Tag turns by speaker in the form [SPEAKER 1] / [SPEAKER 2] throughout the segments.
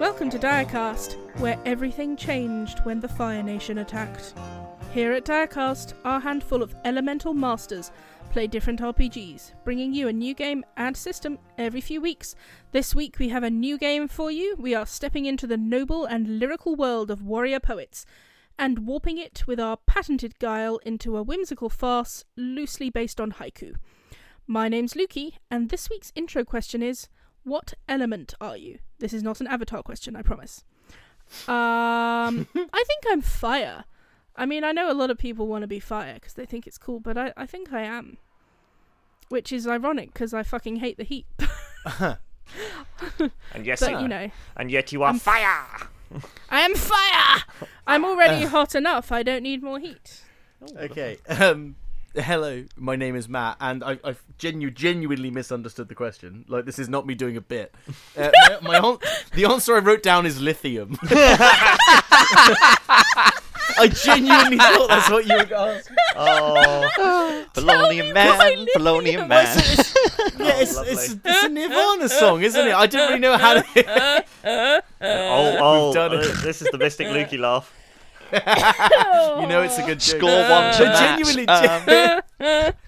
[SPEAKER 1] Welcome to Diacast, where everything changed when the Fire Nation attacked. Here at Diacast, our handful of elemental masters play different RPGs, bringing you a new game and system every few weeks. This week we have a new game for you. We are stepping into the noble and lyrical world of warrior poets and warping it with our patented guile into a whimsical farce loosely based on haiku. My name's Lukey, and this week's intro question is What element are you? This is not an avatar question, I promise. Um, I think I'm fire. I mean, I know a lot of people want to be fire because they think it's cool, but I, I think I am. Which is ironic because I fucking hate the heat.
[SPEAKER 2] And yes,
[SPEAKER 1] But, you know,
[SPEAKER 2] and yet you are
[SPEAKER 1] I'm-
[SPEAKER 3] Uh,
[SPEAKER 2] fire.
[SPEAKER 1] I am fire! I'm already hot enough. I don't need more heat.
[SPEAKER 3] Okay. Um, hello, my name is Matt, and I, I've genu- genuinely misunderstood the question. Like, this is not me doing a bit. Uh, my, my an- the answer I wrote down is lithium. I genuinely thought that's what you were asking.
[SPEAKER 2] Oh, Polonium Man, Polonium Man.
[SPEAKER 3] Yeah, it's,
[SPEAKER 2] lovely.
[SPEAKER 3] it's, it's a Nirvana song, isn't it? I didn't really know how to.
[SPEAKER 2] Oh, oh,
[SPEAKER 3] done
[SPEAKER 2] uh,
[SPEAKER 3] it.
[SPEAKER 2] this is the Mystic Lukey laugh.
[SPEAKER 3] you know, it's a good joke.
[SPEAKER 4] Score one to
[SPEAKER 3] Uh,
[SPEAKER 4] match.
[SPEAKER 3] genuinely-
[SPEAKER 4] Um,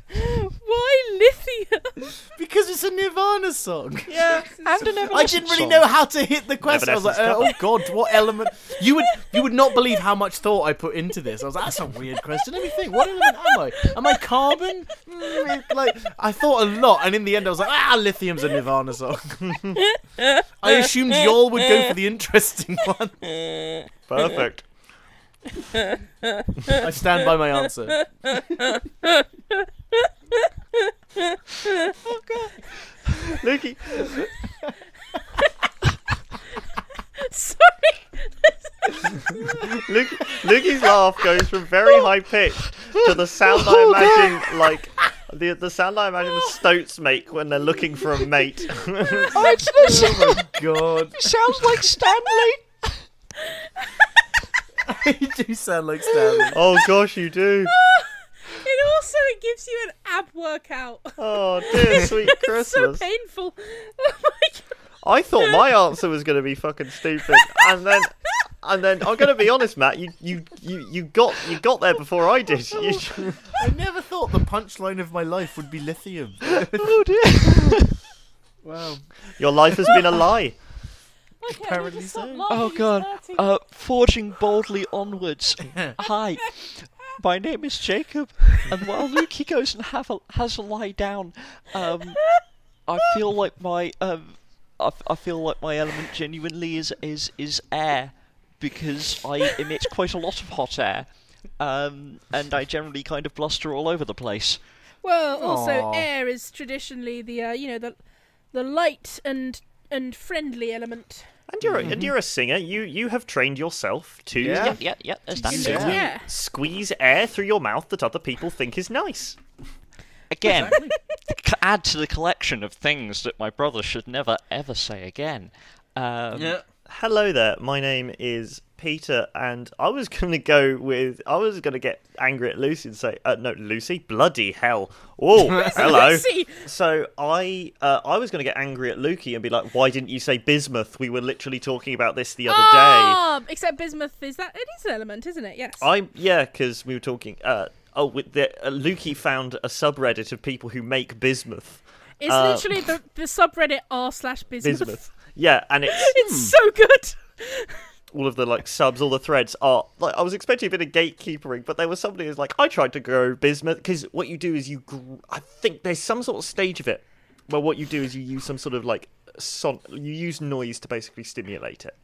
[SPEAKER 1] Why lithium?
[SPEAKER 3] Because it's a Nirvana song.
[SPEAKER 1] Yeah,
[SPEAKER 3] I didn't really know how to hit the question. I was like, uh, oh
[SPEAKER 2] Evanescence
[SPEAKER 3] god, what element? You would you would not believe how much thought I put into this. I was like, that's a weird question. Let me think. What element am I? Am I carbon? Mm, like, I thought a lot, and in the end, I was like, ah, lithium's a Nirvana song. I assumed y'all would go for the interesting one.
[SPEAKER 2] Perfect.
[SPEAKER 3] I stand by my answer.
[SPEAKER 2] Lukey,
[SPEAKER 1] Sorry.
[SPEAKER 2] Luke, Lukey's laugh goes from very high pitch to the sound I imagine, like the the sound I imagine stoats make when they're looking for a mate.
[SPEAKER 4] oh, it's the sound-
[SPEAKER 3] God,
[SPEAKER 4] sounds like Stanley.
[SPEAKER 3] you do sound like Stanley.
[SPEAKER 2] oh gosh, you do.
[SPEAKER 1] It also it gives you an ab workout.
[SPEAKER 2] Oh dear, sweet
[SPEAKER 1] It's so
[SPEAKER 2] Christmas.
[SPEAKER 1] painful. Oh my god.
[SPEAKER 2] I thought my answer was going to be fucking stupid, and then, and then I'm going to be honest, Matt. You, you, you, you got you got there before I did. You,
[SPEAKER 3] I never thought the punchline of my life would be lithium.
[SPEAKER 4] Oh dear.
[SPEAKER 3] Wow.
[SPEAKER 2] your life has been a lie.
[SPEAKER 1] Okay,
[SPEAKER 3] Apparently so.
[SPEAKER 4] Oh god. Uh, forging boldly onwards. Hi, my name is Jacob, and while Lukey goes and have a, has a lie down, um, I feel like my um, I, f- I feel like my element genuinely is is is air, because I emit quite a lot of hot air, um, and I generally kind of bluster all over the place.
[SPEAKER 1] well, also
[SPEAKER 3] Aw.
[SPEAKER 1] air is traditionally the uh, you know the the light and and friendly element.
[SPEAKER 2] And you're a- and you're a singer. You you have trained yourself to
[SPEAKER 3] Yeah.
[SPEAKER 4] Yeah, yeah, yeah. That's that.
[SPEAKER 2] squeeze-
[SPEAKER 3] Yeah.
[SPEAKER 1] Yeah.
[SPEAKER 2] squeeze air through your mouth that other people think is nice.
[SPEAKER 4] Again, c- add to the collection of things that my brother should never ever say again. Um,
[SPEAKER 2] Hello there. My name is Peter, and I was going to go with I was going to get angry at Lucy and say, uh, no, Lucy, bloody hell. Oh, hello.
[SPEAKER 1] Lucy.
[SPEAKER 2] So I uh, I was going to get angry at Lukey and be like, why didn't you say bismuth? We were literally talking about this the other day.
[SPEAKER 1] Ah, except bismuth is that it is an element, isn't it? Yes.
[SPEAKER 2] I'm yeah, because we were talking. Uh, oh, with the, uh, Lukey found a subreddit of people who make bismuth.
[SPEAKER 1] it's
[SPEAKER 2] uh,
[SPEAKER 1] literally the, the subreddit r slash bismuth.
[SPEAKER 2] Bismuth. Hmm. Yeah, and it's
[SPEAKER 1] It's so good.
[SPEAKER 2] all of the like subs, all the threads are like I was expecting a bit of gatekeepering, but there was somebody who's like, I tried to grow bismuth because what you do is you, gr- I think there's some sort of stage of it where what you do is you use some sort of like son, you use noise to basically stimulate it.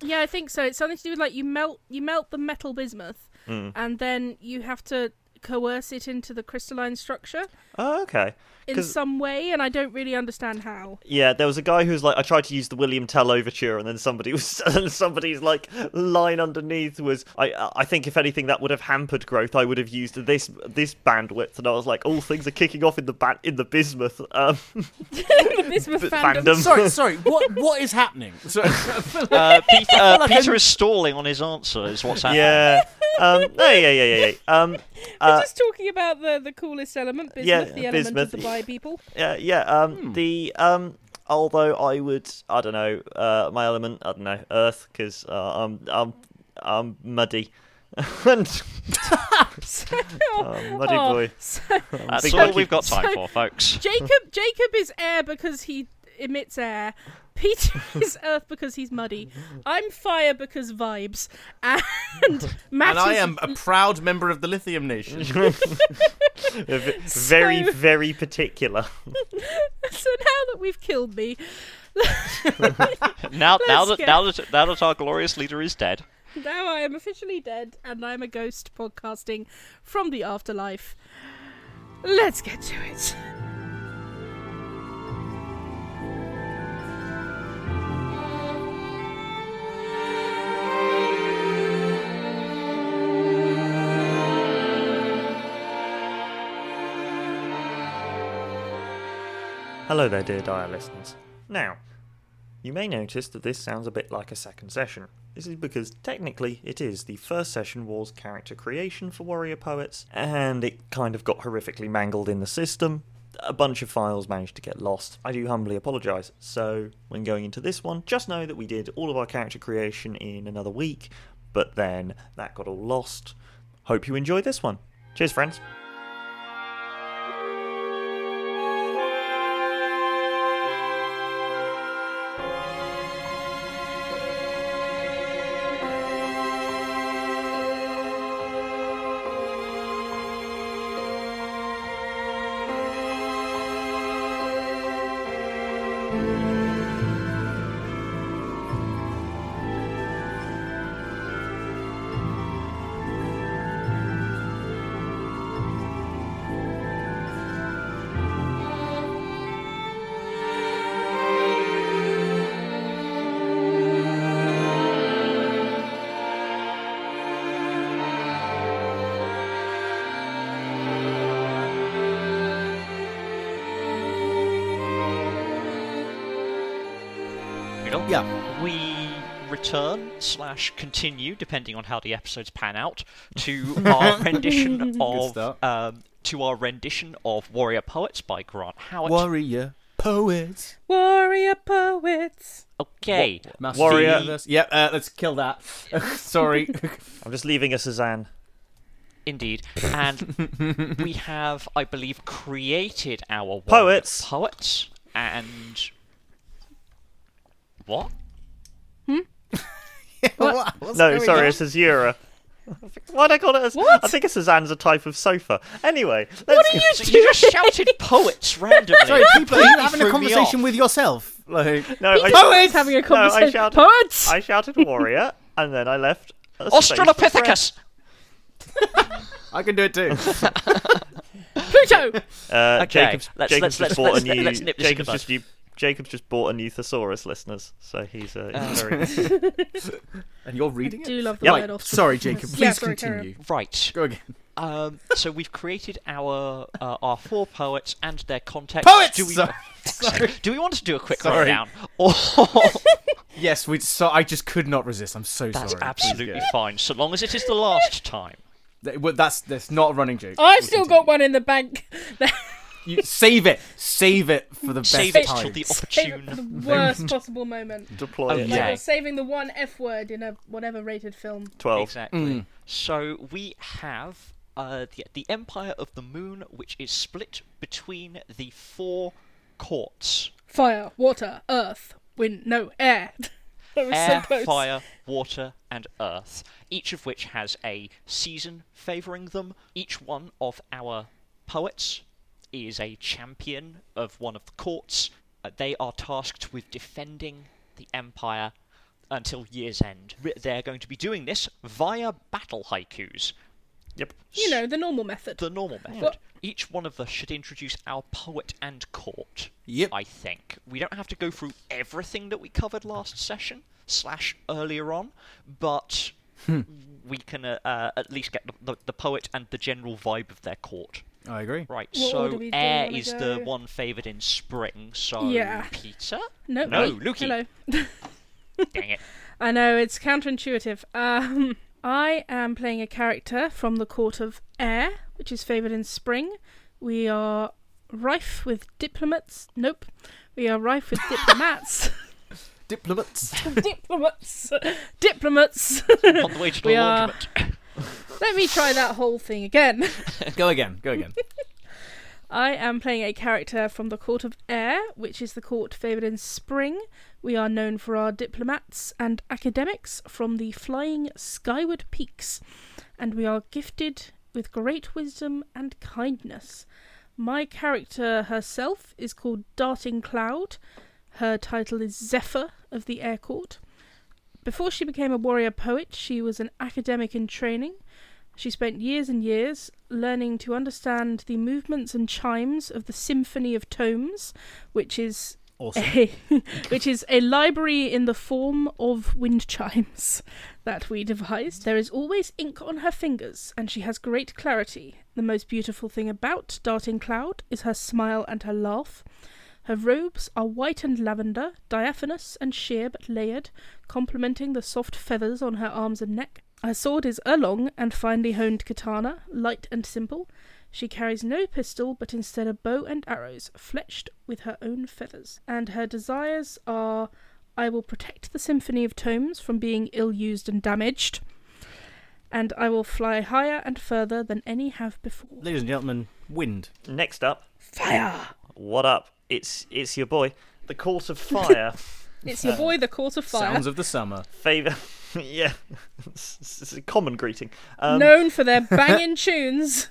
[SPEAKER 1] Yeah, I think so. It's something to do with like you melt you melt the metal bismuth,
[SPEAKER 2] Hmm.
[SPEAKER 1] and then you have to coerce it into the crystalline structure
[SPEAKER 2] Oh, okay.
[SPEAKER 1] in
[SPEAKER 2] 'Cause-
[SPEAKER 1] some way, and I don't really understand how.
[SPEAKER 2] Yeah, there was a guy who was like, I tried to use the William Tell overture, and then somebody was, and somebody's like line underneath was, I, I think if anything that would have hampered growth, I would have used this this bandwidth, and I was like, all things are kicking off in the ba- in the bismuth. Um,
[SPEAKER 1] The bismuth
[SPEAKER 2] But
[SPEAKER 1] fandom.
[SPEAKER 2] fandom.
[SPEAKER 3] Sorry, sorry. What what is happening? Sorry.
[SPEAKER 4] Uh, Peter, uh, Peter is stalling on his answer. Is what's happening.
[SPEAKER 2] yeah. Um, no, yeah, yeah, yeah, yeah. Um,
[SPEAKER 1] We're
[SPEAKER 2] uh,
[SPEAKER 1] just talking about the, the coolest element, bismuth,
[SPEAKER 2] yeah,
[SPEAKER 1] the element of
[SPEAKER 2] bismuth.
[SPEAKER 1] the bi people.
[SPEAKER 2] yeah, yeah. Um, The um, although I would, I don't know, uh, my element, I don't know, Earth, because uh, I'm I'm I'm muddy, and Oh, muddy
[SPEAKER 1] Oh,
[SPEAKER 2] boy.
[SPEAKER 1] so-
[SPEAKER 4] That's
[SPEAKER 2] Big
[SPEAKER 4] all
[SPEAKER 2] lucky-
[SPEAKER 4] we've got time
[SPEAKER 1] So-
[SPEAKER 4] for, folks.
[SPEAKER 1] Jacob Jacob is air because he emits air. Peter is earth because he's muddy. I'm fire because vibes. And Matt
[SPEAKER 3] And I
[SPEAKER 1] is
[SPEAKER 3] am a proud member of the Lithium Nation.
[SPEAKER 2] V- very
[SPEAKER 1] So-
[SPEAKER 2] very particular.
[SPEAKER 1] so now that we've killed me,
[SPEAKER 4] Now, now
[SPEAKER 1] Let's
[SPEAKER 4] that
[SPEAKER 1] get-
[SPEAKER 4] now that now that our glorious leader is dead,
[SPEAKER 1] now I am officially dead and I'm a ghost podcasting from the afterlife. Let's get to it.
[SPEAKER 2] Hello there, dear Dire listeners. Now, you may notice that this sounds a bit like a second session. This is because technically it is. The first session was character creation for Warrior Poets, and it kind of got horrifically mangled in the system. A bunch of files managed to get lost. I do humbly apologise. So, when going into this one, just know that we did all of our character creation in another week, but then that got all lost. Hope you enjoy this one. Cheers, friends.
[SPEAKER 4] you know,
[SPEAKER 3] Yeah.
[SPEAKER 4] we return slash continue, depending on how the episodes pan out, to our rendition of
[SPEAKER 3] start.
[SPEAKER 4] um, to our rendition of Warrior Poets by Grant Howard.
[SPEAKER 3] Warrior poet.
[SPEAKER 1] Warrior poets.
[SPEAKER 4] okay,
[SPEAKER 3] Master
[SPEAKER 2] Warrior-
[SPEAKER 3] Universe. Yep, uh, let's kill that. Sorry.
[SPEAKER 2] I'm just leaving a Suzanne.
[SPEAKER 4] indeed, and we have, I believe, created our Warrior
[SPEAKER 2] Poets.
[SPEAKER 4] poets and what?
[SPEAKER 3] What? What's
[SPEAKER 2] No,
[SPEAKER 3] going
[SPEAKER 2] sorry,
[SPEAKER 3] on?
[SPEAKER 2] it's Azura. Why'd I call it a
[SPEAKER 1] What?
[SPEAKER 2] I think a Suzanne's a type of sofa. Anyway, let's
[SPEAKER 4] So you just shouted poets randomly.
[SPEAKER 3] Sorry, people, are you
[SPEAKER 4] Completely
[SPEAKER 3] having
[SPEAKER 4] threw
[SPEAKER 3] a
[SPEAKER 4] me
[SPEAKER 3] conversation
[SPEAKER 4] off.
[SPEAKER 3] with yourself? Like,
[SPEAKER 2] no, I,
[SPEAKER 1] Poets having a
[SPEAKER 2] no,
[SPEAKER 1] conversation.
[SPEAKER 2] I shouted,
[SPEAKER 1] poets.
[SPEAKER 2] I shouted warrior, and then I left. a space for
[SPEAKER 4] Australopithecus.
[SPEAKER 3] I can do it too.
[SPEAKER 1] Pluto.
[SPEAKER 2] friends. Uh,
[SPEAKER 4] Okay,
[SPEAKER 2] Jacob's, Jacob's
[SPEAKER 4] let's- let's-
[SPEAKER 2] just
[SPEAKER 4] let's-
[SPEAKER 2] bought
[SPEAKER 4] let's-
[SPEAKER 2] a new.
[SPEAKER 4] let's nip this in
[SPEAKER 2] Jacob's
[SPEAKER 4] the
[SPEAKER 2] just
[SPEAKER 4] bud.
[SPEAKER 2] new. Jacob's just bought a new thesaurus, listeners. So he's, uh, he's
[SPEAKER 4] Oh.
[SPEAKER 2] very.
[SPEAKER 3] and you're reading it?
[SPEAKER 1] do love the
[SPEAKER 2] Yeah.
[SPEAKER 1] word
[SPEAKER 3] Right,
[SPEAKER 1] off.
[SPEAKER 3] Sorry, Jacob. Please
[SPEAKER 1] Yeah, sorry, carry on.
[SPEAKER 3] continue.
[SPEAKER 4] Right.
[SPEAKER 3] Go again.
[SPEAKER 4] Um, so we've created our uh, our four poets and their context.
[SPEAKER 3] Poets!
[SPEAKER 4] Do we,
[SPEAKER 3] Sorry.
[SPEAKER 4] do we want to do a quick
[SPEAKER 3] Sorry.
[SPEAKER 4] rundown? Or
[SPEAKER 3] Yes, we. So I just could not resist. I'm so
[SPEAKER 4] that's
[SPEAKER 3] sorry.
[SPEAKER 4] absolutely fine, so long as it is the last time.
[SPEAKER 3] Th- well, that's that's not a running joke.
[SPEAKER 1] I've
[SPEAKER 3] We'll
[SPEAKER 1] still
[SPEAKER 3] continue.
[SPEAKER 1] got one in the bank.
[SPEAKER 3] You, save it. Save it for the
[SPEAKER 4] Save
[SPEAKER 3] best
[SPEAKER 4] it till
[SPEAKER 3] time.
[SPEAKER 4] the
[SPEAKER 1] Save it for
[SPEAKER 4] opportune.
[SPEAKER 1] the worst possible moment.
[SPEAKER 2] deploy it.
[SPEAKER 1] Like
[SPEAKER 4] Oh, Yeah.
[SPEAKER 1] you're saving the one F word in a whatever rated film.
[SPEAKER 2] 12.
[SPEAKER 4] Exactly.
[SPEAKER 1] Mm.
[SPEAKER 4] So we have uh, the the Empire of the Moon, which is split between the four courts:
[SPEAKER 1] Fire, water, earth, wind, no, air. that was
[SPEAKER 4] air,
[SPEAKER 1] so close.
[SPEAKER 4] fire, water, and earth, each of which has a season favouring them. Each one of our poets is a champion of one of the courts. Uh, they are tasked with defending the empire until year's end. Re- They're going to be doing this via battle haikus,
[SPEAKER 2] Yep.
[SPEAKER 1] You know, the normal method.
[SPEAKER 4] the normal method.
[SPEAKER 1] But-
[SPEAKER 4] Each one of us should introduce our poet and court.
[SPEAKER 3] Yep.
[SPEAKER 4] I think. We don't have to go through everything that we covered last session slash earlier on, but we can uh, uh, at least get the, the, the poet and the general vibe of their court.
[SPEAKER 3] I agree.
[SPEAKER 4] Right,
[SPEAKER 1] What
[SPEAKER 4] so
[SPEAKER 1] order we- do we
[SPEAKER 4] air
[SPEAKER 1] wanna
[SPEAKER 4] is
[SPEAKER 1] go?
[SPEAKER 4] the one favoured in spring, so
[SPEAKER 1] Yeah.
[SPEAKER 4] Peter?
[SPEAKER 1] no,
[SPEAKER 4] No,
[SPEAKER 1] wait,
[SPEAKER 4] Lukey.
[SPEAKER 1] Hello.
[SPEAKER 4] Dang it.
[SPEAKER 1] I know it's counterintuitive. Um, I am playing a character from the court of air, which is favoured in spring. We are rife with diplomats. Nope. We are rife with diplomats.
[SPEAKER 3] Diplomats.
[SPEAKER 1] diplomats. diplomats.
[SPEAKER 4] on the way to the
[SPEAKER 1] We are-
[SPEAKER 4] laundromat.
[SPEAKER 1] Let me try that whole thing again.
[SPEAKER 3] go again. Go again.
[SPEAKER 1] I am playing a character from the Court of Air, which is the court favoured in spring. We are known for our diplomats and academics from the flying skyward peaks, and we are gifted with great wisdom and kindness. My character herself is called Darting Cloud. Her title is Zephyr of the Air Court. Before she became a warrior poet, she was an academic in training. She spent years and years learning to understand the movements and chimes of the Symphony of Tomes, which is
[SPEAKER 3] Awesome.
[SPEAKER 1] a, which is a library in the form of wind chimes that we devised. There is always ink on her fingers, and she has great clarity. The most beautiful thing about Darting Cloud is her smile and her laugh. Her robes are white and lavender, diaphanous and sheer but layered, complementing the soft feathers on her arms and neck. Her sword is a long and finely honed katana, light and simple. She carries no pistol, but instead a bow and arrows, fletched with her own feathers. And her desires are I will protect the Symphony of Tomes from being ill used and damaged, and I will fly higher and further than any have before.
[SPEAKER 3] Ladies and gentlemen, wind.
[SPEAKER 2] Next up,
[SPEAKER 1] Fire!
[SPEAKER 2] what up? It's it's your boy, the Court of Fire.
[SPEAKER 1] It's your boy, the Court of Fire,
[SPEAKER 3] Sounds of the summer.
[SPEAKER 2] Favor, yeah, it's, it's a common greeting. Um,
[SPEAKER 1] known for their banging tunes.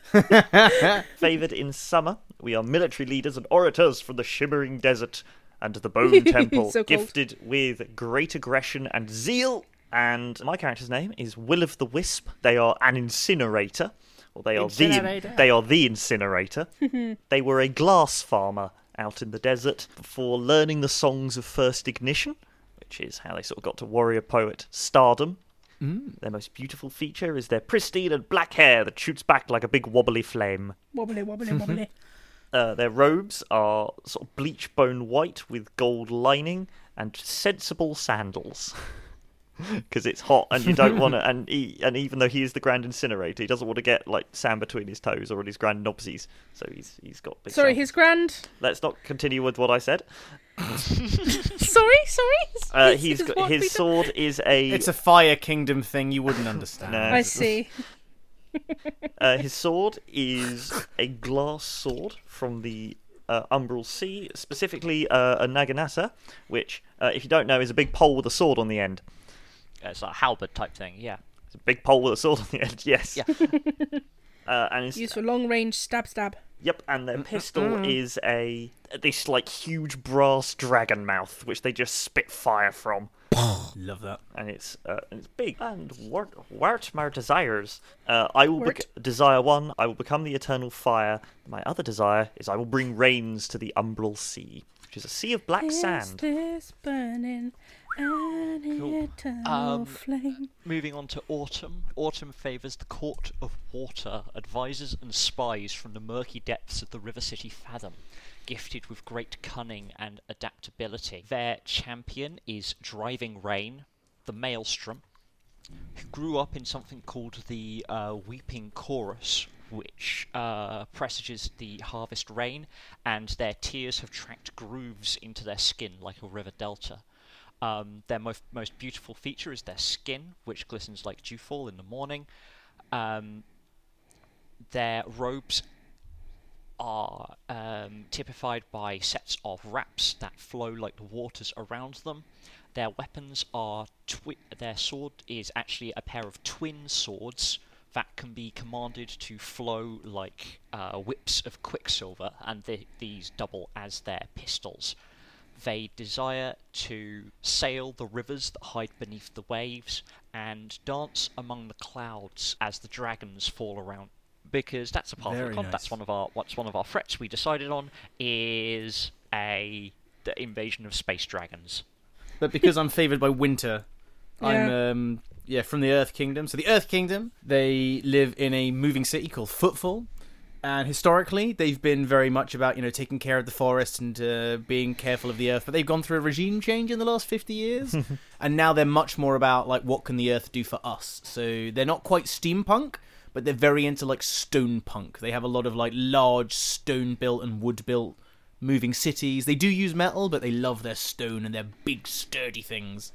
[SPEAKER 2] Favored in summer, we are military leaders and orators from the shimmering desert and the bone temple,
[SPEAKER 1] So cold.
[SPEAKER 2] gifted with great aggression and zeal. And my character's name is Will of the Wisp. They are an incinerator. Or they are
[SPEAKER 1] Incinerator.
[SPEAKER 2] the they are the incinerator. they were a glass farmer out in the desert before learning the songs of first ignition, which is how they sort of got to warrior poet stardom. Their most beautiful feature is their pristine and black hair that shoots back like a big wobbly flame.
[SPEAKER 1] Wobbly, wobbly, wobbly.
[SPEAKER 2] Uh, their robes are sort of bleach bone white with gold lining and sensible sandals. Because it's hot and you don't want to, and he, and even though he is the Grand Incinerator, he doesn't want to get like sand between his toes or on his grand knobsies. So he's he's got. Big
[SPEAKER 1] Sorry,
[SPEAKER 2] sand-
[SPEAKER 1] his grand.
[SPEAKER 2] Let's not continue with what I said.
[SPEAKER 1] Sorry, sorry.
[SPEAKER 2] Uh,
[SPEAKER 1] His-
[SPEAKER 2] he's
[SPEAKER 1] his
[SPEAKER 2] got
[SPEAKER 1] what
[SPEAKER 2] his
[SPEAKER 1] we do-
[SPEAKER 2] sword is a,
[SPEAKER 3] It's a fire kingdom thing you wouldn't understand.
[SPEAKER 2] No.
[SPEAKER 1] I see.
[SPEAKER 2] uh, his sword is a glass sword from the uh, Umbral Sea, specifically uh, a Naginata, which, uh, if you don't know, is a big pole with a sword on the end.
[SPEAKER 4] Yeah, it's like a halberd type thing, yeah.
[SPEAKER 2] It's a big pole with a sword on the end. Yes.
[SPEAKER 4] Yeah.
[SPEAKER 2] uh, and it's,
[SPEAKER 1] Used for long range stab stab.
[SPEAKER 2] yep, and their pistol is a this like huge brass dragon mouth, which they just spit fire from,
[SPEAKER 3] Love that.
[SPEAKER 2] and it's uh, and it's big. And wart, wart my desires, uh, I will bec
[SPEAKER 1] Wart.
[SPEAKER 2] desire one. I will become the eternal fire. My other desire is I will bring rains to the umbral sea, which is a sea of black
[SPEAKER 1] Is
[SPEAKER 2] sand.
[SPEAKER 1] this burning an eternal
[SPEAKER 4] Um,
[SPEAKER 1] flame?
[SPEAKER 4] Moving on to autumn. Autumn favours the court of water, advisors and spies from the murky depths of the river city Fathom, gifted with great cunning and adaptability. Their champion is Driving Rain, the Maelstrom, who grew up in something called the uh, Weeping Chorus, which uh, presages the harvest rain, and their tears have tracked grooves into their skin like a river delta. Um, their most, most beautiful feature is their skin, which glistens like dewfall in the morning. Um, their robes are um, typified by sets of wraps that flow like the waters around them. Their weapons are twi- their sword is actually a pair of twin swords that can be commanded to flow like uh, whips of quicksilver, and the these double as their pistols. They desire to sail the rivers that hide beneath the waves and dance among the clouds as the dragons fall around. Because that's a part of
[SPEAKER 3] Very
[SPEAKER 4] the con.
[SPEAKER 3] nice.
[SPEAKER 4] That's one of our what's one of our threats we decided on is a the invasion of space dragons.
[SPEAKER 3] But because I'm favoured by winter, I'm
[SPEAKER 1] Yeah.
[SPEAKER 3] um yeah from the Earth Kingdom. So the Earth Kingdom, they live in a moving city called Footfall, and historically they've been very much about you know taking care of the forest and uh, being careful of the earth. But they've gone through a regime change in the last fifty years, and now they're much more about like what can the earth do for us. So they're not quite steampunk. But they're very into like stone punk. They have a lot of like large stone built and wood built moving cities. They do use metal, but they love their stone and their big sturdy things.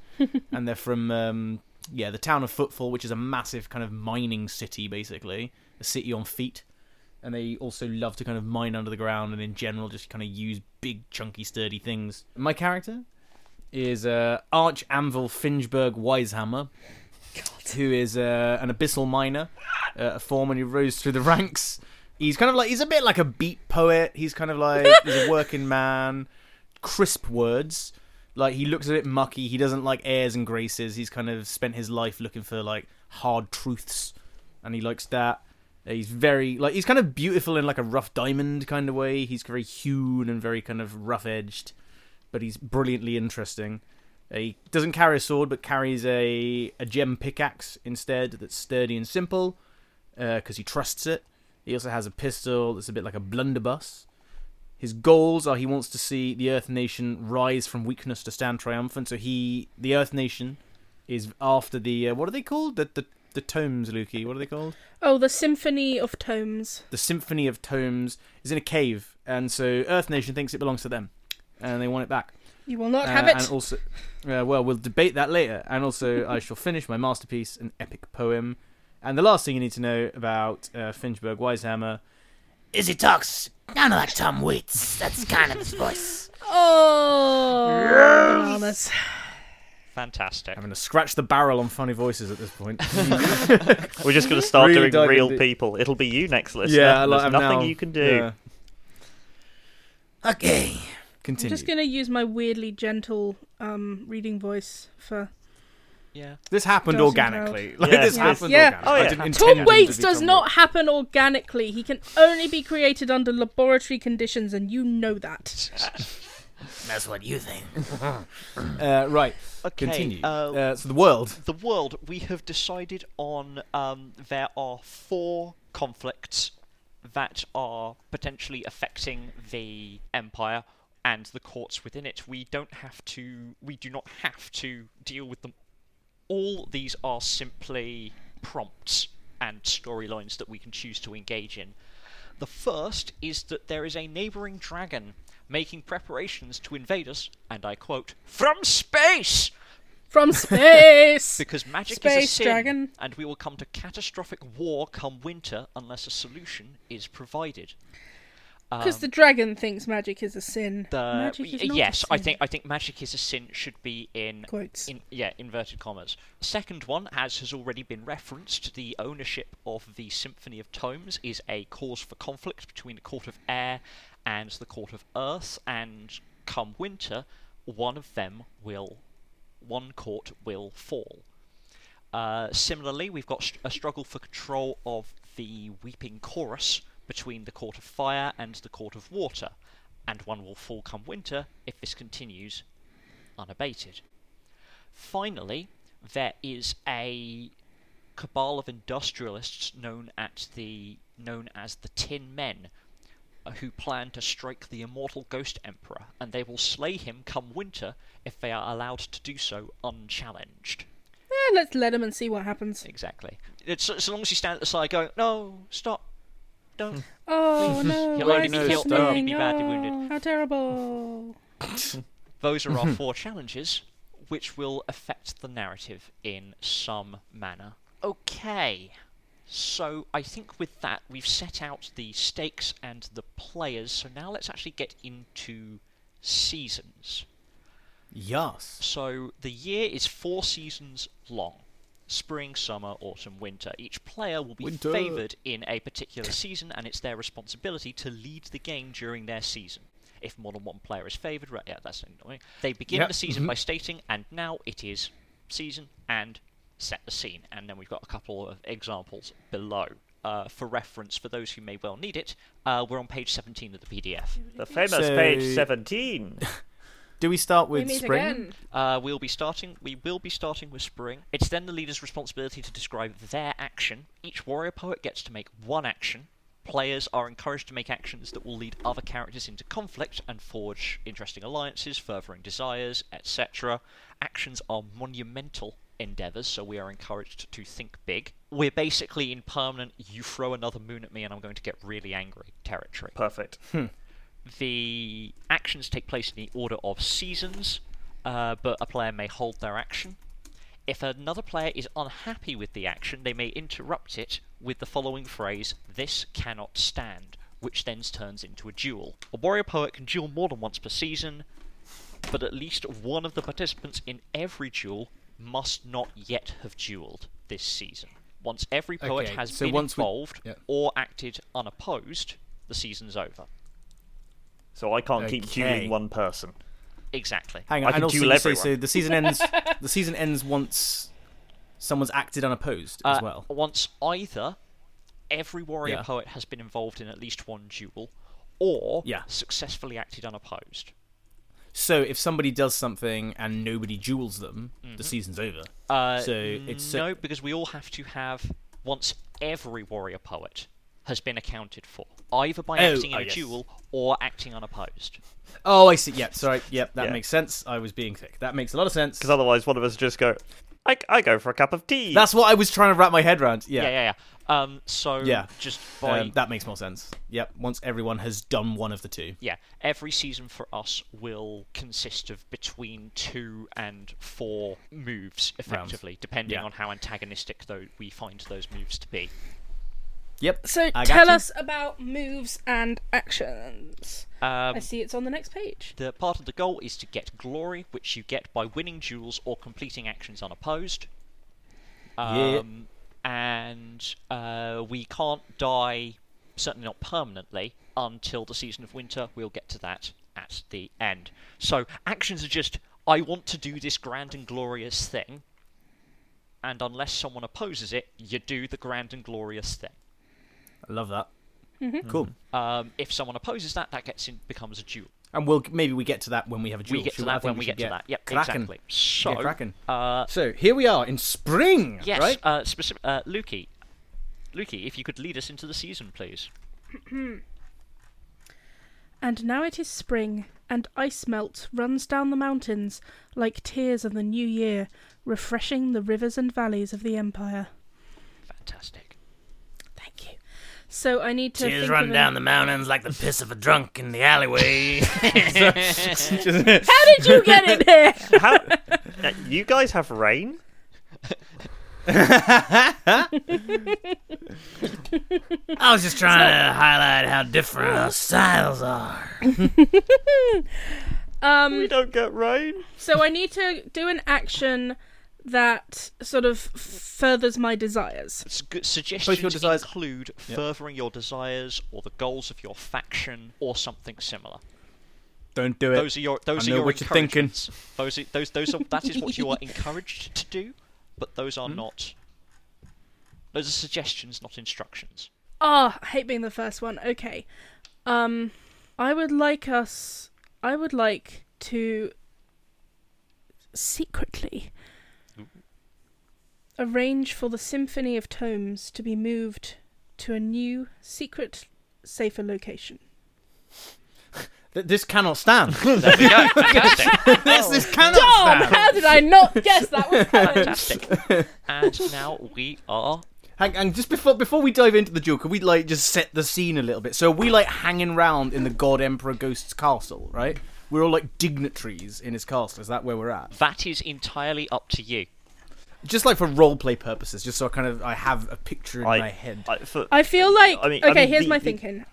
[SPEAKER 3] and they're from um, yeah the town of Footfall, which is a massive kind of mining city, basically a city on feet. And they also love to kind of mine under the ground and in general just kind of use big chunky sturdy things. My character is uh, Arch Anvil Finchberg Wisehammer, who is uh, an abyssal miner, uh, a foreman who rose through the ranks. He's kind of like he's a bit like a beat poet. He's kind of like he's a working man, crisp words. Like he looks a bit mucky. He doesn't like airs and graces. He's kind of spent his life looking for like hard truths, and he likes that. Uh, He's very like he's kind of beautiful in like a rough diamond kind of way. He's very hewn and very kind of rough edged but he's brilliantly interesting. Uh, He doesn't carry a sword, but carries a, a gem pickaxe instead that's sturdy and simple because he trusts it. He also has a pistol that's a bit like a blunderbuss. His goals are he wants to see the Earth Nation rise from weakness to stand triumphant. So he, the Earth Nation, is after the uh, what are they called? The the the tomes, Lukey. What are they called?
[SPEAKER 1] Oh, the Symphony of Tomes.
[SPEAKER 3] the Symphony of Tomes is in a cave, and so Earth Nation thinks it belongs to them, and they want it back.
[SPEAKER 1] You will not
[SPEAKER 3] Uh,
[SPEAKER 1] have it.
[SPEAKER 3] And also, uh, well, we'll debate that later. And also, I shall finish my masterpiece, an epic poem. And the last thing you need to know about uh, Finchberg Wisehammer is he talks kind of like Tom Waits. That's kind of his voice.
[SPEAKER 1] Oh, bananas.
[SPEAKER 4] Fantastic.
[SPEAKER 3] I'm going to scratch the barrel on funny voices at this point.
[SPEAKER 2] We're just going to start
[SPEAKER 3] Really
[SPEAKER 2] doing
[SPEAKER 3] diving
[SPEAKER 2] real
[SPEAKER 3] deep.
[SPEAKER 2] people. It'll be you next, listener.
[SPEAKER 3] yeah, like,
[SPEAKER 2] There's
[SPEAKER 3] I'm
[SPEAKER 2] nothing
[SPEAKER 3] now-
[SPEAKER 2] you can do.
[SPEAKER 3] yeah. Okay.
[SPEAKER 1] I'm
[SPEAKER 3] Continue.
[SPEAKER 1] just going to use my weirdly gentle um, reading voice for.
[SPEAKER 4] Yeah.
[SPEAKER 3] This happened
[SPEAKER 1] Dawson
[SPEAKER 3] organically. Like,
[SPEAKER 2] Yes.
[SPEAKER 1] Yes.
[SPEAKER 3] This happened
[SPEAKER 1] Yeah.
[SPEAKER 3] organically.
[SPEAKER 2] Oh, yeah.
[SPEAKER 3] I didn't intend
[SPEAKER 1] Tom
[SPEAKER 3] him
[SPEAKER 1] Waits
[SPEAKER 3] to
[SPEAKER 1] does
[SPEAKER 3] become
[SPEAKER 1] not happen organically. He can only be created under laboratory conditions, and you know that.
[SPEAKER 4] Uh,
[SPEAKER 3] That's what you think. uh, right.
[SPEAKER 4] Okay,
[SPEAKER 3] Continue.
[SPEAKER 4] uh,
[SPEAKER 3] Uh, so the world.
[SPEAKER 4] The world we have decided on. Um, there are four conflicts that are potentially affecting the empire and the courts within it. We don't have to. We do not have to deal with them. All these are simply prompts and storylines that we can choose to engage in. The first is that there is a neighbouring dragon making preparations to invade us, and I quote, from space!
[SPEAKER 1] From space.
[SPEAKER 4] Because magic is a
[SPEAKER 1] Space
[SPEAKER 4] sin,
[SPEAKER 1] dragon.
[SPEAKER 4] and we will come to catastrophic war come winter unless a solution is provided.
[SPEAKER 1] Because the dragon thinks magic is a sin.
[SPEAKER 4] The
[SPEAKER 1] magic is
[SPEAKER 4] y-
[SPEAKER 1] not
[SPEAKER 4] yes,
[SPEAKER 1] a
[SPEAKER 4] I
[SPEAKER 1] sin.
[SPEAKER 4] think I think magic is a sin should be in
[SPEAKER 1] Quotes.
[SPEAKER 4] In, yeah, inverted commas. Second one, as has already been referenced, the ownership of the Symphony of Tomes is a cause for conflict between the Court of Air and the Court of Earth, and come winter, one of them will, one court will fall. Uh, similarly, we've got st- a struggle for control of the Weeping Chorus between the Court of Fire and the Court of Water, and one will fall come winter if this continues unabated. Finally, there is a cabal of industrialists known at the known as the Tin Men, uh, who plan to strike the immortal Ghost Emperor, and they will slay him come winter if they are allowed to do so unchallenged.
[SPEAKER 1] Eh, let's let him and see what happens.
[SPEAKER 4] Exactly. It's so long as you stand at the side going, no, stop, don't.
[SPEAKER 1] Oh no!
[SPEAKER 4] He'll
[SPEAKER 1] why
[SPEAKER 4] only
[SPEAKER 1] is
[SPEAKER 4] be
[SPEAKER 1] this
[SPEAKER 4] killed- he'll only be
[SPEAKER 1] happening?
[SPEAKER 4] badly
[SPEAKER 1] Oh,
[SPEAKER 4] wounded.
[SPEAKER 1] How terrible!
[SPEAKER 4] Those are our four challenges, which will affect the narrative in some manner. Okay, so I think with that we've set out the stakes and the players, so now let's actually get into seasons.
[SPEAKER 3] Yes.
[SPEAKER 4] So the year is four seasons long spring, summer, autumn, winter. Each player will be
[SPEAKER 3] Winter.
[SPEAKER 4] favoured in a particular season, and it's their responsibility to lead the game during their season. If more than one player is favoured, right, yeah, that's annoying. They begin
[SPEAKER 3] Yep.
[SPEAKER 4] the season
[SPEAKER 3] Mhm.
[SPEAKER 4] by stating, and now it is season, and set the scene. And then we've got a couple of examples below. Uh, for reference, for those who may well need it, uh, we're on page 17 of the PDF.
[SPEAKER 2] The famous
[SPEAKER 3] So-
[SPEAKER 2] page 17.
[SPEAKER 3] Do we start
[SPEAKER 1] We
[SPEAKER 3] with
[SPEAKER 1] meet
[SPEAKER 3] spring?
[SPEAKER 1] again.
[SPEAKER 4] Uh, we'll be starting. We will be starting with spring. It's then the leader's responsibility to describe their action. Each warrior poet gets to make one action. Players are encouraged to make actions that will lead other characters into conflict and forge interesting alliances, furthering desires, etc. Actions are monumental endeavors, so we are encouraged to think big. We're basically in permanent "you throw another moon at me and I'm going to get really angry" territory.
[SPEAKER 2] Perfect.
[SPEAKER 4] The actions take place in the order of seasons, uh, but a player may hold their action. If another player is unhappy with the action, they may interrupt it with the following phrase This cannot stand, which then turns into a duel. A warrior poet can duel more than once per season, but at least one of the participants in every duel must not yet have duelled this season. Once every poet
[SPEAKER 3] Okay,
[SPEAKER 4] has
[SPEAKER 3] so
[SPEAKER 4] been
[SPEAKER 3] once we-
[SPEAKER 4] involved
[SPEAKER 3] yeah.
[SPEAKER 4] or acted unopposed, the season's over.
[SPEAKER 2] So I can't keep
[SPEAKER 3] Okay.
[SPEAKER 2] dueling one person.
[SPEAKER 4] Exactly.
[SPEAKER 3] Hang
[SPEAKER 2] I
[SPEAKER 3] on,
[SPEAKER 2] can
[SPEAKER 3] and also
[SPEAKER 2] duel
[SPEAKER 3] you say, so
[SPEAKER 2] everyone.
[SPEAKER 3] the season ends. the season ends once someone's acted unopposed
[SPEAKER 4] Uh,
[SPEAKER 3] as well.
[SPEAKER 4] Once either every warrior
[SPEAKER 3] Yeah.
[SPEAKER 4] poet has been involved in at least one duel, or
[SPEAKER 3] Yeah.
[SPEAKER 4] successfully acted unopposed.
[SPEAKER 3] So if somebody does something and nobody duels them, the season's over.
[SPEAKER 4] Mm-hmm. Uh,
[SPEAKER 3] So it's so-
[SPEAKER 4] no, because we all have to have once every warrior poet has been accounted for, either by
[SPEAKER 3] Oh,
[SPEAKER 4] acting in
[SPEAKER 3] oh,
[SPEAKER 4] a
[SPEAKER 3] yes.
[SPEAKER 4] duel or acting unopposed.
[SPEAKER 3] Oh, I see. Yep. Sorry. Yep. That
[SPEAKER 2] Yeah.
[SPEAKER 3] makes sense. I was being thick. That makes a lot of sense.
[SPEAKER 2] Because otherwise, one of us just go, I, I go for a cup of tea.
[SPEAKER 3] That's what I was trying to wrap my head around. Yeah.
[SPEAKER 4] Yeah, yeah, yeah. Um, so
[SPEAKER 3] Yeah.
[SPEAKER 4] just by
[SPEAKER 3] Um, that makes more sense. Yep. Once everyone has done one of the two.
[SPEAKER 4] yeah, every season for us will consist of between two and four moves, effectively, depending
[SPEAKER 3] Yeah.
[SPEAKER 4] on how antagonistic though we find those moves to be.
[SPEAKER 3] Yep.
[SPEAKER 1] So
[SPEAKER 3] I got
[SPEAKER 1] tell
[SPEAKER 3] you.
[SPEAKER 1] us about moves and actions.
[SPEAKER 4] Um,
[SPEAKER 1] I see it's on the next page.
[SPEAKER 4] the part of the goal is to get glory, which you get by winning duels or completing actions unopposed.
[SPEAKER 3] Yeah.
[SPEAKER 4] Um, And uh, we can't die, certainly not permanently, until the season of winter. We'll get to that at the end. So actions are just, I want to do this grand and glorious thing, and unless someone opposes it, you do the grand and glorious thing.
[SPEAKER 3] I love that.
[SPEAKER 1] Mm-hmm.
[SPEAKER 3] Cool.
[SPEAKER 4] Um, if someone opposes that, that gets in, becomes a duel.
[SPEAKER 3] And we'll maybe we get to that when we have a duel.
[SPEAKER 4] we get
[SPEAKER 3] Should-
[SPEAKER 4] to
[SPEAKER 3] I
[SPEAKER 4] that
[SPEAKER 3] think
[SPEAKER 4] when we
[SPEAKER 3] should
[SPEAKER 4] get to that. Yep,
[SPEAKER 3] cracking.
[SPEAKER 4] exactly. So,
[SPEAKER 3] Get cracking.
[SPEAKER 4] uh,
[SPEAKER 3] So here we are in spring,
[SPEAKER 4] yes,
[SPEAKER 3] right?
[SPEAKER 4] uh, specific, uh, Lukey, Lukey, if you could lead us into the season, please.
[SPEAKER 1] And now it is spring, and ice melt runs down the mountains like tears of the new year, refreshing the rivers and valleys of the empire.
[SPEAKER 4] Fantastic.
[SPEAKER 1] Thank you. So I need to think of an-
[SPEAKER 3] mountains like the piss of a drunk in the alleyway. Just-
[SPEAKER 1] How did you get in here?
[SPEAKER 2] How, Uh, you guys have rain?
[SPEAKER 3] I was just trying to highlight how different our styles are.
[SPEAKER 2] We don't get rain.
[SPEAKER 1] So I need to do an action that sort of furthers my desires.
[SPEAKER 4] S- good suggestions
[SPEAKER 3] desires-
[SPEAKER 4] include furthering your desires or the goals of your faction or something similar.
[SPEAKER 3] Don't do it.
[SPEAKER 4] Those are your those
[SPEAKER 3] I
[SPEAKER 4] are
[SPEAKER 3] know
[SPEAKER 4] your
[SPEAKER 3] what you're thinking.
[SPEAKER 4] encouragements. Those are, those those are that is what you are encouraged to do, but those
[SPEAKER 3] Hmm?
[SPEAKER 4] are not. Those are suggestions, not instructions.
[SPEAKER 1] Ah, I hate being the first one. Okay. Um I would like us I would like to secretly arrange for the Symphony of Tomes to be moved to a new secret safer location.
[SPEAKER 3] Th- this cannot stand.
[SPEAKER 4] There we go. Fantastic.
[SPEAKER 3] this, this cannot
[SPEAKER 1] Tom,
[SPEAKER 3] stand.
[SPEAKER 1] Oh, how did I not guess that was coming?
[SPEAKER 4] Fantastic. And now we are
[SPEAKER 3] Hang, and just before before we dive into the duel, could we like just set the scene a little bit? So we like hanging round in the God Emperor Ghost's castle, right? We're all like dignitaries in his castle. Is that where we're at?
[SPEAKER 4] That is entirely up to you.
[SPEAKER 3] Just like for role play purposes, just so I kind of I have a picture in my head.
[SPEAKER 2] I, for,
[SPEAKER 1] I feel like
[SPEAKER 2] I mean- I
[SPEAKER 1] okay,
[SPEAKER 2] mean,
[SPEAKER 1] here's
[SPEAKER 2] the-
[SPEAKER 1] my
[SPEAKER 2] the-
[SPEAKER 1] thinking.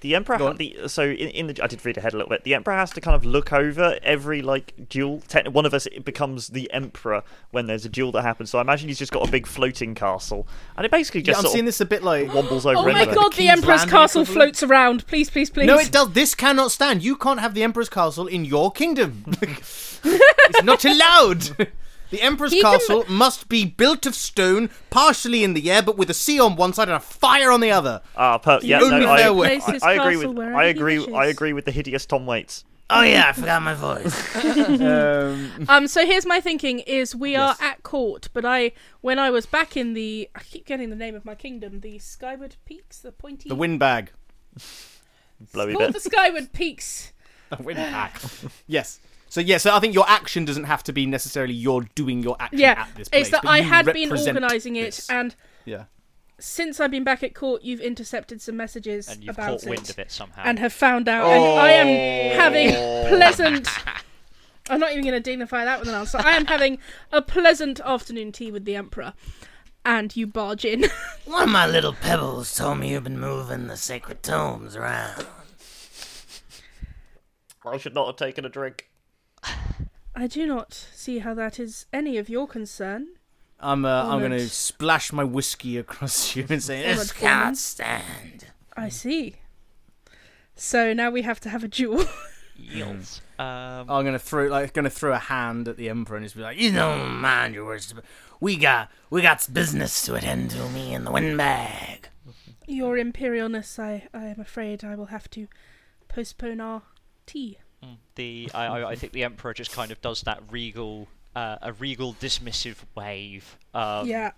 [SPEAKER 2] the emperor.
[SPEAKER 3] Go
[SPEAKER 2] ha-
[SPEAKER 3] on.
[SPEAKER 2] The, so in, in the, I did read ahead a little bit. The emperor has to kind of look over every like duel. Techn- one of us becomes the emperor when there's a duel that happens. So I imagine he's just got a big floating castle, and it basically
[SPEAKER 3] yeah,
[SPEAKER 2] just
[SPEAKER 3] I'm
[SPEAKER 2] sort
[SPEAKER 3] seeing
[SPEAKER 2] of
[SPEAKER 3] this a bit like.
[SPEAKER 2] wobbles over.
[SPEAKER 1] Oh my
[SPEAKER 2] anywhere.
[SPEAKER 1] god, the
[SPEAKER 3] King's
[SPEAKER 1] Emperor's
[SPEAKER 3] Landing
[SPEAKER 1] castle
[SPEAKER 3] equivalent?
[SPEAKER 1] floats around. Please, please, please.
[SPEAKER 3] No, it does. This cannot stand. You can't have the Emperor's castle in your kingdom. it's not allowed. The Emperor's
[SPEAKER 1] He can-
[SPEAKER 3] castle must be built of stone, partially in the air, but with a sea on one side and a fire on the other.
[SPEAKER 2] Ah, per- yeah,
[SPEAKER 3] only
[SPEAKER 2] no, I,
[SPEAKER 3] fair way.
[SPEAKER 2] I-
[SPEAKER 1] Place his
[SPEAKER 2] I agree
[SPEAKER 1] castle
[SPEAKER 2] with.
[SPEAKER 1] wherever
[SPEAKER 2] I
[SPEAKER 1] he
[SPEAKER 2] agree.
[SPEAKER 1] wishes.
[SPEAKER 2] I agree with the hideous Tom Waits.
[SPEAKER 3] Oh yeah, I forgot my voice. um,
[SPEAKER 1] Um, so here's my thinking: is we
[SPEAKER 3] Yes.
[SPEAKER 1] are at court, but I, when I was back in the, I keep getting the name of my kingdom, the Skyward Peaks, the pointy,
[SPEAKER 3] the windbag.
[SPEAKER 2] Blowy
[SPEAKER 1] called
[SPEAKER 2] bit.
[SPEAKER 1] the Skyward Peaks.
[SPEAKER 3] The windbag. yes. So yeah, so I think your action doesn't have to be necessarily you're doing your action
[SPEAKER 1] Yeah,
[SPEAKER 3] at this place.
[SPEAKER 1] it's that
[SPEAKER 3] but
[SPEAKER 1] I
[SPEAKER 3] you
[SPEAKER 1] had been
[SPEAKER 3] represent
[SPEAKER 1] organising it,
[SPEAKER 3] this.
[SPEAKER 1] and
[SPEAKER 3] yeah.
[SPEAKER 1] since I've been back at court, you've intercepted some messages
[SPEAKER 4] and you've
[SPEAKER 1] about
[SPEAKER 4] caught wind
[SPEAKER 1] it
[SPEAKER 4] of it somehow.
[SPEAKER 1] and have found out.
[SPEAKER 3] Oh.
[SPEAKER 1] And I am having pleasant. I'm not even going to dignify that with an answer. I am having a pleasant afternoon tea with the Emperor, and you barge in.
[SPEAKER 5] One of my little pebbles told me you've been moving the sacred tomes around.
[SPEAKER 2] I should not have taken a drink.
[SPEAKER 1] I do not see how that is any of your concern.
[SPEAKER 3] I'm uh, I'm going to
[SPEAKER 1] Almond.
[SPEAKER 3] splash my whiskey across you and say,
[SPEAKER 1] Almond
[SPEAKER 3] "This
[SPEAKER 1] woman.
[SPEAKER 3] can't stand."
[SPEAKER 1] I see. So now we have to have a duel.
[SPEAKER 4] Yields.
[SPEAKER 3] Hmm.
[SPEAKER 4] Um,
[SPEAKER 3] I'm going to throw like going to throw a hand at the emperor and just be like,
[SPEAKER 5] You don't mind your worship. We got we got business to attend to me in the windbag.
[SPEAKER 1] your Imperialness, I, I am afraid I will have to postpone our tea.
[SPEAKER 4] the I, I, I think the emperor just kind of does that regal, uh, a regal dismissive wave. Um,
[SPEAKER 1] Yeah.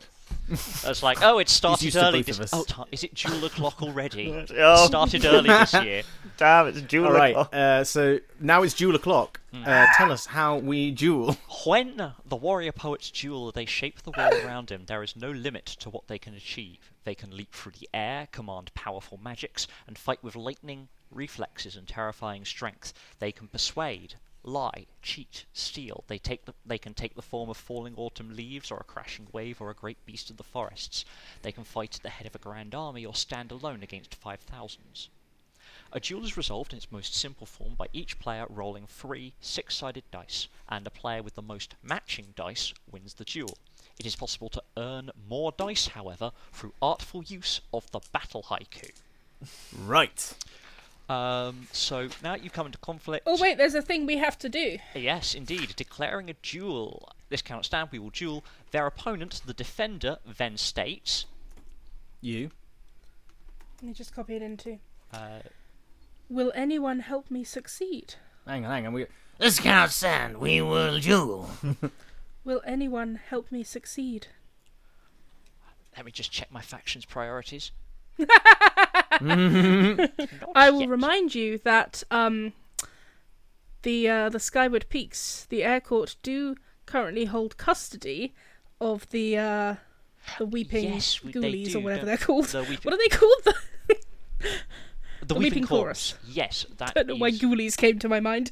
[SPEAKER 4] It's like, oh, it started
[SPEAKER 3] used to
[SPEAKER 4] early
[SPEAKER 3] both of
[SPEAKER 4] this.
[SPEAKER 3] us.
[SPEAKER 4] Oh, ti- is it dual o'clock already? It
[SPEAKER 2] Oh.
[SPEAKER 4] started early this year.
[SPEAKER 2] Damn, it's Jewel.
[SPEAKER 3] All right. Uh, so now it's duel o'clock. Uh, tell us how we duel.
[SPEAKER 4] When the warrior poets duel, they shape the world around him. There is no limit to what they can achieve. They can leap through the air, command powerful magics, and fight with lightning, reflexes, and terrifying strength. They can persuade, lie, cheat, steal. They take the, they can take the form of falling autumn leaves, or a crashing wave, or a great beast of the forests. They can fight at the head of a grand army, or stand alone against five thousands. A duel is resolved in its most simple form by each player rolling three six sided dice, and the player with the most matching dice wins the duel. It is possible to earn more dice, however, through artful use of the battle haiku.
[SPEAKER 3] Right.
[SPEAKER 4] Um, so now you've come into conflict.
[SPEAKER 1] Oh, wait, there's a thing we have to do.
[SPEAKER 4] Yes, indeed. Declaring a duel. This cannot stand. We will duel. Their opponent, the defender, then states.
[SPEAKER 3] You.
[SPEAKER 1] Let me just copy it into.
[SPEAKER 4] Uh,
[SPEAKER 1] Will anyone help me succeed?
[SPEAKER 3] Hang on, hang on. We.
[SPEAKER 5] This can't stand. We will duel.
[SPEAKER 1] Will anyone help me succeed?
[SPEAKER 4] let me just check my faction's priorities.
[SPEAKER 1] I will remind you that um, the uh, the Skyward Peaks, the Air Court, do currently hold custody of the uh, the Weeping
[SPEAKER 4] Yes, we- they
[SPEAKER 1] Ghoulies
[SPEAKER 4] do,
[SPEAKER 1] or whatever
[SPEAKER 4] don't-
[SPEAKER 1] they're called.
[SPEAKER 4] the Weeping-
[SPEAKER 1] What are they called? The,
[SPEAKER 4] The,
[SPEAKER 1] Weeping
[SPEAKER 4] Yes, that
[SPEAKER 1] I don't know why
[SPEAKER 4] is-
[SPEAKER 1] Ghoulies came to my mind.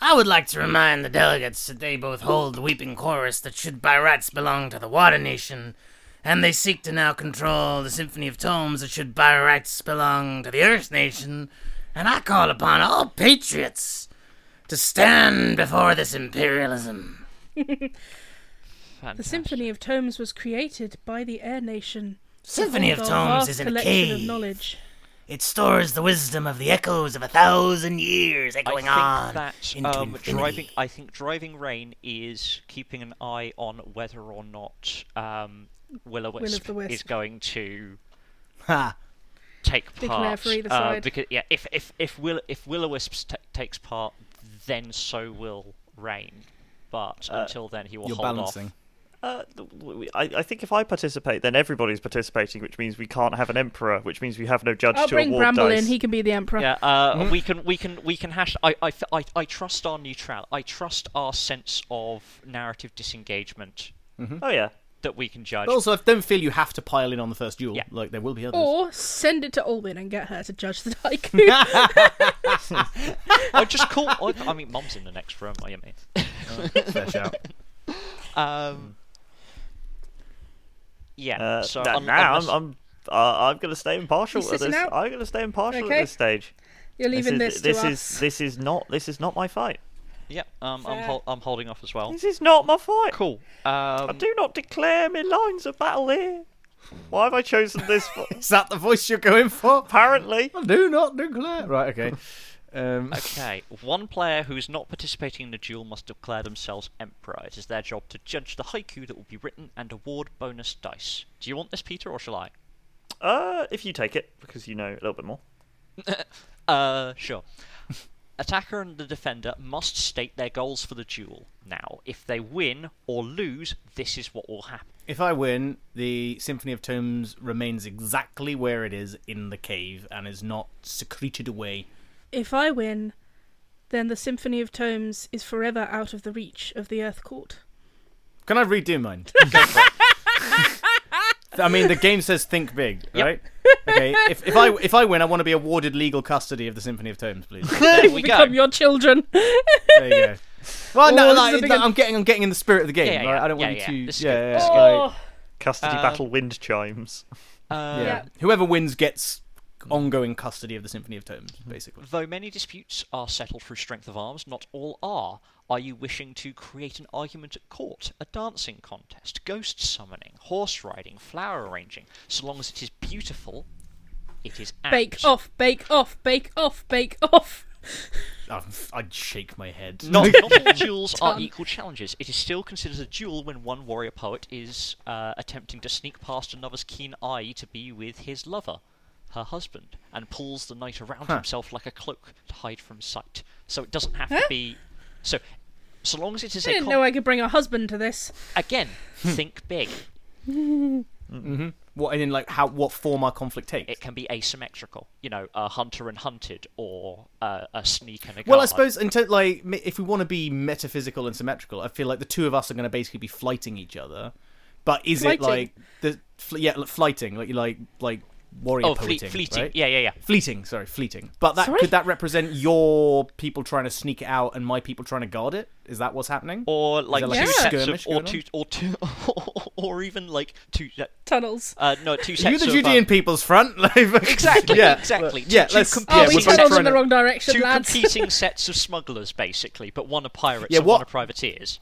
[SPEAKER 5] I would like to remind the delegates that they both hold the weeping chorus that should by rights belong to the Water Nation, and they seek to now control the Symphony of Tomes that should by rights belong to the Earth Nation, and I call upon all patriots to stand before this imperialism.
[SPEAKER 1] The
[SPEAKER 4] fantastic.
[SPEAKER 1] Symphony of Tomes was created by the Air Nation. to
[SPEAKER 5] Symphony of
[SPEAKER 1] hold our
[SPEAKER 5] Tomes
[SPEAKER 1] vast
[SPEAKER 5] is in a
[SPEAKER 1] collection of
[SPEAKER 5] cave.
[SPEAKER 1] knowledge.
[SPEAKER 5] It stores the wisdom of the echoes of a thousand years
[SPEAKER 4] I
[SPEAKER 5] echoing
[SPEAKER 4] think
[SPEAKER 5] on
[SPEAKER 4] that
[SPEAKER 5] into
[SPEAKER 4] um,
[SPEAKER 5] infinity.
[SPEAKER 4] driving. I think driving rain is keeping an eye on whether or not um, Will O Wisp
[SPEAKER 1] Will-O-the-Wisp.
[SPEAKER 4] is going to
[SPEAKER 3] Ha.
[SPEAKER 4] take
[SPEAKER 1] Declare
[SPEAKER 4] part.
[SPEAKER 1] for either
[SPEAKER 4] uh,
[SPEAKER 1] side.
[SPEAKER 4] Because yeah, if if if Will if Will O Wisp t- takes part, then so will Rain. But
[SPEAKER 5] Uh,
[SPEAKER 4] until then, he will
[SPEAKER 3] You're
[SPEAKER 4] hold
[SPEAKER 3] balancing.
[SPEAKER 4] off.
[SPEAKER 2] Uh, th- w- we- I, I think if I participate, then everybody's participating, which means we can't have an emperor, which means we have no judge
[SPEAKER 1] I'll
[SPEAKER 2] to
[SPEAKER 1] bring
[SPEAKER 2] award
[SPEAKER 1] Bramble
[SPEAKER 2] dice.
[SPEAKER 1] in. He can be the emperor.
[SPEAKER 4] Yeah, uh, we can we can we can hash. I, I, I, I trust our neutral. I trust our sense of narrative disengagement
[SPEAKER 2] Oh yeah,
[SPEAKER 4] that we can judge.
[SPEAKER 3] But also, I don't feel you have to pile in on the first duel.
[SPEAKER 4] Yeah.
[SPEAKER 3] Like there will be others.
[SPEAKER 1] Or send it to Albin and get her to judge the haiku.
[SPEAKER 4] I just call. I, I mean, Mom's in the next room. I mean.
[SPEAKER 3] Fair shout.
[SPEAKER 4] Um, yeah.
[SPEAKER 2] uh,
[SPEAKER 4] so
[SPEAKER 2] nah,
[SPEAKER 4] un-
[SPEAKER 2] nah,
[SPEAKER 4] unless-
[SPEAKER 2] I'm I'm, uh, I'm gonna stay impartial
[SPEAKER 1] You
[SPEAKER 2] at
[SPEAKER 1] sitting
[SPEAKER 2] this.
[SPEAKER 1] out?
[SPEAKER 2] I'm gonna stay impartial
[SPEAKER 1] Okay.
[SPEAKER 2] at this stage.
[SPEAKER 1] You're
[SPEAKER 2] This
[SPEAKER 1] leaving
[SPEAKER 2] is-
[SPEAKER 1] this, to
[SPEAKER 2] is
[SPEAKER 1] us.
[SPEAKER 2] this is not this is not my fight.
[SPEAKER 4] yeah. Um, I'm
[SPEAKER 1] Fair.
[SPEAKER 4] hol- I'm holding off as well.
[SPEAKER 2] This is not my fight.
[SPEAKER 4] Cool.
[SPEAKER 2] I
[SPEAKER 4] Um,
[SPEAKER 2] do not declare me lines of battle here. Why have I chosen this? one?
[SPEAKER 3] Is that the voice you're going for?
[SPEAKER 2] Apparently,
[SPEAKER 3] I do not declare. Right. Okay. Um,
[SPEAKER 4] okay. One player who is not participating in the duel must declare themselves emperor. It is their job to judge the haiku that will be written and award bonus dice. Do you want this, Peter, or shall I?
[SPEAKER 2] uh, if you take it because you know a little bit more.
[SPEAKER 4] Uh, sure. Attacker and the defender must state their goals for the duel. Now, if they win or lose, this is what will happen.
[SPEAKER 3] If I win, the Symphony of Tomes remains exactly where it is in the cave and is not secreted away.
[SPEAKER 1] If I win, then the Symphony of Tomes is forever out of the reach of the Earth Court.
[SPEAKER 3] Can I redo mine? I mean, the game says think big,
[SPEAKER 4] Yep.
[SPEAKER 3] right? Okay. If, if I if I win, I want to be awarded legal custody of the Symphony of Tomes, please.
[SPEAKER 4] There we go.
[SPEAKER 1] Become your children.
[SPEAKER 3] There you go. Well,
[SPEAKER 1] Oh,
[SPEAKER 3] no,
[SPEAKER 1] this
[SPEAKER 3] like,
[SPEAKER 1] is a big
[SPEAKER 3] no,
[SPEAKER 1] one.
[SPEAKER 3] I'm getting I'm getting in the spirit of the game.
[SPEAKER 4] Yeah, yeah,
[SPEAKER 3] right?
[SPEAKER 4] yeah.
[SPEAKER 3] I don't want
[SPEAKER 4] Yeah,
[SPEAKER 3] you
[SPEAKER 4] yeah.
[SPEAKER 3] to.
[SPEAKER 4] This is
[SPEAKER 3] yeah,
[SPEAKER 4] good.
[SPEAKER 3] yeah,
[SPEAKER 4] This is
[SPEAKER 3] yeah.
[SPEAKER 1] oh,
[SPEAKER 2] Custody
[SPEAKER 4] Um,
[SPEAKER 2] battle wind chimes.
[SPEAKER 4] Uh,
[SPEAKER 3] Yeah. Whoever wins gets ongoing custody of the Symphony of Tomes, basically.
[SPEAKER 4] Though many disputes are settled through strength of arms, not all are. Are you wishing to create an argument at court, a dancing contest, ghost summoning, horse riding, flower arranging? So long as it is beautiful, it is apt.
[SPEAKER 1] bake off, bake off, bake off, bake off.
[SPEAKER 4] Mm-hmm.
[SPEAKER 3] Oh, I'd shake my head.
[SPEAKER 4] Not, not all duels are
[SPEAKER 1] Done.
[SPEAKER 4] equal challenges. It is still considered a duel when one warrior poet is uh, attempting to sneak past another's keen eye to be with his lover, her husband, and pulls the knight around himself like a cloak to hide from sight. So it doesn't have to be. So, so long as it is
[SPEAKER 1] I
[SPEAKER 4] a
[SPEAKER 1] didn't
[SPEAKER 4] con-
[SPEAKER 1] know I could bring a husband to this.
[SPEAKER 4] again,
[SPEAKER 3] Hmm.
[SPEAKER 4] think big.
[SPEAKER 3] What and in like how what form our conflict takes.
[SPEAKER 4] It can be asymmetrical. You know, a hunter and hunted, or uh, a sneak and a guard.
[SPEAKER 3] Well, I suppose until like me- if we want to be metaphysical and symmetrical, I feel like the two of us are going to basically be flighting each other. But is it
[SPEAKER 1] Flighting?
[SPEAKER 3] like the fl- yeah like, flighting like like like warrior
[SPEAKER 4] Oh, fle-
[SPEAKER 3] poeting,
[SPEAKER 4] fleeting.
[SPEAKER 3] right?
[SPEAKER 4] Yeah, yeah, yeah.
[SPEAKER 3] Fleeting, sorry, fleeting. But that
[SPEAKER 1] Sorry?
[SPEAKER 3] could that represent your people trying to sneak it out and my people trying to guard it? Is that what's happening?
[SPEAKER 4] Or like,
[SPEAKER 3] there, like,
[SPEAKER 1] a
[SPEAKER 4] two sets of,
[SPEAKER 3] skirmish
[SPEAKER 4] or
[SPEAKER 3] going
[SPEAKER 4] two, or two, or even like two, uh,
[SPEAKER 1] Tunnels.
[SPEAKER 4] Uh, no, two sets
[SPEAKER 3] Are you the
[SPEAKER 4] of,
[SPEAKER 3] Judean
[SPEAKER 4] um,
[SPEAKER 3] people's front? Like,
[SPEAKER 4] Exactly,
[SPEAKER 3] yeah,
[SPEAKER 4] exactly.
[SPEAKER 3] Yeah,
[SPEAKER 4] Two- two
[SPEAKER 3] let's,
[SPEAKER 4] competing
[SPEAKER 1] oh,
[SPEAKER 3] yeah,
[SPEAKER 1] we
[SPEAKER 3] we're
[SPEAKER 4] sets.
[SPEAKER 1] sailed
[SPEAKER 3] trying
[SPEAKER 1] in the
[SPEAKER 3] to-
[SPEAKER 1] wrong direction,
[SPEAKER 4] two
[SPEAKER 1] lads.
[SPEAKER 4] competing sets of smugglers, basically, but one are pirates
[SPEAKER 3] Yeah,
[SPEAKER 4] and
[SPEAKER 3] what-
[SPEAKER 4] one are privateers.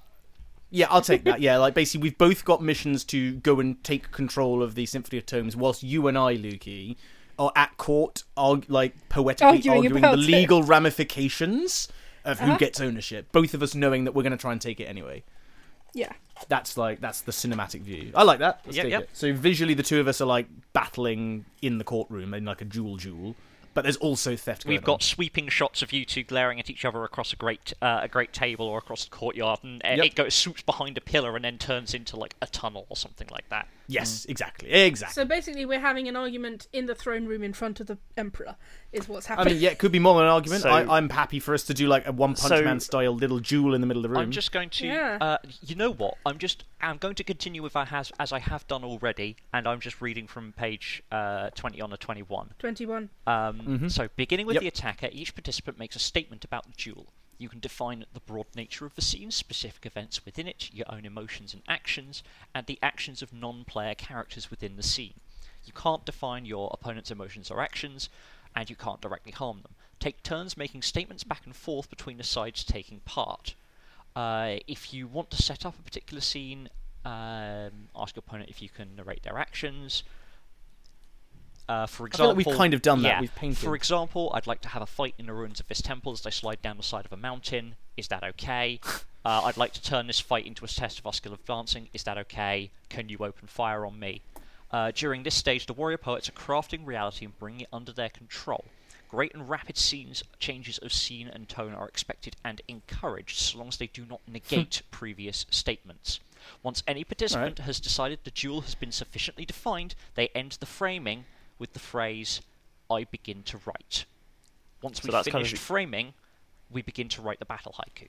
[SPEAKER 3] Yeah, I'll take that. Yeah, like basically, we've both got missions to go and take control of the Symphony of Tomes, whilst you and I, Lukey, are at court, are like poetically
[SPEAKER 1] Arguing
[SPEAKER 3] arguing,
[SPEAKER 1] about
[SPEAKER 3] the
[SPEAKER 1] it. Uh-huh.
[SPEAKER 3] legal ramifications of who gets ownership. Both of us knowing that we're going to try and take it anyway.
[SPEAKER 1] yeah.
[SPEAKER 3] That's like that's the cinematic view. I like that. Let's
[SPEAKER 4] Yep,
[SPEAKER 3] take
[SPEAKER 4] yep.
[SPEAKER 3] it. So visually, the two of us are like battling in the courtroom in like a duel duel, but there's also theft.
[SPEAKER 4] We've
[SPEAKER 3] going on.
[SPEAKER 4] got sweeping shots of you two glaring at each other across a great, uh, a great table or across the courtyard, and uh,
[SPEAKER 3] Yep.
[SPEAKER 4] it goes swoops behind a pillar and then turns into like a tunnel or something like that.
[SPEAKER 3] yes,
[SPEAKER 4] Mm.
[SPEAKER 3] exactly, exactly.
[SPEAKER 1] So basically, we're having an argument in the throne room in front of the emperor. Is what's
[SPEAKER 3] I
[SPEAKER 1] happening.
[SPEAKER 3] mean, yeah, it could be more than an argument.
[SPEAKER 2] So-
[SPEAKER 3] I, I'm happy for us to do like a One Punch
[SPEAKER 2] So-
[SPEAKER 3] Man style little duel in the middle of the room.
[SPEAKER 4] I'm just going to,
[SPEAKER 1] Yeah.
[SPEAKER 4] uh, you know what? I'm just, I'm going to continue with I has as I have done already, and I'm just reading from page uh, 20 on a 21.
[SPEAKER 1] Twenty-one.
[SPEAKER 4] Um, So, beginning with
[SPEAKER 3] Yep.
[SPEAKER 4] the attacker, each participant makes a statement about the duel. You can define the broad nature of the scene, specific events within it, your own emotions and actions, and the actions of non player characters within the scene. You can't define your opponent's emotions or actions, and you can't directly harm them. Take turns making statements back and forth between the sides taking part. Uh, if you want to set up a particular scene, um, ask your opponent if you can narrate their actions. Uh, for
[SPEAKER 3] feel
[SPEAKER 4] example,
[SPEAKER 3] like we've kind of done that.
[SPEAKER 4] yeah,
[SPEAKER 3] We've painted.
[SPEAKER 4] For example, I'd like to have a fight in the ruins of this temple as they slide down the side of a mountain. Is that okay? Uh, I'd like to turn this fight into a test of our skill of dancing. Is that okay? Can you open fire on me? Uh, during this stage, the warrior poets are crafting reality and bringing it under their control. Great and rapid scenes changes of scene and tone are expected and encouraged, so long as they do not negate previous statements. Once any participant has decided the duel has been sufficiently defined, they end the framing with the phrase, "I begin to write." Once
[SPEAKER 2] So
[SPEAKER 4] we've
[SPEAKER 2] that's
[SPEAKER 4] finished
[SPEAKER 2] kind of the-
[SPEAKER 4] framing, we begin to write the battle haiku.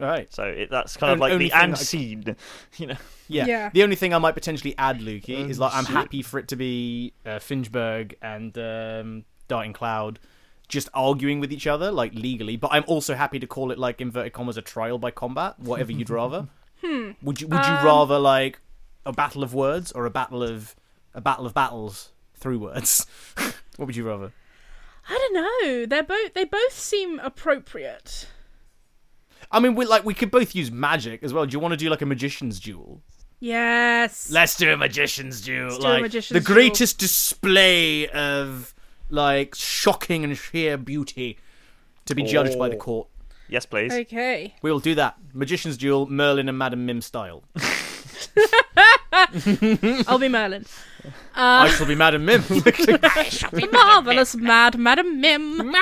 [SPEAKER 3] All right.
[SPEAKER 2] So it, that's kind
[SPEAKER 3] On-
[SPEAKER 2] of like
[SPEAKER 3] only
[SPEAKER 2] the
[SPEAKER 3] thing that I
[SPEAKER 2] and
[SPEAKER 3] c-
[SPEAKER 2] scene, you know.
[SPEAKER 3] Yeah.
[SPEAKER 1] Yeah.
[SPEAKER 3] The only thing I might potentially add, Lukey, is like I'm happy for it to be uh, Finchberg and um, Darting Cloud just arguing with each other, like legally. But I'm also happy to call it like inverted commas a trial by combat, whatever you'd rather. Hmm. Would you Would you rather like a battle of words or a battle of a battle of battles through words? what would you rather?
[SPEAKER 1] I don't know. They're both. They both seem appropriate.
[SPEAKER 3] I mean, we like we could both use magic as well. Do you want to do like a magician's duel?
[SPEAKER 1] Yes.
[SPEAKER 3] Let's do a magician's duel.
[SPEAKER 1] do a
[SPEAKER 3] like
[SPEAKER 1] magician's
[SPEAKER 3] the
[SPEAKER 1] duel.
[SPEAKER 3] greatest display of like shocking and sheer beauty to be judged by the
[SPEAKER 2] Oh.
[SPEAKER 3] court.
[SPEAKER 2] Yes, please.
[SPEAKER 1] okay.
[SPEAKER 3] We will do that. Magician's duel, Merlin and Madame Mim style.
[SPEAKER 1] Uh. I'll be Merlin.
[SPEAKER 3] I shall be Madame Mim.
[SPEAKER 1] Marvelous mad Madam Mim.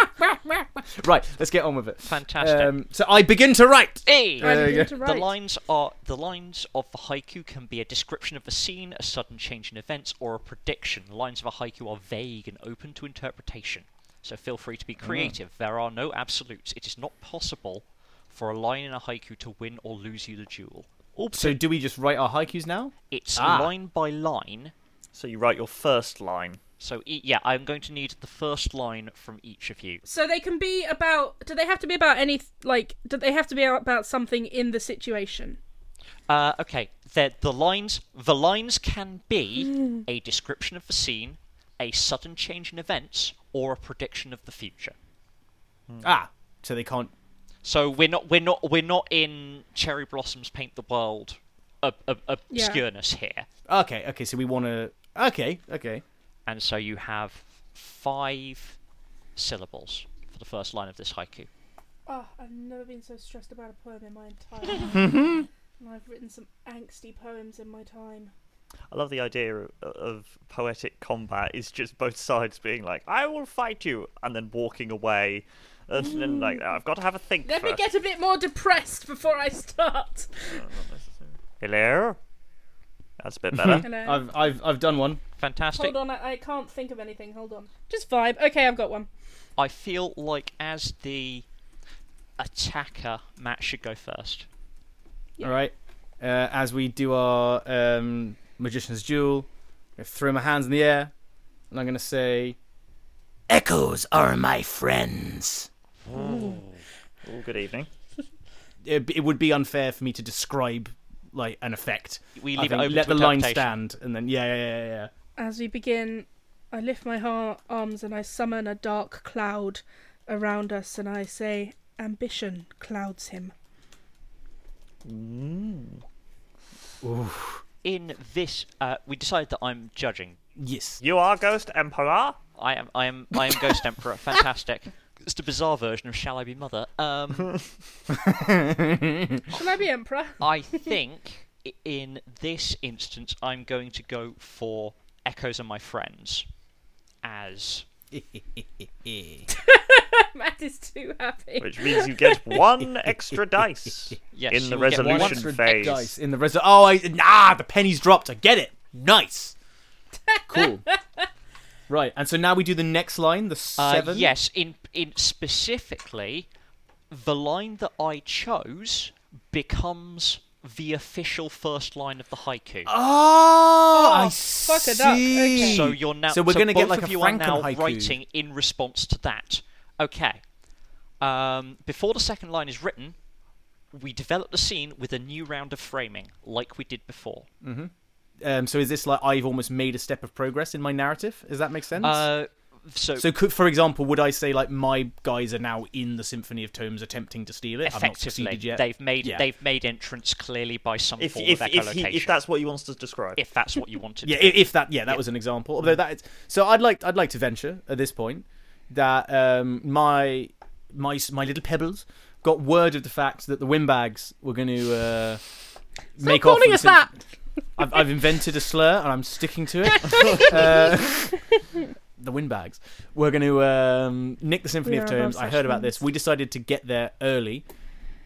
[SPEAKER 3] right, let's get on with it. Um,
[SPEAKER 4] Fantastic.
[SPEAKER 3] so I begin to write.
[SPEAKER 4] Hey!
[SPEAKER 1] I'm going
[SPEAKER 3] you go.
[SPEAKER 1] to
[SPEAKER 4] The
[SPEAKER 1] write.
[SPEAKER 4] lines are the lines of the haiku can be a description of a scene, a sudden change in events, or a prediction. Lines of a haiku are vague and open to interpretation, so feel free to be creative. There are no absolutes. It is not possible for a line in a haiku to win or lose you the duel.
[SPEAKER 1] Oh.
[SPEAKER 4] orbit.
[SPEAKER 3] So do we just write our haikus now?
[SPEAKER 4] it's
[SPEAKER 3] Ah.
[SPEAKER 4] line by line.
[SPEAKER 2] So you write your first line.
[SPEAKER 4] So e- yeah, I'm going to need the first line from each of you.
[SPEAKER 1] So they can be about. Do they have to be about any like? Do they have to be about something in the situation?
[SPEAKER 4] Uh, okay, the the lines the lines can
[SPEAKER 1] Hmm.
[SPEAKER 4] be a description of the scene, a sudden change in events, or a prediction of the future.
[SPEAKER 3] Ah, so they can't.
[SPEAKER 4] So we're not we're not we're not in Cherry Blossoms Paint the World ob- ob-
[SPEAKER 1] Yeah.
[SPEAKER 4] obscureness here.
[SPEAKER 3] Okay, okay. So we want to. Okay, okay.
[SPEAKER 4] And so you have five syllables for the first line of this haiku.
[SPEAKER 1] Oh, I've never been so stressed about a poem in my entire life. and I've written some angsty poems in my time.
[SPEAKER 2] I love the idea of, of poetic combat is just both sides being like, "I will fight you," and then walking away, and
[SPEAKER 4] Mm.
[SPEAKER 2] then like, "I've got to have a think."
[SPEAKER 1] Let me
[SPEAKER 2] first."
[SPEAKER 1] get a bit more depressed before I start.
[SPEAKER 2] Hello. That's a bit better.
[SPEAKER 1] Hello.
[SPEAKER 3] I've I've I've done one.
[SPEAKER 4] Fantastic.
[SPEAKER 1] Hold on, I, I can't think of anything. Hold on. Just vibe. Okay, I've got one.
[SPEAKER 4] I feel like as the attacker, Matt should go first.
[SPEAKER 3] All right. Uh, as we do our um, magician's duel, I throw my hands in the air, and I'm gonna say,
[SPEAKER 5] Echoes are my friends.
[SPEAKER 2] oh, good evening.
[SPEAKER 3] it, it would be unfair for me to describe like an effect.
[SPEAKER 4] We
[SPEAKER 3] I
[SPEAKER 4] leave it
[SPEAKER 3] think
[SPEAKER 4] open
[SPEAKER 3] let
[SPEAKER 4] to
[SPEAKER 3] the line
[SPEAKER 4] interpretation.
[SPEAKER 3] stand, and then yeah, yeah, yeah, yeah.
[SPEAKER 1] As we begin, I lift my har- arms and I summon a dark cloud around us and I say, Ambition clouds him.
[SPEAKER 4] In this, uh, we decided that I'm judging.
[SPEAKER 3] Yes.
[SPEAKER 2] You are Ghost Emperor.
[SPEAKER 4] I am, I am, I am Ghost Emperor. Fantastic. It's the bizarre version of Shall I Be Mother. Um,
[SPEAKER 1] Shall I be Emperor?
[SPEAKER 4] I think i- in this instance, I'm going to go for Echoes and My Friends as
[SPEAKER 1] Matt is too happy.
[SPEAKER 2] Which means you get one extra dice
[SPEAKER 4] Yes,
[SPEAKER 2] in the
[SPEAKER 4] you will get one
[SPEAKER 2] resolution
[SPEAKER 4] extra
[SPEAKER 2] phase.
[SPEAKER 3] Dice in the res. Oh, I nah, the pennies dropped. I get it. Nice. Cool. right, and so now we do the next line, the
[SPEAKER 4] Uh,
[SPEAKER 3] seven.
[SPEAKER 4] yes, in in specifically, the line that I chose becomes the official first line of the haiku.
[SPEAKER 3] Oh, Ah, I
[SPEAKER 1] fuck a
[SPEAKER 3] see.
[SPEAKER 1] duck, okay.
[SPEAKER 4] so you're now.
[SPEAKER 3] So we're gonna get
[SPEAKER 4] both
[SPEAKER 3] like
[SPEAKER 4] of
[SPEAKER 3] a
[SPEAKER 4] you
[SPEAKER 3] Franken
[SPEAKER 4] are now
[SPEAKER 3] haiku.
[SPEAKER 4] writing in response to that. Okay. Um, before the second line is written, we develop the scene with a new round of framing, like we did before.
[SPEAKER 3] Um, so is this like I've almost made a step of progress in my narrative? Does that make sense?
[SPEAKER 4] Uh, so,
[SPEAKER 3] so, could, for example, would I say like my guys are now in the Symphony of Tomes, attempting to steal it? I've not
[SPEAKER 4] effectively,
[SPEAKER 3] succeeded yet.
[SPEAKER 4] they've made
[SPEAKER 3] Yeah.
[SPEAKER 4] they've made entrance clearly by some
[SPEAKER 2] If
[SPEAKER 4] form
[SPEAKER 2] if
[SPEAKER 4] of
[SPEAKER 2] if,
[SPEAKER 4] echolocation.
[SPEAKER 2] he, if that's what he wants to describe.
[SPEAKER 4] if that's what you wanted.
[SPEAKER 3] Yeah,
[SPEAKER 4] to
[SPEAKER 3] i- if that yeah, that was an example. Although that is, so I'd like I'd like to venture at this point that um, my my s- my little pebbles got word of the fact that the windbags were going to uh, make off.
[SPEAKER 1] calling
[SPEAKER 3] with
[SPEAKER 1] us
[SPEAKER 3] Sym-
[SPEAKER 1] that!
[SPEAKER 3] I've, I've invented a slur and I'm sticking to it. uh, the windbags. We're going to um, nick the Symphony
[SPEAKER 1] We
[SPEAKER 3] of
[SPEAKER 1] are
[SPEAKER 3] Tomes. I heard about this.
[SPEAKER 1] obsessions.
[SPEAKER 3] We decided to get there early.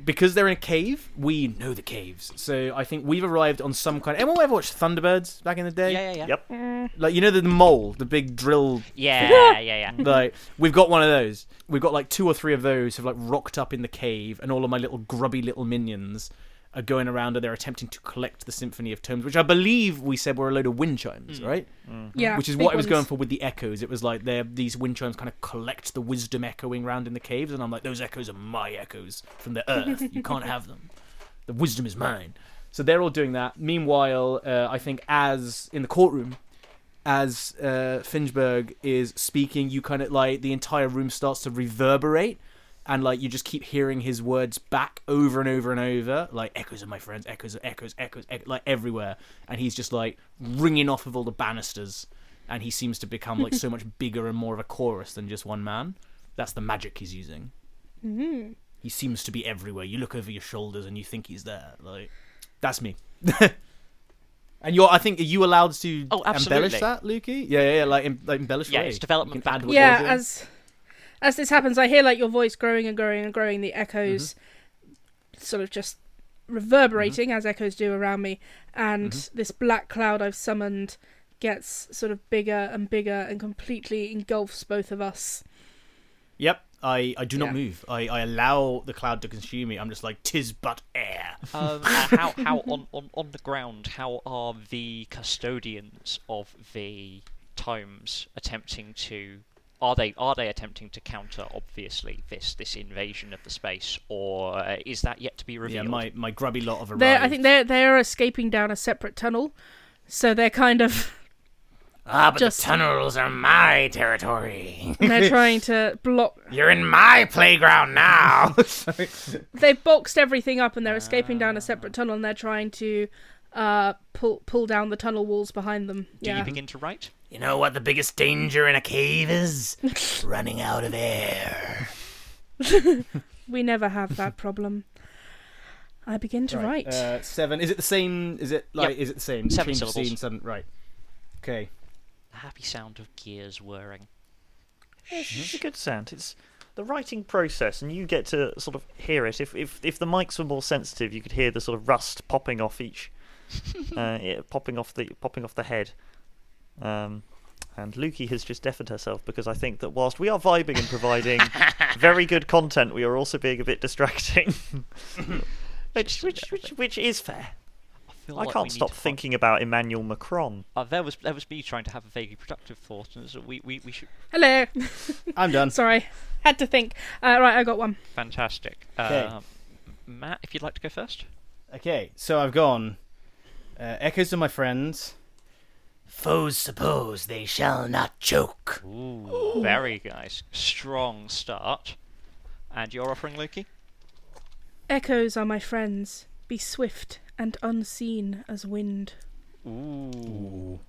[SPEAKER 3] Because they're in a cave, we know the caves. So I think we've arrived on some kind. Anyone ever watched Thunderbirds back in the day?
[SPEAKER 4] Yeah, yeah, yeah.
[SPEAKER 2] Yep.
[SPEAKER 3] Like you know the, the mole, the big drill.
[SPEAKER 4] Yeah, yeah, yeah.
[SPEAKER 3] Like we've got one of those. We've got like two or three of those have like rocked up in the cave, and all of my little grubby little minions are going around and they're attempting to collect the symphony of tomes, which I believe we said were a load of wind chimes, right?
[SPEAKER 1] Yeah.
[SPEAKER 3] Which is
[SPEAKER 1] big
[SPEAKER 3] what I was
[SPEAKER 1] ones.
[SPEAKER 3] going for with the echoes. It was like they're these wind chimes kind of collect the wisdom echoing round in the caves, and I'm like, those echoes are my echoes from the earth. You can't have them. The wisdom is mine. So they're all doing that. Meanwhile, uh, I think as in the courtroom, as uh, Finchberg is speaking, you kind of like the entire room starts to reverberate, and like you just keep hearing his words back over and over and over, like echoes of my friends, echoes, echoes, echoes, echoes like everywhere, and he's just like ringing off of all the banisters, and he seems to become like so much bigger and more of a chorus than just one man. That's the magic he's using. He seems to be everywhere. You look over your shoulders and you think he's there. Like that's me. and you're, I think, are you allowed to
[SPEAKER 4] Oh,
[SPEAKER 3] embellish
[SPEAKER 4] absolutely.
[SPEAKER 3] that, Lukey? Yeah, yeah, yeah like, em- like embellish.
[SPEAKER 4] Yeah,
[SPEAKER 3] away.
[SPEAKER 4] it's development
[SPEAKER 3] You can add
[SPEAKER 4] backwards.
[SPEAKER 3] what you're
[SPEAKER 1] Yeah,
[SPEAKER 3] doing.
[SPEAKER 1] as as this happens, I hear like your voice growing and growing and growing. The echos
[SPEAKER 3] Mm-hmm.
[SPEAKER 1] sort of just reverberating as echoes do around me, and
[SPEAKER 3] Mm-hmm.
[SPEAKER 1] this black cloud I've summoned gets sort of bigger and bigger and completely engulfs both of us.
[SPEAKER 3] Yep. I, I do not
[SPEAKER 4] Yeah.
[SPEAKER 3] move. I, I allow the cloud to consume me. I'm just like, tis but air.
[SPEAKER 4] Um, how how on, on, on the ground? How are the custodians of the tomes attempting to? Are they are they attempting to counter obviously this this invasion of the space, or uh, is that yet to be
[SPEAKER 3] Yeah,
[SPEAKER 4] revealed?
[SPEAKER 3] my, my grubby lot of arrived.
[SPEAKER 1] They're, I think they're they're escaping down a separate tunnel, so they're kind of
[SPEAKER 5] Ah, but
[SPEAKER 1] Just-
[SPEAKER 5] the tunnels are my territory.
[SPEAKER 1] they're trying to block.
[SPEAKER 5] You're in my playground now.
[SPEAKER 1] They've boxed everything up and they're escaping down a separate tunnel and they're trying to uh, pull pull down the tunnel walls behind them.
[SPEAKER 4] Do
[SPEAKER 1] yeah.
[SPEAKER 4] you begin to write?
[SPEAKER 5] you know what the biggest danger in a cave is? Running out of air.
[SPEAKER 1] We never have that problem. I begin to write.
[SPEAKER 3] Right, Uh, seven. Is it the same? Is it like?
[SPEAKER 4] Yep.
[SPEAKER 3] Is it the same?
[SPEAKER 4] Seven
[SPEAKER 3] Change of
[SPEAKER 4] syllables.
[SPEAKER 3] scene, seven. Right. Okay.
[SPEAKER 4] The happy sound of gears whirring.
[SPEAKER 2] It's a good sound. It's the writing process, and you get to sort of hear it. If if if the mics were more sensitive, you could hear the sort of rust popping off each, uh, yeah, popping off the popping off the head. Um, and Lukey has just deafened herself because I think that whilst we are vibing and providing very good content, we are also being a bit distracting, which
[SPEAKER 4] Just a
[SPEAKER 2] which
[SPEAKER 4] bit of
[SPEAKER 2] which, which is fair.
[SPEAKER 4] I, feel
[SPEAKER 2] I
[SPEAKER 4] like we
[SPEAKER 2] can't
[SPEAKER 4] need
[SPEAKER 2] stop
[SPEAKER 4] to find-
[SPEAKER 2] thinking about Emmanuel Macron.
[SPEAKER 4] Uh, there was there was me trying to have a vaguely productive thought, and so we, we, we should
[SPEAKER 1] Hello.
[SPEAKER 3] I'm done.
[SPEAKER 1] Sorry, had to think. Uh, right, I got one.
[SPEAKER 4] fantastic.
[SPEAKER 3] 'Kay.
[SPEAKER 4] Um, Matt, if you'd like to go first.
[SPEAKER 3] Okay. So I've gone. Uh, echoes of my friends.
[SPEAKER 5] Foes suppose they shall not choke.
[SPEAKER 4] Ooh, very nice, strong start. And you're offering Loki.
[SPEAKER 1] Echoes are my friends. Be swift and unseen as wind.
[SPEAKER 4] Ooh.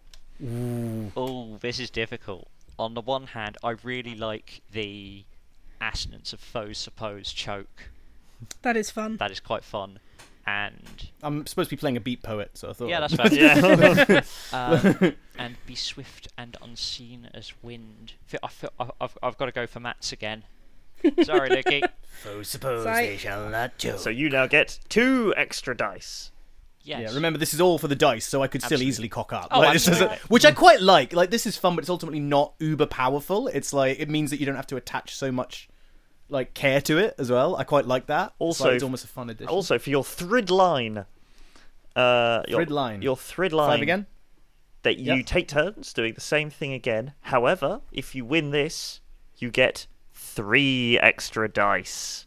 [SPEAKER 4] Oh, this is difficult. On the one hand, I really like the assonance of foes suppose choke.
[SPEAKER 1] That is fun.
[SPEAKER 4] That is quite fun. And
[SPEAKER 3] I'm supposed to be playing a beat poet, so I thought.
[SPEAKER 4] yeah, that's fair.
[SPEAKER 2] Yeah,
[SPEAKER 4] Um, and be swift and unseen as wind. Fe- I feel, I- I've, I've got to go for Mats again. Sorry, Loki.
[SPEAKER 5] Foes suppose
[SPEAKER 1] Sorry.
[SPEAKER 5] they shall not choke.
[SPEAKER 2] so you now get two extra dice.
[SPEAKER 4] Yes.
[SPEAKER 3] Yeah, remember this is all for the dice, so I could still
[SPEAKER 4] Absolutely.
[SPEAKER 3] easily cock up.
[SPEAKER 4] Oh,
[SPEAKER 3] Like, this is a-
[SPEAKER 4] absolutely.
[SPEAKER 3] which I quite like. Like this is fun, but it's ultimately not uber powerful. It's like it means that you don't have to attach so much like care to it as well. I quite like that. It's
[SPEAKER 2] Also-
[SPEAKER 3] like, it's almost a fun addition.
[SPEAKER 2] Also, for your thrid line. Uh, your,
[SPEAKER 3] Thrid line.
[SPEAKER 2] Your thrid line.
[SPEAKER 3] five again.
[SPEAKER 2] That you
[SPEAKER 3] Yep.
[SPEAKER 2] take turns doing the same thing again. However, if you win this, you get three extra dice.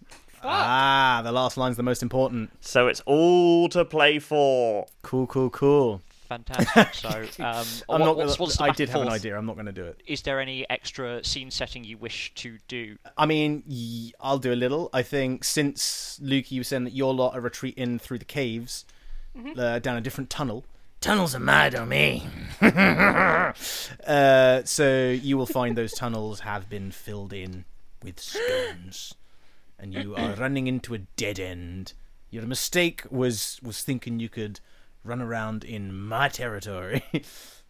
[SPEAKER 3] Ah, the last line's the most important.
[SPEAKER 2] So it's all to play for.
[SPEAKER 3] Cool, cool, cool.
[SPEAKER 4] Fantastic. So, um,
[SPEAKER 3] I'm
[SPEAKER 4] what-
[SPEAKER 3] not.
[SPEAKER 4] what's, what's the
[SPEAKER 3] I
[SPEAKER 4] back
[SPEAKER 3] did
[SPEAKER 4] and
[SPEAKER 3] have an
[SPEAKER 4] forth?
[SPEAKER 3] idea. I'm not going to do it.
[SPEAKER 4] Is there any extra scene setting you wish to do?
[SPEAKER 3] I mean, y- I'll do a little. I think since Luke, you were saying that your lot are retreating through the caves,
[SPEAKER 4] Mm-hmm.
[SPEAKER 3] uh, down a different tunnel.
[SPEAKER 5] Tunnels are my domain.
[SPEAKER 3] Uh, so you will find those tunnels have been filled in with stones, and you are running into a dead end. Your mistake was was thinking you could run around in my territory,
[SPEAKER 1] It's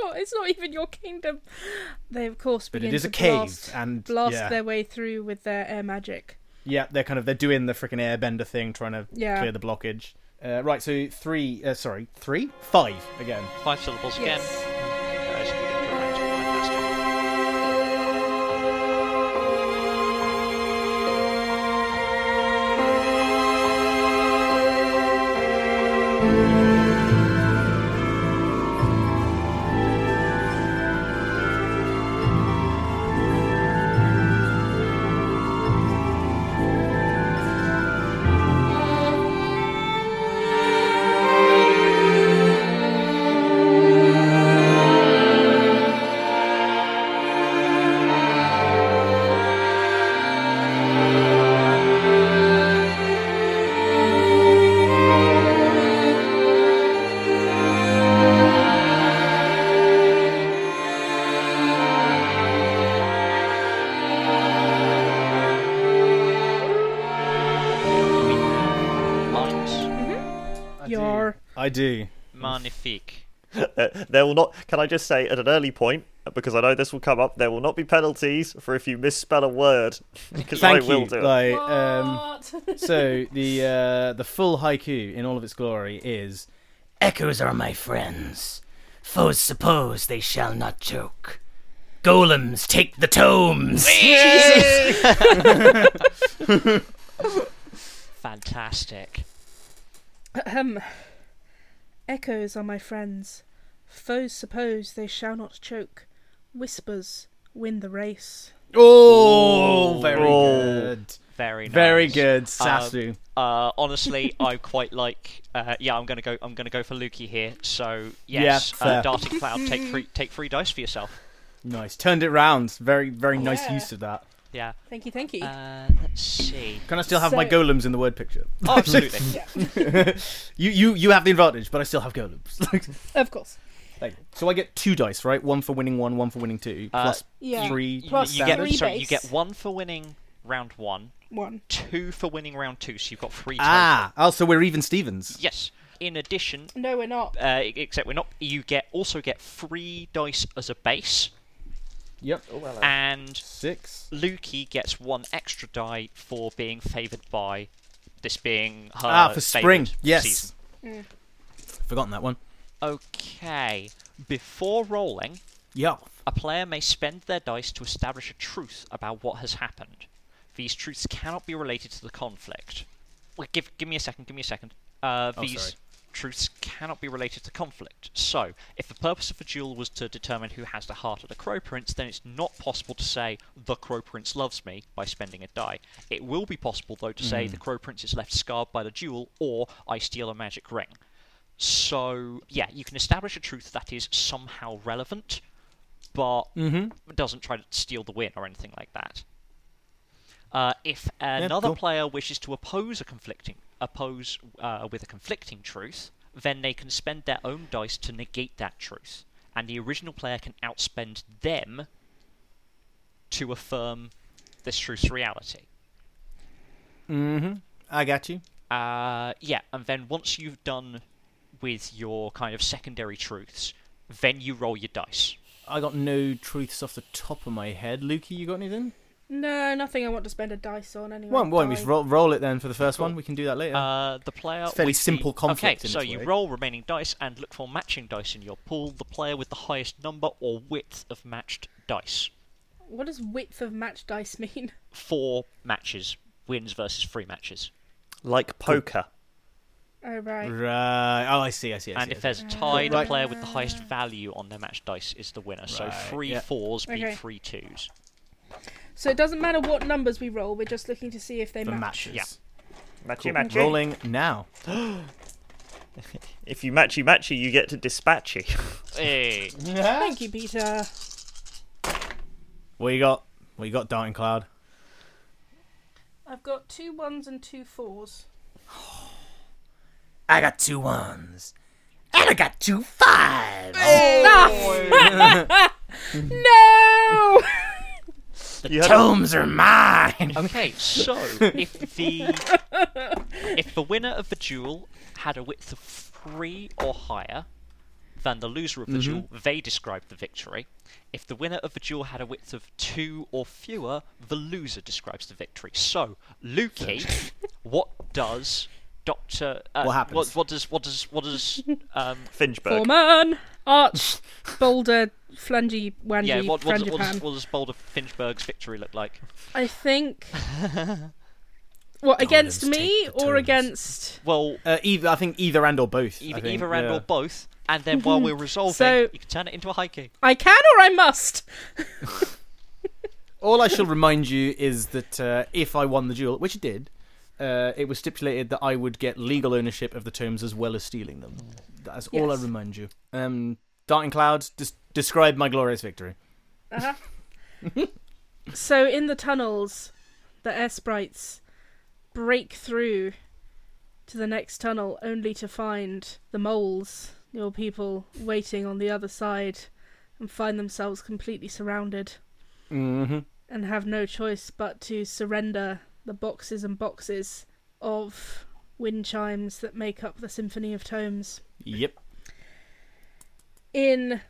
[SPEAKER 1] not. It's not even your kingdom. They of course
[SPEAKER 3] but
[SPEAKER 1] begin
[SPEAKER 3] it is
[SPEAKER 1] to
[SPEAKER 3] a cave,
[SPEAKER 1] blast,
[SPEAKER 3] and
[SPEAKER 1] blast
[SPEAKER 3] yeah,
[SPEAKER 1] their way through with their air magic.
[SPEAKER 3] yeah, they're kind of they're doing the freaking airbender thing, trying to
[SPEAKER 1] Yeah.
[SPEAKER 3] clear the blockage. Uh, right, so three, uh, sorry, three, five again.
[SPEAKER 4] Five syllables again.
[SPEAKER 1] Yes.
[SPEAKER 4] Guys, you can correct. Fantastic. We have lines.
[SPEAKER 1] Your
[SPEAKER 3] I do.
[SPEAKER 4] Magnifique.
[SPEAKER 2] There will not. Can I just say at an early point, because I know this will come up, there will not be penalties for if you misspell a word. Because I
[SPEAKER 3] Thank
[SPEAKER 2] will
[SPEAKER 3] you.
[SPEAKER 2] do it.
[SPEAKER 3] Like, um, so the uh, the full haiku in all of its glory is
[SPEAKER 5] Echoes are my friends. Foes suppose they shall not choke. Golems take the tomes.
[SPEAKER 4] Fantastic.
[SPEAKER 1] Ahem. Echoes are my friends. Foes suppose they shall not choke. Whispers win the race.
[SPEAKER 3] Oh, very
[SPEAKER 2] Oh.
[SPEAKER 3] good.
[SPEAKER 4] Very nice.
[SPEAKER 3] Very good,
[SPEAKER 4] Um,
[SPEAKER 3] Sasu.
[SPEAKER 4] uh, honestly, I quite like. Uh, yeah, I'm gonna go. I'm gonna go for Lukey here. So yes,
[SPEAKER 3] Yeah, fair.
[SPEAKER 4] uh, darting cloud, take three, take three dice for yourself.
[SPEAKER 3] nice. Turned it round. Very, very
[SPEAKER 4] Oh,
[SPEAKER 3] nice
[SPEAKER 1] Yeah.
[SPEAKER 3] use of that.
[SPEAKER 4] Yeah.
[SPEAKER 1] Thank you, thank you.
[SPEAKER 4] Uh, let's see.
[SPEAKER 3] Can I still have my
[SPEAKER 1] So-
[SPEAKER 3] golems in the word picture?
[SPEAKER 4] Oh, absolutely.
[SPEAKER 3] you, you, you have the advantage, but I still have golems. Like,
[SPEAKER 1] of course.
[SPEAKER 3] like, so I get two dice, right? One for winning one, one for winning two,
[SPEAKER 4] Uh,
[SPEAKER 3] plus
[SPEAKER 1] Yeah.
[SPEAKER 3] three.
[SPEAKER 4] You,
[SPEAKER 1] Plus
[SPEAKER 4] you get
[SPEAKER 1] three
[SPEAKER 4] sorry, you
[SPEAKER 1] base.
[SPEAKER 4] get one for winning round one,
[SPEAKER 1] One.
[SPEAKER 4] two for winning round two. So you've got three. Total.
[SPEAKER 3] Ah, oh, so we're even Stevens.
[SPEAKER 4] Yes. In addition,
[SPEAKER 1] No, we're not.
[SPEAKER 4] uh, except we're not. You get also get three dice as a base,
[SPEAKER 3] Yep. Oh,
[SPEAKER 4] uh,
[SPEAKER 3] well,
[SPEAKER 4] and uh,
[SPEAKER 3] Six.
[SPEAKER 4] Lukey gets one extra die for being favoured by this being her
[SPEAKER 3] ah, for spring.
[SPEAKER 4] favoured
[SPEAKER 3] Yes. Mm.
[SPEAKER 4] season.
[SPEAKER 3] Forgotten that one.
[SPEAKER 4] Okay. Before rolling,
[SPEAKER 3] Yeah.
[SPEAKER 4] a player may spend their dice to establish a truth about what has happened. These truths cannot be related to the conflict. Wait, give give me a second. Give me a second. Uh,
[SPEAKER 3] Oh,
[SPEAKER 4] these
[SPEAKER 3] sorry.
[SPEAKER 4] truths cannot be related to conflict. So, if the purpose of a duel was to determine who has the heart of the Crow Prince, then it's not possible to say the Crow Prince loves me by spending a die. It will be possible though to
[SPEAKER 3] Mm-hmm.
[SPEAKER 4] say the Crow Prince is left scarred by the duel, or I steal a magic ring. So, yeah, you can establish a truth that is somehow relevant, but doesn't try to steal the win or anything like that. Uh, if another
[SPEAKER 3] cool.
[SPEAKER 4] player wishes to oppose a conflicting oppose uh, with a conflicting truth, then they can spend their own dice to negate that truth, and the original player can outspend them to affirm this truth's reality.
[SPEAKER 3] I got you.
[SPEAKER 4] Uh, yeah, and then once you've done with your kind of secondary truths, then you roll your dice.
[SPEAKER 3] I got no truths off the top of my head. Lukey, you got anything?
[SPEAKER 1] No, nothing I want to spend a dice on anyway.
[SPEAKER 3] Why, why don't we
[SPEAKER 1] Die.
[SPEAKER 3] just roll, roll it then for the first one? We can do that later.
[SPEAKER 4] Uh, the player.
[SPEAKER 3] It's fairly
[SPEAKER 4] with the-
[SPEAKER 3] simple conflict
[SPEAKER 4] Okay,
[SPEAKER 3] in
[SPEAKER 4] so
[SPEAKER 3] its
[SPEAKER 4] you
[SPEAKER 3] way.
[SPEAKER 4] roll remaining dice and look for matching dice in your pool. The player with the highest number or width of matched dice.
[SPEAKER 1] What does width of match dice mean?
[SPEAKER 4] Four matches wins versus three matches.
[SPEAKER 2] like poker.
[SPEAKER 1] Oh, right.
[SPEAKER 3] right. Oh, I see. I see. I see.
[SPEAKER 4] and
[SPEAKER 3] I
[SPEAKER 4] if
[SPEAKER 3] see.
[SPEAKER 4] there's a tie, the
[SPEAKER 3] Right.
[SPEAKER 4] player with the highest value on their matched dice is the winner. So
[SPEAKER 3] Right,
[SPEAKER 4] three
[SPEAKER 3] yeah.
[SPEAKER 4] fours beat
[SPEAKER 1] Okay.
[SPEAKER 4] three twos.
[SPEAKER 1] So it doesn't matter what numbers we roll, we're just looking to see if they
[SPEAKER 3] the
[SPEAKER 1] match.
[SPEAKER 3] matches.
[SPEAKER 4] Yeah.
[SPEAKER 2] Matchy
[SPEAKER 3] Cool.
[SPEAKER 2] matchy.
[SPEAKER 3] Rolling now.
[SPEAKER 2] If you matchy matchy, you get to dispatchy.
[SPEAKER 4] Hey.
[SPEAKER 1] Thank you, Peter.
[SPEAKER 3] What you got? What you got, Darting Cloud?
[SPEAKER 1] I've got two ones and two fours.
[SPEAKER 5] I got two ones. And I got two fives.
[SPEAKER 1] No!
[SPEAKER 5] The
[SPEAKER 2] You had a-
[SPEAKER 5] tomes are mine.
[SPEAKER 4] Okay, so if the if the winner of the duel had a width of three or higher than the loser of the duel, they described the victory. If the winner of the duel had a width of two or fewer, the loser describes the victory. So, Lukey, what does Doctor? Uh,
[SPEAKER 3] What happens?
[SPEAKER 4] What, what does what does what does um,
[SPEAKER 2] Finchberg.
[SPEAKER 1] Foreman, arch, boulder, flangy, wangy,
[SPEAKER 4] yeah what what, does-
[SPEAKER 1] frangipan.
[SPEAKER 4] what, does, what does Boulder Finchberg's victory look like?
[SPEAKER 1] I think. What, against
[SPEAKER 3] Golems
[SPEAKER 1] me
[SPEAKER 3] take the
[SPEAKER 1] or
[SPEAKER 3] turns.
[SPEAKER 1] against.
[SPEAKER 4] Well,
[SPEAKER 3] Uh, either I think either and or both. I
[SPEAKER 4] either,
[SPEAKER 3] think,
[SPEAKER 4] either and
[SPEAKER 3] yeah.
[SPEAKER 4] or both. And then while we're resolving,
[SPEAKER 1] So-
[SPEAKER 4] you can turn it into a haiku.
[SPEAKER 1] I can or I must!
[SPEAKER 3] All I shall remind you is that uh, if I won the duel, which it did, uh, it was stipulated that I would get legal ownership of the tomes as well as stealing them. That's all I
[SPEAKER 1] Yes.
[SPEAKER 3] remind you. Um, Darting Cloud, des- describe my glorious victory.
[SPEAKER 1] Uh-huh. so in the tunnels, the air sprites break through to the next tunnel, only to find the moles, your people, waiting on the other side, and find themselves completely surrounded,
[SPEAKER 3] Mm-hmm.
[SPEAKER 1] and have no choice but to surrender the boxes and boxes of wind chimes that make up the symphony of tomes
[SPEAKER 3] Yep.
[SPEAKER 1] in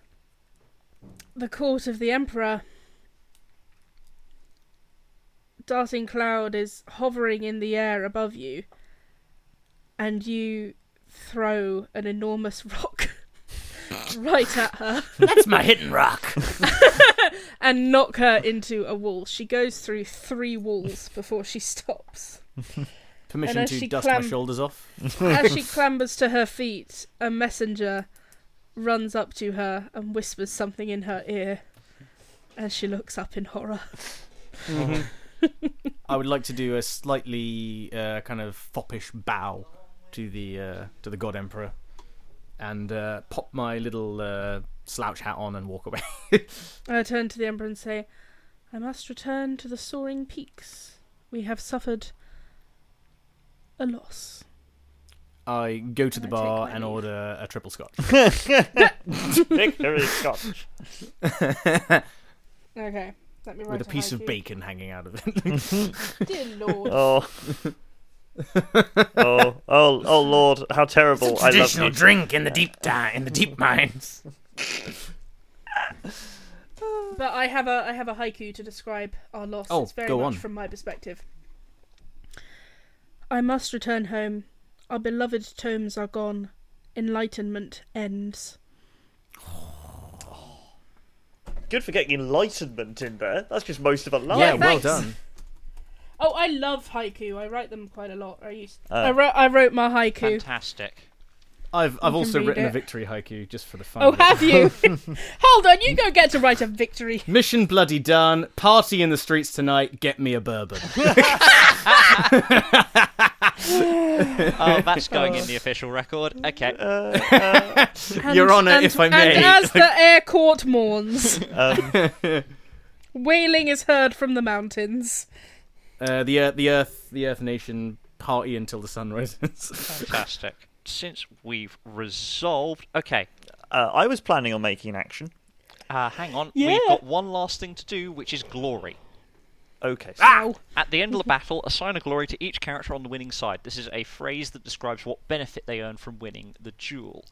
[SPEAKER 1] the court of the emperor darting cloud is hovering in the air above you and you throw an enormous rock right at her
[SPEAKER 5] That's my hidden rock.
[SPEAKER 1] and knock her into a wall. She goes through three walls before she stops.
[SPEAKER 3] Permission
[SPEAKER 1] And as
[SPEAKER 3] to
[SPEAKER 1] she
[SPEAKER 3] dust
[SPEAKER 1] clam-
[SPEAKER 3] my shoulders off.
[SPEAKER 1] As she clambers to her feet, a messenger runs up to her and whispers something in her ear. And she looks up in horror.
[SPEAKER 3] I would like to do a slightly uh, kind of foppish bow to the uh, to the God Emperor, and uh, pop my little uh, slouch hat on and walk away.
[SPEAKER 1] I turn to the Emperor and say, I must return to the soaring peaks. We have suffered a loss.
[SPEAKER 3] I go to the
[SPEAKER 1] And I take
[SPEAKER 3] bar
[SPEAKER 1] my
[SPEAKER 3] and
[SPEAKER 1] leave.
[SPEAKER 3] order a triple scotch.
[SPEAKER 2] Victory Scotch.
[SPEAKER 1] Okay, let me write
[SPEAKER 3] with a piece of bacon hanging out of it.
[SPEAKER 1] Dear Lord.
[SPEAKER 2] Oh. oh, oh, oh, Lord! How terrible! I love
[SPEAKER 5] Traditional
[SPEAKER 2] you.
[SPEAKER 5] drink in the deep di- in the deep mines.
[SPEAKER 1] But I have a I have a haiku to describe our loss.
[SPEAKER 3] Oh,
[SPEAKER 1] it's very
[SPEAKER 3] go
[SPEAKER 1] much
[SPEAKER 3] on.
[SPEAKER 1] from my perspective. I must return home. Our beloved tomes are gone. Enlightenment ends.
[SPEAKER 2] Good for getting enlightenment in there. That's just most of a line.
[SPEAKER 3] yeah, well
[SPEAKER 1] thanks.
[SPEAKER 3] done.
[SPEAKER 1] Oh, I love haiku. I write them quite a lot. I used
[SPEAKER 2] Oh.
[SPEAKER 3] Uh,
[SPEAKER 1] I wrote I wrote my haiku.
[SPEAKER 4] Fantastic.
[SPEAKER 3] I've I've
[SPEAKER 1] can
[SPEAKER 3] also
[SPEAKER 1] read
[SPEAKER 3] written a
[SPEAKER 1] it.
[SPEAKER 3] victory haiku just for the fun.
[SPEAKER 1] Oh,
[SPEAKER 3] of it.
[SPEAKER 1] have you? Hold on, you go get to write a victory.
[SPEAKER 3] Mission bloody done. Party in the streets tonight. Get me a bourbon.
[SPEAKER 4] Oh, that's going in the official record. Okay.
[SPEAKER 1] And-
[SPEAKER 3] Your Honour,
[SPEAKER 1] and-
[SPEAKER 3] if I may.
[SPEAKER 1] And as the air court mourns, wailing is heard from the mountains.
[SPEAKER 3] Uh, the earth, the earth, the earth nation. Party until the sun rises.
[SPEAKER 4] Fantastic. Since we've resolved. Okay.
[SPEAKER 2] Uh, I was planning on making an action.
[SPEAKER 4] Uh, hang on.
[SPEAKER 1] Yeah.
[SPEAKER 4] We've got one last thing to do, which is glory.
[SPEAKER 2] Okay.
[SPEAKER 3] Ah!
[SPEAKER 2] So
[SPEAKER 1] Ow.
[SPEAKER 4] At the end of
[SPEAKER 1] Mm-hmm.
[SPEAKER 4] the battle, assign a glory to each character on the winning side. This is a phrase that describes what benefit they earn from winning the duel.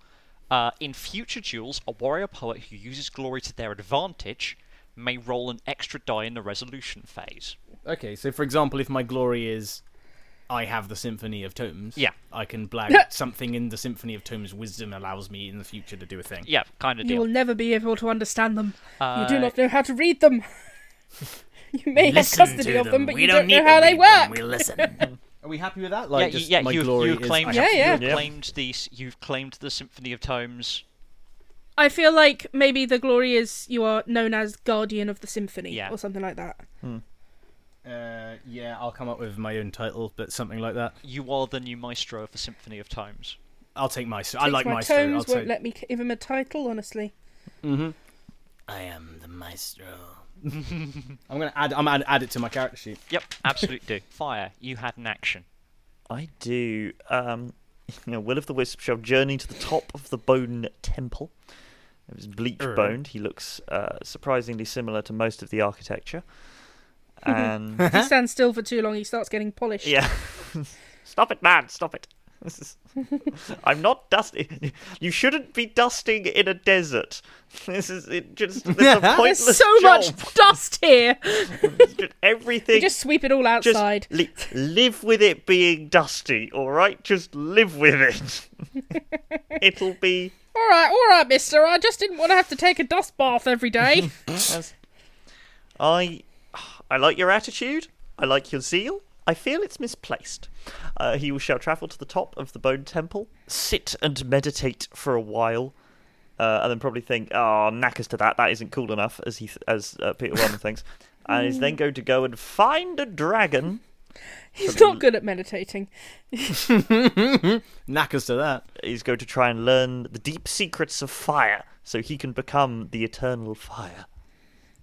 [SPEAKER 4] Uh, in future duels, a warrior poet who uses glory to their advantage may roll an extra die in the resolution phase.
[SPEAKER 3] okay, so for example, if my glory is, I have the symphony of tomes.
[SPEAKER 4] Yeah.
[SPEAKER 3] I can blag something in the symphony of tomes. Wisdom allows me in the future to do a thing.
[SPEAKER 4] Yeah, kind of
[SPEAKER 1] You
[SPEAKER 4] deal.
[SPEAKER 1] will never be able to understand them. you
[SPEAKER 4] Uh,
[SPEAKER 1] do not know how to read them. you may
[SPEAKER 5] Listen
[SPEAKER 1] have custody
[SPEAKER 5] to
[SPEAKER 1] of them, but
[SPEAKER 5] We
[SPEAKER 1] you don't,
[SPEAKER 5] don't need
[SPEAKER 1] know how
[SPEAKER 5] to
[SPEAKER 1] they
[SPEAKER 5] read them.
[SPEAKER 1] work.
[SPEAKER 5] We listen.
[SPEAKER 3] Are we happy with that?
[SPEAKER 4] yeah,
[SPEAKER 3] Like,
[SPEAKER 4] y-
[SPEAKER 3] just
[SPEAKER 4] yeah,
[SPEAKER 3] my
[SPEAKER 4] you've,
[SPEAKER 3] glory
[SPEAKER 4] you've
[SPEAKER 3] is.
[SPEAKER 4] claimed,
[SPEAKER 1] Yeah, yeah.
[SPEAKER 4] You've
[SPEAKER 2] Yeah.
[SPEAKER 4] claimed the s- you've claimed the Symphony of Tomes.
[SPEAKER 1] I feel like maybe the glory is you are known as guardian of the symphony
[SPEAKER 4] Yeah.
[SPEAKER 1] or something like that.
[SPEAKER 3] Uh, yeah, I'll come up with my own title, but something like that.
[SPEAKER 4] You are the new maestro of the Symphony of Tomes.
[SPEAKER 3] I'll take my. I like
[SPEAKER 1] my
[SPEAKER 3] my story. I'll
[SPEAKER 1] tomes won't
[SPEAKER 3] take. Mm-hmm.
[SPEAKER 1] let me c- give him a title, honestly.
[SPEAKER 5] I am the maestro.
[SPEAKER 3] I'm gonna add. I'm gonna add it to my character sheet.
[SPEAKER 4] Yep, absolutely do. Fire, you had an action.
[SPEAKER 2] I do. Um, you know, Will of the Wisp shall journey to the top of the Bone Temple. It was bleach boned. He looks uh, surprisingly similar to most of the architecture. And
[SPEAKER 1] If he stands still for too long, he starts getting polished.
[SPEAKER 2] yeah, stop it, man! Stop it. This is... I'm not dusting. You shouldn't be dusting in a desert. This is it. Just it's a pointless
[SPEAKER 1] There's so
[SPEAKER 2] job.
[SPEAKER 1] much dust here.
[SPEAKER 2] Just everything.
[SPEAKER 1] You just sweep it all
[SPEAKER 2] just
[SPEAKER 1] outside.
[SPEAKER 2] li- live with it being dusty, all right? Just live with it. It'll be
[SPEAKER 1] All right, all right, mister. I just didn't want to have to take a dust bath every day.
[SPEAKER 2] As- I, I like your attitude. I like your zeal. I feel it's misplaced. Uh, he shall travel to the top of the Bone Temple, sit and meditate for a while, uh, and then probably think, "Oh, knackers to that. That isn't cool enough," as he th- as uh, Peter Wellman thinks, and is then going to go and find a dragon.
[SPEAKER 1] He's not good at meditating.
[SPEAKER 3] Knackers to that.
[SPEAKER 2] He's going to try and learn the deep secrets of fire, so he can become the eternal fire.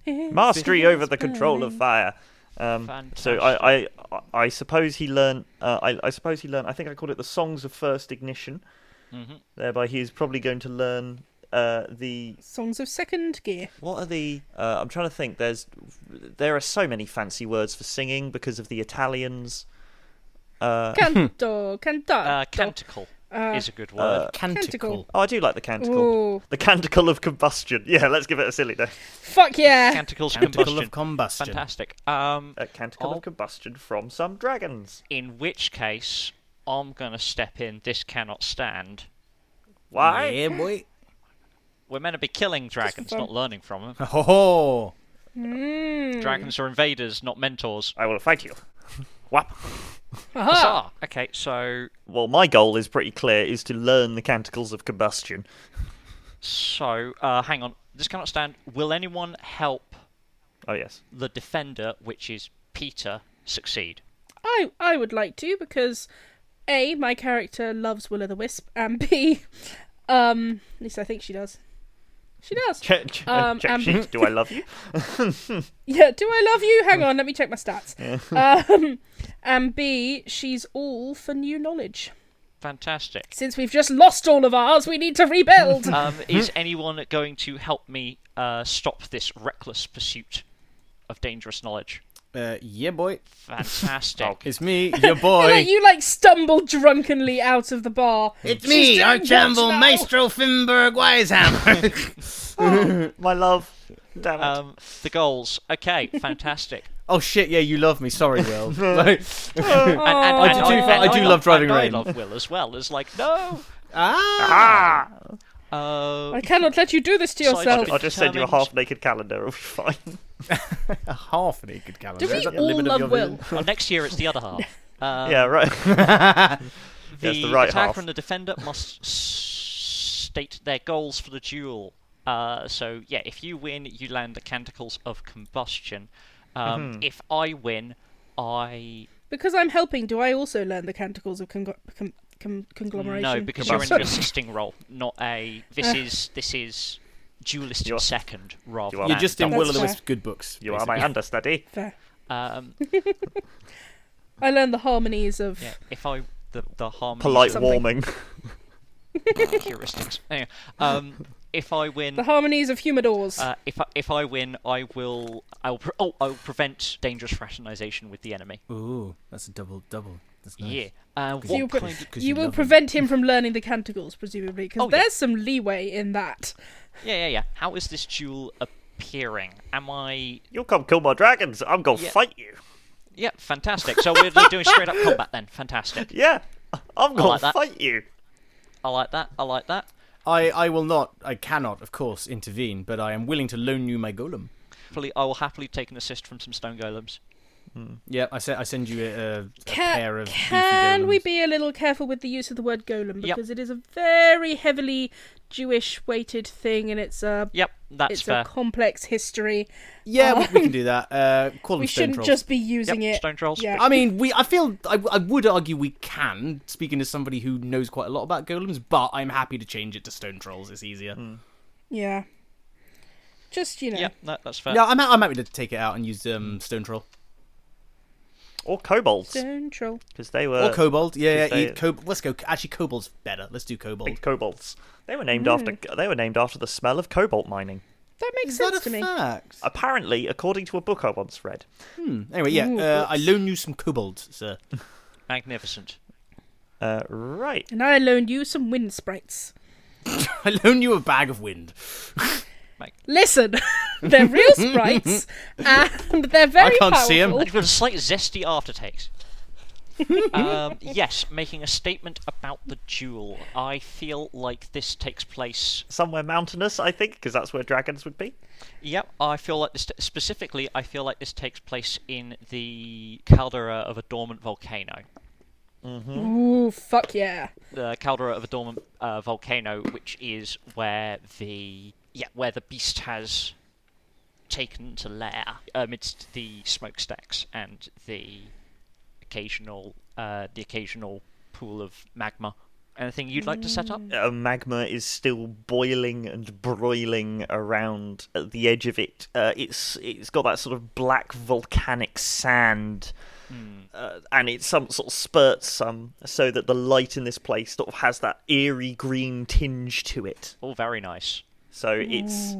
[SPEAKER 2] Mastery over the control of fire. Um, so I, I, I- I suppose he learned. Uh, I, I suppose he learned. I think I called it the songs of first ignition. Mm-hmm. Thereby, he is probably going to learn uh, the.
[SPEAKER 1] Songs of second gear.
[SPEAKER 2] What are the? Uh, I'm trying to think. There's, there are so many fancy words for singing because of the Italians. Uh,
[SPEAKER 1] Canto, cantato.
[SPEAKER 4] Uh, canticle is a good word.
[SPEAKER 3] uh,
[SPEAKER 1] Canticle.
[SPEAKER 2] oh, I do like the canticle.
[SPEAKER 1] Ooh.
[SPEAKER 2] The canticle of combustion. Yeah, let's give it a silly name.
[SPEAKER 1] Fuck yeah.
[SPEAKER 4] Canticle's
[SPEAKER 3] Canticle
[SPEAKER 4] combustion.
[SPEAKER 3] of combustion. Uh,
[SPEAKER 4] Fantastic. Um,
[SPEAKER 2] A canticle
[SPEAKER 4] Oh.
[SPEAKER 2] of combustion from some dragons.
[SPEAKER 4] in which case, I'm gonna step in. This cannot stand.
[SPEAKER 2] Why?
[SPEAKER 3] Yeah, boy.
[SPEAKER 4] We're meant to be killing dragons,
[SPEAKER 1] fun.
[SPEAKER 4] not learning from them.
[SPEAKER 3] Ho ho.
[SPEAKER 4] Dragons are invaders, not mentors.
[SPEAKER 2] I will fight you. Whap.
[SPEAKER 3] Ah!
[SPEAKER 4] Huzzah! Okay, so
[SPEAKER 2] Well, my goal is pretty clear: is to learn the canticles of combustion.
[SPEAKER 4] so uh, hang on. This cannot stand. Will anyone help
[SPEAKER 2] Oh yes.
[SPEAKER 4] the defender, which is Peter, succeed?
[SPEAKER 1] I I would like to because a my character loves Will o' the Wisp and b um at least I think she does. She does.
[SPEAKER 2] Check, check,
[SPEAKER 1] Um,
[SPEAKER 2] check
[SPEAKER 1] um,
[SPEAKER 2] sheet. Do I love you?
[SPEAKER 1] Yeah. Do I love you? Hang on. Let me check my stats. um, and b she's all for new knowledge.
[SPEAKER 4] Fantastic.
[SPEAKER 1] Since we've just lost all of ours, we need to rebuild.
[SPEAKER 4] Um, is anyone going to help me uh, stop this reckless pursuit of dangerous knowledge?
[SPEAKER 3] Uh, yeah, boy.
[SPEAKER 4] Fantastic.
[SPEAKER 3] It's me, your boy.
[SPEAKER 1] Like, you like stumble drunkenly out of the bar.
[SPEAKER 5] It's me,
[SPEAKER 1] doing
[SPEAKER 5] Archambault
[SPEAKER 1] drugs now.
[SPEAKER 5] Maestro Finberg Wisehammer.
[SPEAKER 2] My love. Damn it.
[SPEAKER 4] Um, the goals. Okay, fantastic.
[SPEAKER 3] Oh shit, yeah, you love me. Sorry, Will. Like,
[SPEAKER 4] And, and, and,
[SPEAKER 3] Oh,
[SPEAKER 1] Oh.
[SPEAKER 3] I do love- I do
[SPEAKER 4] love-
[SPEAKER 3] love driving
[SPEAKER 4] and I
[SPEAKER 3] rain.
[SPEAKER 4] love Will as well. It's like no.
[SPEAKER 3] ah,
[SPEAKER 4] Uh,
[SPEAKER 1] I cannot let you do this to
[SPEAKER 4] Side
[SPEAKER 1] yourself.
[SPEAKER 4] bit.
[SPEAKER 2] I'll just send you a
[SPEAKER 4] determined.
[SPEAKER 2] half-naked calendar. It'll be fine.
[SPEAKER 3] a half naked calendar.
[SPEAKER 1] Do
[SPEAKER 3] Is
[SPEAKER 1] we
[SPEAKER 3] that the
[SPEAKER 1] all
[SPEAKER 3] limit of
[SPEAKER 1] love
[SPEAKER 3] your
[SPEAKER 1] Will?
[SPEAKER 3] vision?
[SPEAKER 4] well, next year it's the other half. Uh,
[SPEAKER 2] yeah, right.
[SPEAKER 4] The,
[SPEAKER 2] Yes, the right
[SPEAKER 4] attacker
[SPEAKER 2] half.
[SPEAKER 4] and the defender must s- state their goals for the duel. Uh, so yeah, if you win, you land the canticles of combustion. Um,
[SPEAKER 2] Mm-hmm.
[SPEAKER 4] If I win, I
[SPEAKER 1] Because I'm helping, do I also learn the canticles of con- con- con- conglomeration? Uh.
[SPEAKER 4] no because you're in an
[SPEAKER 2] Combustion.
[SPEAKER 4] assisting role, not a. This is this is duelist in
[SPEAKER 2] You're-
[SPEAKER 4] second rather.
[SPEAKER 2] you are-
[SPEAKER 4] than
[SPEAKER 3] You're just in
[SPEAKER 1] That's
[SPEAKER 3] Will of the
[SPEAKER 1] fair.
[SPEAKER 3] Wisp good books.
[SPEAKER 2] you are my
[SPEAKER 3] basically.
[SPEAKER 2] understudy.
[SPEAKER 1] Fair.
[SPEAKER 4] Um,
[SPEAKER 1] I learned the harmonies of.
[SPEAKER 4] yeah, if I the the harmony
[SPEAKER 2] Polite
[SPEAKER 1] Something.
[SPEAKER 2] warming.
[SPEAKER 4] heuristics. Anyway, um, if I win,
[SPEAKER 1] The harmonies of humidors.
[SPEAKER 4] Uh, if I, if I win, I will I will pre- oh I will prevent dangerous fraternization with the enemy.
[SPEAKER 3] Ooh, that's a double double. That's nice.
[SPEAKER 4] Yeah. Uh,
[SPEAKER 1] So you
[SPEAKER 4] what
[SPEAKER 1] pre-
[SPEAKER 4] kind of,
[SPEAKER 3] 'cause
[SPEAKER 1] you
[SPEAKER 3] you
[SPEAKER 1] will
[SPEAKER 3] love him.
[SPEAKER 1] prevent him from learning the canticles, presumably, because
[SPEAKER 4] Oh, yeah.
[SPEAKER 1] there's some leeway in that.
[SPEAKER 4] yeah yeah yeah. How is this duel appearing? Am I
[SPEAKER 2] You'll come kill my dragons. I'm gonna
[SPEAKER 4] Yeah.
[SPEAKER 2] fight you.
[SPEAKER 4] yeah fantastic. So we're doing straight up combat then. Fantastic.
[SPEAKER 2] Yeah, I'm gonna
[SPEAKER 4] like that.
[SPEAKER 2] fight you.
[SPEAKER 4] I like that. I like that.
[SPEAKER 3] I, I will not, I cannot, of course, intervene, but I am willing to loan you my golem.
[SPEAKER 4] Happily, I will happily take an assist from some stone golems.
[SPEAKER 3] Yeah, I, se- I send you a, a, a
[SPEAKER 1] Ca-
[SPEAKER 3] pair of. beefy
[SPEAKER 1] can we
[SPEAKER 3] golems.
[SPEAKER 1] be a little careful with the use of the word golem
[SPEAKER 4] Yep.
[SPEAKER 1] because it is a very heavily Jewish weighted thing, and it's a
[SPEAKER 4] Yep, that's
[SPEAKER 1] it's
[SPEAKER 4] fair.
[SPEAKER 1] a complex history.
[SPEAKER 3] Yeah, we, we can do that. Uh, call them
[SPEAKER 1] We
[SPEAKER 3] stone
[SPEAKER 1] shouldn't
[SPEAKER 3] trolls.
[SPEAKER 1] just be using
[SPEAKER 4] Yep,
[SPEAKER 1] it.
[SPEAKER 4] stone trolls.
[SPEAKER 1] Yeah.
[SPEAKER 3] I mean, we. I feel. I, I would argue we can. Speaking to somebody who knows quite a lot about golems, but I'm happy to change it to stone trolls. It's easier.
[SPEAKER 1] Yeah. Just you know.
[SPEAKER 4] yeah, that, that's fair.
[SPEAKER 3] No, I'm. I'm happy to take it out and use
[SPEAKER 1] Mm.
[SPEAKER 3] um, stone troll
[SPEAKER 2] Or kobolds,
[SPEAKER 1] Stone troll.
[SPEAKER 2] because they
[SPEAKER 1] Uh,
[SPEAKER 2] were
[SPEAKER 3] or kobold. Yeah,
[SPEAKER 2] just
[SPEAKER 3] yeah.
[SPEAKER 2] say
[SPEAKER 3] eat
[SPEAKER 2] it.
[SPEAKER 3] Cob- let's go. Actually, kobold's better. Let's do kobold.
[SPEAKER 2] big kobolds. They were named after they were named after the smell of cobalt mining.
[SPEAKER 1] That makes
[SPEAKER 3] Is that
[SPEAKER 1] sense to
[SPEAKER 3] a
[SPEAKER 1] me. Uh,
[SPEAKER 3] fact?
[SPEAKER 2] Apparently, according to a book I once read.
[SPEAKER 3] Anyway, yeah.
[SPEAKER 1] Ooh,
[SPEAKER 3] uh, I loan you some kobold, sir.
[SPEAKER 4] Magnificent.
[SPEAKER 2] Uh, right.
[SPEAKER 1] And I loaned you some wind sprites.
[SPEAKER 3] I loan you a bag of wind.
[SPEAKER 1] Listen, they're real sprites, and they're very
[SPEAKER 3] I can't see 'em.
[SPEAKER 4] And with a slight zesty aftertaste. um, yes, making a statement about the duel. I feel like this takes place
[SPEAKER 2] Somewhere mountainous, I think, because that's where dragons would be.
[SPEAKER 4] Yep, I feel like this specifically. I feel like this takes place in the caldera of a dormant volcano.
[SPEAKER 1] Ooh, fuck yeah!
[SPEAKER 4] The caldera of a dormant uh, volcano, which is where the yeah where the beast has taken to lair amidst the smokestacks and the occasional uh, the occasional pool of magma. Anything you'd like to set up?
[SPEAKER 2] Uh, magma is still boiling and broiling around at the edge of it. Uh, it's it's got that sort of black volcanic sand, uh, and it some sort of spurts some, so that the light in this place sort of has that eerie green tinge to it.
[SPEAKER 4] All Oh, very nice.
[SPEAKER 2] So it's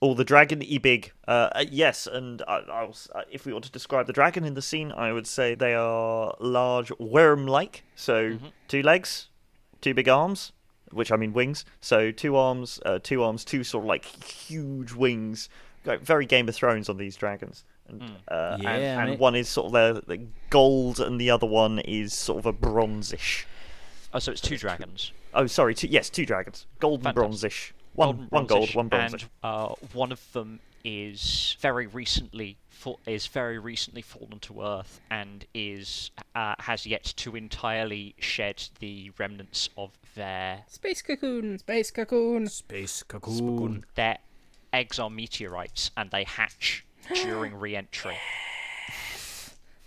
[SPEAKER 2] all the dragon e big. Uh, uh, yes, and I, I was, uh, if we want to describe the dragon in the scene, I would say they are large worm-like. So two legs, two big arms, which I mean wings. So two arms, uh, two arms, two sort of like huge wings. Like, very Game of Thrones on these dragons. And, uh, and-
[SPEAKER 3] Yeah,
[SPEAKER 2] and,
[SPEAKER 3] mate.
[SPEAKER 2] one is sort of the, the gold, and the other one is sort of a bronzish.
[SPEAKER 4] Oh, so it's two dragons.
[SPEAKER 2] Oh, sorry, two, yes, two dragons, gold and
[SPEAKER 4] Fantastic.
[SPEAKER 2] bronzish. Oh, One, one gold,
[SPEAKER 4] bronzish,
[SPEAKER 2] one bronzish.
[SPEAKER 4] And uh, one of them is very recently fa- is very recently fallen to earth and is uh, has yet to entirely shed the remnants of their
[SPEAKER 1] Space cocoon. Space cocoon.
[SPEAKER 5] Space cocoon.
[SPEAKER 4] their eggs are meteorites and they hatch during re-entry.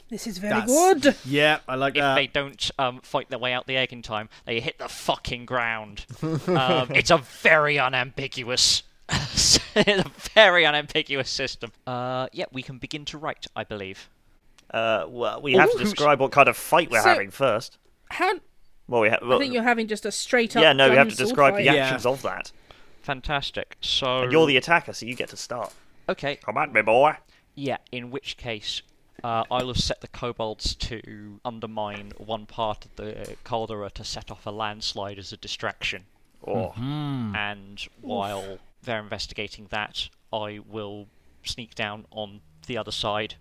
[SPEAKER 1] This is very
[SPEAKER 3] That's-
[SPEAKER 1] good.
[SPEAKER 3] Yeah, I like
[SPEAKER 4] if
[SPEAKER 3] that.
[SPEAKER 4] they don't um, fight their way out the egg in time, they hit the fucking ground. um, it's a very unambiguous, it's a very unambiguous system. Uh, yeah, we can begin to write, I believe.
[SPEAKER 2] Uh, well, we have to
[SPEAKER 4] who's-
[SPEAKER 2] describe what kind of fight we're
[SPEAKER 1] So-
[SPEAKER 2] having first.
[SPEAKER 1] How?
[SPEAKER 2] Well, we have.
[SPEAKER 1] I think you're having just a straight up.
[SPEAKER 2] yeah, no, we
[SPEAKER 1] gun
[SPEAKER 2] have to
[SPEAKER 1] sword
[SPEAKER 2] describe
[SPEAKER 1] fight.
[SPEAKER 2] the
[SPEAKER 3] Yeah.
[SPEAKER 2] actions of that.
[SPEAKER 4] Fantastic. So
[SPEAKER 2] You're the attacker, so you get to start.
[SPEAKER 4] okay.
[SPEAKER 2] Come at me, boy.
[SPEAKER 4] Yeah. In which case, uh, I'll have set the kobolds to undermine one part of the caldera to set off a landslide as a distraction.
[SPEAKER 2] Oh,
[SPEAKER 4] and while they're investigating that, I will sneak down on the other side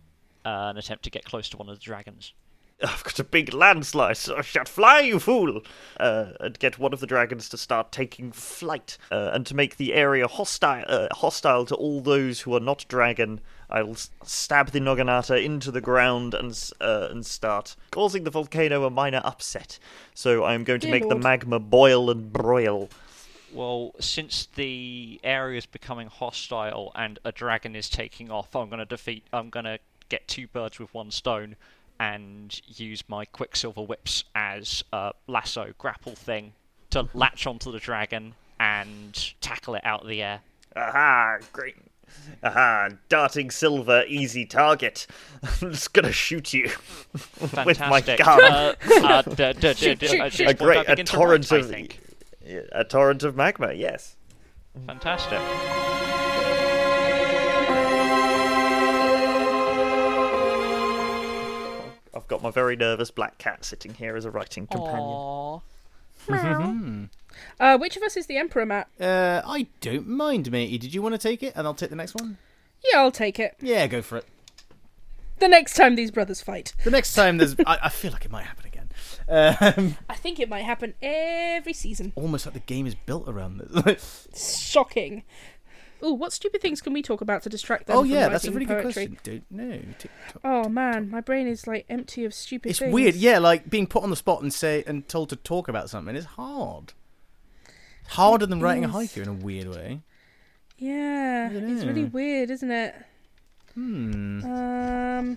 [SPEAKER 4] uh, and attempt to get close to one of the dragons.
[SPEAKER 2] I've got a big landslide, so I shall fly, you fool! Uh, and get one of the dragons to start taking flight, uh, and to make the area hostile, uh, hostile to all those who are not dragon. I'll s- stab the Noganata into the ground and s- uh, and start causing the volcano a minor upset. So I'm going to
[SPEAKER 1] Dear
[SPEAKER 2] make
[SPEAKER 1] Lord.
[SPEAKER 2] the magma boil and broil.
[SPEAKER 4] Well, since the area is becoming hostile and a dragon is taking off, I'm going to defeat. I'm going to get two birds with one stone and use my quicksilver whips as a lasso grapple thing to latch onto the dragon and tackle it out of the air.
[SPEAKER 2] Aha, great. Aha, darting silver, easy target. I'm just gonna shoot you. my
[SPEAKER 4] Fantastic.
[SPEAKER 2] gun.
[SPEAKER 4] Uh, uh, d- d- d-
[SPEAKER 1] Shoot,
[SPEAKER 4] d-
[SPEAKER 1] shoot,
[SPEAKER 4] uh,
[SPEAKER 1] shoot.
[SPEAKER 2] a
[SPEAKER 4] just before I
[SPEAKER 2] great, a
[SPEAKER 4] begin to
[SPEAKER 2] torrent
[SPEAKER 4] write, I
[SPEAKER 2] of,
[SPEAKER 4] think.
[SPEAKER 2] a torrent of magma. Yes.
[SPEAKER 4] Fantastic.
[SPEAKER 2] I've got my very nervous black cat sitting here as a writing companion.
[SPEAKER 1] Uh, which of us is the emperor, Matt?
[SPEAKER 3] Uh, I don't mind, matey. Did you want to take it? And I'll take the next one.
[SPEAKER 1] Yeah, I'll take it.
[SPEAKER 3] Yeah, go for it.
[SPEAKER 1] The next time these brothers fight,
[SPEAKER 3] The next time there's, I, I feel like it might happen again. Um,
[SPEAKER 1] I think it might happen every season.
[SPEAKER 3] almost like the game is built around this.
[SPEAKER 1] Shocking. Ooh, what stupid things can we talk about to distract them?
[SPEAKER 3] oh
[SPEAKER 1] from
[SPEAKER 3] yeah, that's a
[SPEAKER 1] writing
[SPEAKER 3] really good
[SPEAKER 1] poetry?
[SPEAKER 3] question. Don't know. TikTok.
[SPEAKER 1] Oh man, my brain is like empty of stupid
[SPEAKER 3] It's
[SPEAKER 1] things.
[SPEAKER 3] weird. Yeah, like being put on the spot and say and told to talk about something is hard. Harder than writing a
[SPEAKER 1] is.
[SPEAKER 3] haiku in a weird way.
[SPEAKER 1] Yeah, it's really
[SPEAKER 3] know.
[SPEAKER 1] weird, isn't it?
[SPEAKER 3] Hmm.
[SPEAKER 1] Um,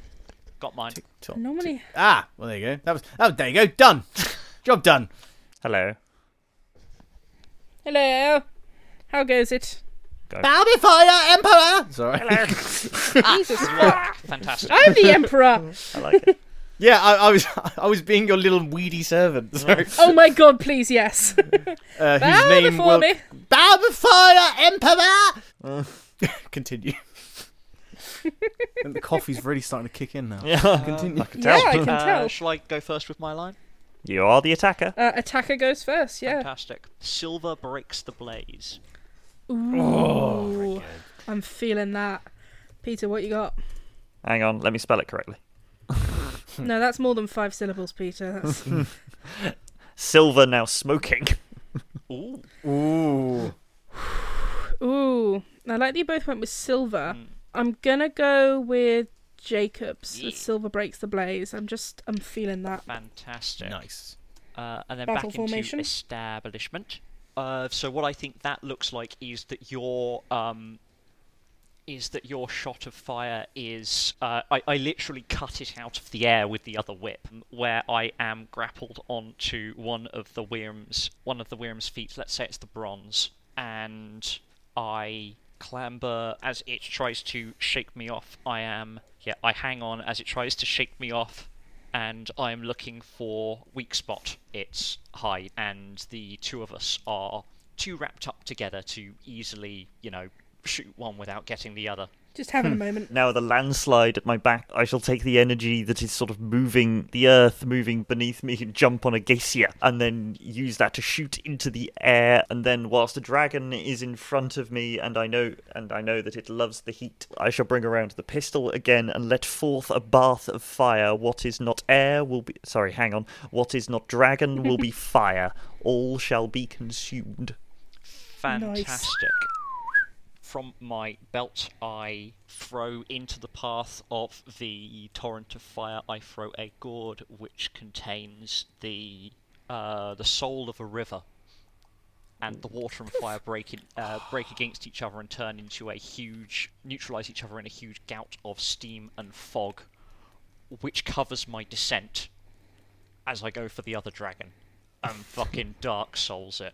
[SPEAKER 4] Got mine.
[SPEAKER 3] TikTok.
[SPEAKER 1] normally,
[SPEAKER 3] Ah, well there you go. That was. Oh, there you go. Done. Job done.
[SPEAKER 2] Hello.
[SPEAKER 1] hello. How goes it?
[SPEAKER 3] Bow before your emperor. Sorry.
[SPEAKER 1] Jesus, fuck.
[SPEAKER 4] Fantastic.
[SPEAKER 1] I'm the emperor.
[SPEAKER 2] I like it.
[SPEAKER 3] Yeah, I, I was I was being your little weedy servant. Sorry.
[SPEAKER 1] Oh my god, please, yes.
[SPEAKER 3] Uh,
[SPEAKER 1] Bow
[SPEAKER 3] whose name
[SPEAKER 1] before
[SPEAKER 3] will...
[SPEAKER 1] me. Uh.
[SPEAKER 3] Bow before your emperor. Continue. and the coffee's really starting to kick in now. Continue.
[SPEAKER 1] Yeah, I can
[SPEAKER 4] Uh,
[SPEAKER 1] tell.
[SPEAKER 4] shall I go first with my line?
[SPEAKER 2] You are the attacker.
[SPEAKER 1] Uh, attacker goes first. Yeah.
[SPEAKER 4] Fantastic. Silver breaks the blaze.
[SPEAKER 1] Ooh, I'm feeling that. Peter, what you got?
[SPEAKER 2] Hang on, let me spell it correctly.
[SPEAKER 1] No, that's more than five syllables, Peter. That's...
[SPEAKER 2] Silver now smoking.
[SPEAKER 4] Ooh.
[SPEAKER 3] Ooh.
[SPEAKER 1] Ooh, I like that you both went with silver. I'm gonna go with Jacobs. with
[SPEAKER 4] Yeah.
[SPEAKER 1] Silver breaks the blaze. I'm just, I'm feeling that.
[SPEAKER 4] Fantastic.
[SPEAKER 3] Nice.
[SPEAKER 4] Uh, and then
[SPEAKER 1] Battle
[SPEAKER 4] back
[SPEAKER 1] formation.
[SPEAKER 4] into establishment. Uh, so what I think that looks like is that your um, is that your shot of fire is uh, I, I literally cut it out of the air with the other whip, um, where I am grappled onto one of the Wyrm's one of the Wyrm's feet. Let's say it's the bronze, and I clamber as it tries to shake me off. I am yeah I hang on as it tries to shake me off and I'm looking for weak spot. It's hide, and the two of us are too wrapped up together to easily, you know, shoot one without getting the other.
[SPEAKER 1] Just having a moment.
[SPEAKER 2] Now the landslide at my back, I shall take the energy that is sort of moving the earth, moving beneath me, and jump on a geisha, and then use that to shoot into the air. And then, whilst the dragon is in front of me, and I know, and I know that it loves the heat, I shall bring around the pistol again and let forth a bath of fire. What is not air will be. Sorry, hang on. What is not dragon will be fire. All shall be consumed.
[SPEAKER 4] Fantastic. from my belt, I throw into the path of the torrent of fire. I throw a gourd which contains the uh, the soul of a river, and the water and fire break in, uh, break against each other and turn into a huge neutralize each other in a huge gout of steam and fog, which covers my descent as I go for the other dragon and fucking dark souls it.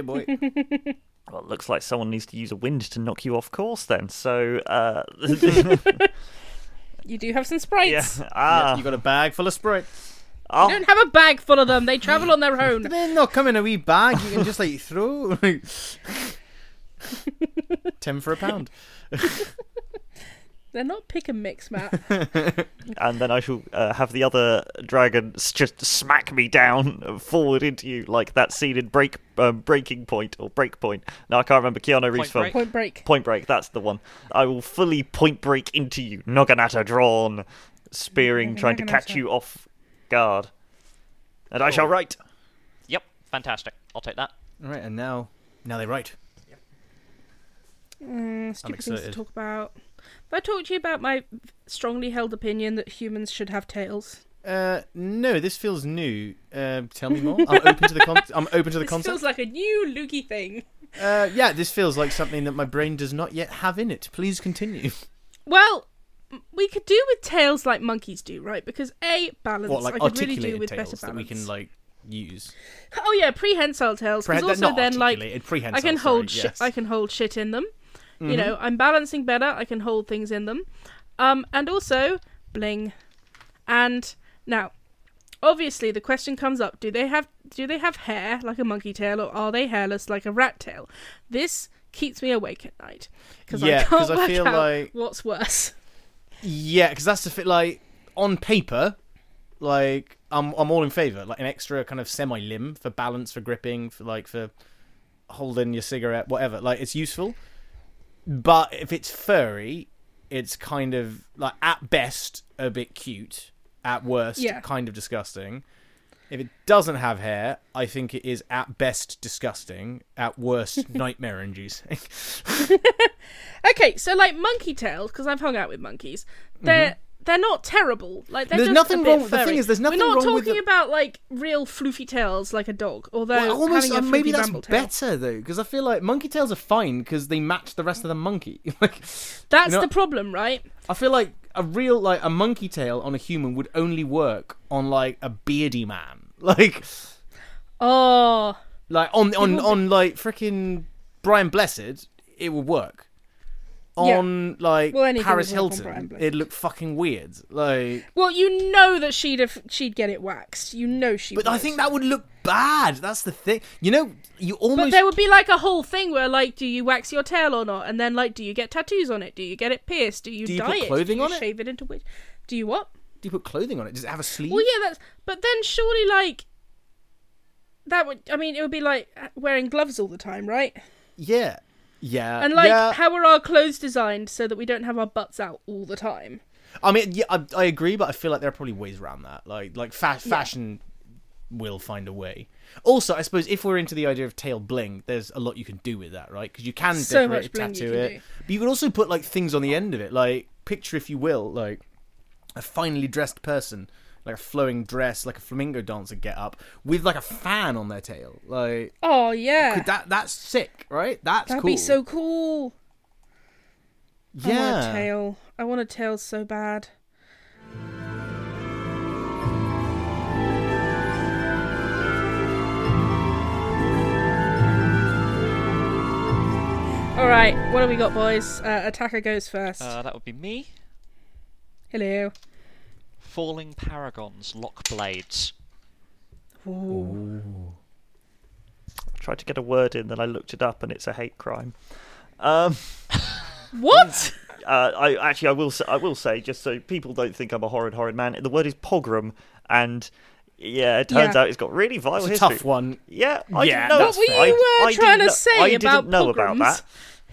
[SPEAKER 3] boy.
[SPEAKER 2] Well, it looks like someone needs to use a wind to knock you off course then. So, uh,
[SPEAKER 1] You do have some
[SPEAKER 2] yeah.
[SPEAKER 1] sprites.
[SPEAKER 2] Ah,
[SPEAKER 3] you got a bag full of Sprite.
[SPEAKER 2] oh,
[SPEAKER 1] You don't have a bag full of them. They travel on their own.
[SPEAKER 3] They're not come in a wee bag. You can just like throw. like- Ten for a pound.
[SPEAKER 1] They're not pick and mix, Matt.
[SPEAKER 2] and then I shall uh, have the other dragon s- just smack me down forward into you, like that scene in Break um, Breaking Point or Breakpoint. No, I can't remember Keanu Reeves' film.
[SPEAKER 4] Break.
[SPEAKER 1] Point Break.
[SPEAKER 2] Point Break, that's the one. I will fully Point Break into you, Noganata drawn, spearing, trying to catch
[SPEAKER 1] Naginata.
[SPEAKER 2] you off guard. And I shall write.
[SPEAKER 4] Yep, fantastic. I'll take that.
[SPEAKER 3] All right, and now, now they write.
[SPEAKER 1] Mm, stupid things to
[SPEAKER 3] excited.
[SPEAKER 1] talk about. Have I talked to you about my strongly held opinion that humans should have tails?
[SPEAKER 3] Uh, no, this feels new. Um, tell me more. I'm open to the con- I'm open to the
[SPEAKER 1] this
[SPEAKER 3] concept.
[SPEAKER 1] feels like a new loogie thing.
[SPEAKER 3] Uh, yeah, this feels like something that my brain does not yet have in it. Please continue.
[SPEAKER 1] Well, m- we could do with tails like monkeys do, right? Because a balance,
[SPEAKER 3] What like
[SPEAKER 1] I could really
[SPEAKER 3] articulated
[SPEAKER 1] do with better
[SPEAKER 3] tails
[SPEAKER 1] balance.
[SPEAKER 3] that we can like use?
[SPEAKER 1] oh yeah, prehensile tails.
[SPEAKER 3] Prehen-
[SPEAKER 1] Because also
[SPEAKER 3] not
[SPEAKER 1] then like
[SPEAKER 3] articulated, prehensile.
[SPEAKER 1] I can
[SPEAKER 3] sorry,
[SPEAKER 1] hold shit.
[SPEAKER 3] yes. Mm-hmm.
[SPEAKER 1] I can hold shit in them. You know, I'm balancing better. I can hold things in them, um, and also bling. And now, obviously, the question comes up: Do they have do they have hair like a monkey tail, or are they hairless like a rat tail? This keeps me awake at night because
[SPEAKER 3] Yeah,
[SPEAKER 1] I can't
[SPEAKER 3] 'cause I
[SPEAKER 1] work
[SPEAKER 3] feel
[SPEAKER 1] out
[SPEAKER 3] like-
[SPEAKER 1] what's worse.
[SPEAKER 3] Yeah, because that's the fit. Like on paper, like I'm I'm all in favour. Like an extra kind of semi limb for balance, for gripping, for like for holding your cigarette, whatever. Like it's useful. But if it's furry, it's kind of like at best a bit cute. At worst,
[SPEAKER 1] Yeah.
[SPEAKER 3] kind of disgusting. If it doesn't have hair, I think it is at best disgusting. At worst, nightmare inducing.
[SPEAKER 1] Okay, so like monkey tails, because I've hung out with monkeys, they're they're not terrible. Like they're
[SPEAKER 3] Mm-hmm. There's
[SPEAKER 1] just
[SPEAKER 3] nothing
[SPEAKER 1] a bit
[SPEAKER 3] wrong- the
[SPEAKER 1] furry.
[SPEAKER 3] thing is, there's nothing
[SPEAKER 1] We're not
[SPEAKER 3] wrong
[SPEAKER 1] talking
[SPEAKER 3] with the-
[SPEAKER 1] about like real floofy tails like a dog, although
[SPEAKER 3] Well, almost
[SPEAKER 1] having a
[SPEAKER 3] uh, maybe
[SPEAKER 1] floofy
[SPEAKER 3] that's
[SPEAKER 1] bramble tail.
[SPEAKER 3] better though, because I feel like monkey tails are fine because they match the rest of the monkey. like,
[SPEAKER 1] That's
[SPEAKER 3] You know-
[SPEAKER 1] the problem, right?
[SPEAKER 3] I feel like a real like a monkey tail on a human would only work on like a beardy man, like
[SPEAKER 1] Oh,
[SPEAKER 3] like on on
[SPEAKER 1] would-
[SPEAKER 3] on like freaking Brian Blessed, it would work.
[SPEAKER 1] Yeah.
[SPEAKER 3] On like
[SPEAKER 1] Well, anything
[SPEAKER 3] Paris
[SPEAKER 1] would work on Brian
[SPEAKER 3] Hilton,
[SPEAKER 1] Blessed.
[SPEAKER 3] it'd look fucking weird. Like,
[SPEAKER 1] well, you know that she'd have, she'd get it waxed. You know she.
[SPEAKER 3] but
[SPEAKER 1] would.
[SPEAKER 3] I think that would look bad. That's the thing. You know, you
[SPEAKER 1] But
[SPEAKER 3] almost
[SPEAKER 1] there would be like a whole thing where, like, do you wax your tail or not? And then, like, do you get tattoos on it? Do you get it pierced? Do you,
[SPEAKER 3] Do you
[SPEAKER 1] dye
[SPEAKER 3] put
[SPEAKER 1] it?
[SPEAKER 3] clothing
[SPEAKER 1] do you
[SPEAKER 3] on it?
[SPEAKER 1] shave it into which? Do you what?
[SPEAKER 3] do you put clothing on it? Does it have a sleeve?
[SPEAKER 1] Well, yeah, that's. But then surely, like, that would. I mean, it would be like uh, wearing gloves all the time, right?
[SPEAKER 3] yeah, yeah.
[SPEAKER 1] And like,
[SPEAKER 3] yeah.
[SPEAKER 1] how are our clothes designed so that we don't have our butts out all the time?
[SPEAKER 3] I mean, yeah, I, I agree, but I feel like there are probably ways around that. Like, like fa- fashion will find a way. Also, I suppose if we're into the idea of tail bling, there's a lot you can do with that, right? Because you can
[SPEAKER 1] So
[SPEAKER 3] decorate
[SPEAKER 1] much
[SPEAKER 3] it,
[SPEAKER 1] bling you
[SPEAKER 3] tattoo
[SPEAKER 1] can
[SPEAKER 3] it,
[SPEAKER 1] do.
[SPEAKER 3] but you can also put like things on the end of it. Like, picture if you will, like a finely dressed person, like a flowing dress, like a flamingo dancer get up with like a fan on their tail. Like
[SPEAKER 1] Oh yeah,
[SPEAKER 3] could that that's sick, right? That's
[SPEAKER 1] that'd
[SPEAKER 3] cool.
[SPEAKER 1] be so cool. I want a
[SPEAKER 3] yeah.
[SPEAKER 1] tail. I want a tail so bad. All right, what have we got, boys? Uh, attacker goes first.
[SPEAKER 4] Uh, that would be me.
[SPEAKER 1] Hello.
[SPEAKER 4] Falling paragons, lock blades.
[SPEAKER 2] I tried to get a word in, then I looked it up, and it's a hate crime. Um,
[SPEAKER 1] What?
[SPEAKER 2] uh, I actually, I will, say, I will say, just so people don't think I'm a horrid, horrid man. The word is pogrom, and yeah, it turns
[SPEAKER 1] Yeah.
[SPEAKER 2] out it's got really vile
[SPEAKER 3] It's a
[SPEAKER 2] history.
[SPEAKER 3] tough one.
[SPEAKER 2] Yeah, I
[SPEAKER 3] Yeah,
[SPEAKER 2] didn't know.
[SPEAKER 3] that's What were fair.
[SPEAKER 1] you,
[SPEAKER 2] I-
[SPEAKER 1] uh,
[SPEAKER 2] I
[SPEAKER 1] trying
[SPEAKER 2] didn't
[SPEAKER 1] to
[SPEAKER 2] kno-
[SPEAKER 1] say
[SPEAKER 2] I didn't
[SPEAKER 1] about
[SPEAKER 2] know about
[SPEAKER 1] pogroms?
[SPEAKER 2] that.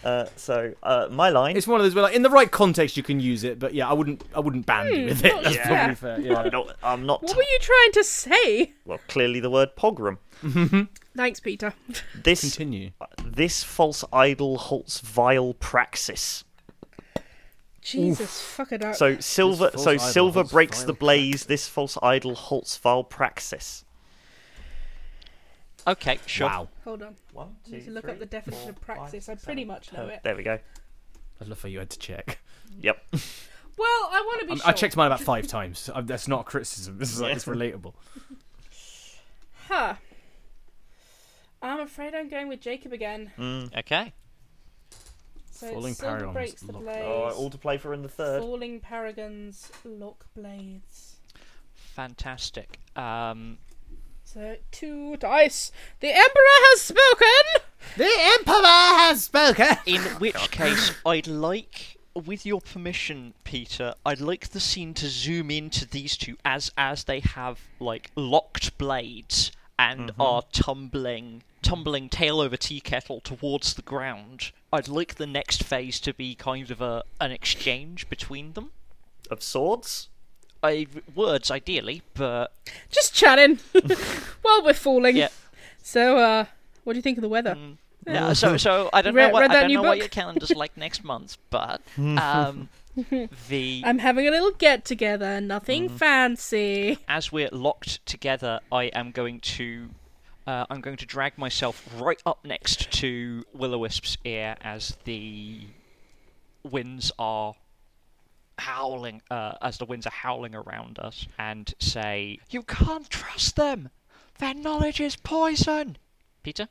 [SPEAKER 2] Uh, so uh, my line.
[SPEAKER 3] It's one of those where, like, in the right context, you can use it, but yeah, I wouldn't, I wouldn't ban you with it. That's
[SPEAKER 1] yeah.
[SPEAKER 3] probably fair. Yeah.
[SPEAKER 2] I'm not. I'm not
[SPEAKER 1] what were you trying to say?
[SPEAKER 2] well, clearly the word pogrom.
[SPEAKER 1] Thanks, Peter.
[SPEAKER 2] This
[SPEAKER 3] Continue.
[SPEAKER 2] this false idol halts vile praxis.
[SPEAKER 1] Jesus, fuck it up.
[SPEAKER 2] So silver,
[SPEAKER 3] false
[SPEAKER 2] so
[SPEAKER 3] idol
[SPEAKER 2] silver
[SPEAKER 3] halts
[SPEAKER 2] breaks the
[SPEAKER 3] vile
[SPEAKER 2] blaze. This false idol halts vile praxis.
[SPEAKER 4] Okay, sure.
[SPEAKER 3] Wow.
[SPEAKER 1] Hold on.
[SPEAKER 2] One,
[SPEAKER 1] I need to look up the definition of praxis. I pretty much know it.
[SPEAKER 2] There we go.
[SPEAKER 3] I'd love for you had to check.
[SPEAKER 2] Yep.
[SPEAKER 1] Well, I want to be
[SPEAKER 3] Um,
[SPEAKER 1] sure.
[SPEAKER 3] I checked mine about five times. Um, that's not a criticism. This is like, it's relatable.
[SPEAKER 1] Huh. I'm afraid I'm going with Jacob again.
[SPEAKER 4] Okay.
[SPEAKER 1] So it's
[SPEAKER 3] Hmm. Falling
[SPEAKER 1] silver
[SPEAKER 3] paragons
[SPEAKER 1] breaks the
[SPEAKER 3] lock- Oh,
[SPEAKER 1] blaze.
[SPEAKER 2] All, right, all to play for in the third.
[SPEAKER 1] Falling paragons lock blades.
[SPEAKER 4] Fantastic. Um,
[SPEAKER 1] So two dice. The emperor has spoken.
[SPEAKER 3] The Emperor has spoken.
[SPEAKER 4] in which case, I'd like, with your permission, Peter, I'd like the scene to zoom into these two as as they have like locked blades and are tumbling, tumbling tail over tea kettle towards the ground. I'd like the next phase to be kind of a an exchange between them.
[SPEAKER 2] of swords.
[SPEAKER 4] I, words, ideally, but uh,
[SPEAKER 1] Just chatting while we're falling.
[SPEAKER 4] Yeah.
[SPEAKER 1] So, uh, what do you think of the weather?
[SPEAKER 3] Hmm.
[SPEAKER 4] Yeah, so so I don't
[SPEAKER 1] Read-
[SPEAKER 4] know what
[SPEAKER 1] read
[SPEAKER 4] I
[SPEAKER 1] that
[SPEAKER 4] don't
[SPEAKER 1] new
[SPEAKER 4] know what
[SPEAKER 1] book?
[SPEAKER 4] your calendar's like next month, but um, the
[SPEAKER 1] I'm having a little get together. Nothing
[SPEAKER 3] Mm-hmm.
[SPEAKER 1] fancy.
[SPEAKER 4] as we're locked together, I am going to uh, I'm going to drag myself right up next to Will-O-Wisp's ear as the winds are howling uh, as the winds are howling around us and say, "You can't trust them. Their knowledge is poison." Peter,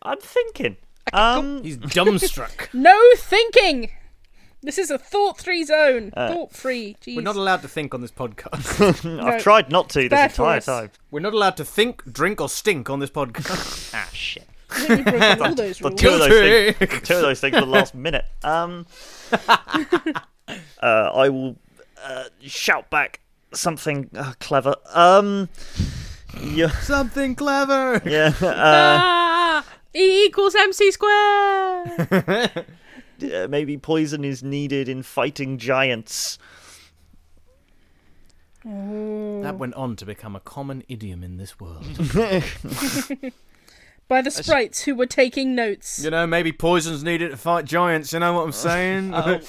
[SPEAKER 2] I'm thinking. Um,
[SPEAKER 3] He's dumbstruck.
[SPEAKER 1] No thinking. This is a thought free zone. thought free. Jeez.
[SPEAKER 3] Uh, We're not allowed to think on this podcast.
[SPEAKER 1] No.
[SPEAKER 2] I've tried not to this
[SPEAKER 1] Bad for
[SPEAKER 2] entire
[SPEAKER 1] us.
[SPEAKER 2] time.
[SPEAKER 3] We're not allowed to think, drink, or stink on this podcast.
[SPEAKER 4] ah shit.
[SPEAKER 1] We've already broken all those
[SPEAKER 2] The
[SPEAKER 1] rules.
[SPEAKER 2] two of those
[SPEAKER 3] Guilty.
[SPEAKER 2] things, two of those things, for the last minute. Um, uh, I will uh, shout back something uh, clever. Um, yeah,
[SPEAKER 3] Something clever.
[SPEAKER 2] yeah. Uh,
[SPEAKER 1] Ah, E equals MC squared.
[SPEAKER 2] uh, maybe poison is needed in fighting giants.
[SPEAKER 3] That went on to become a common idiom in this world.
[SPEAKER 1] By the sprites who were taking notes.
[SPEAKER 3] you know, maybe poison's needed to fight giants. You know what I'm saying?
[SPEAKER 4] Oh,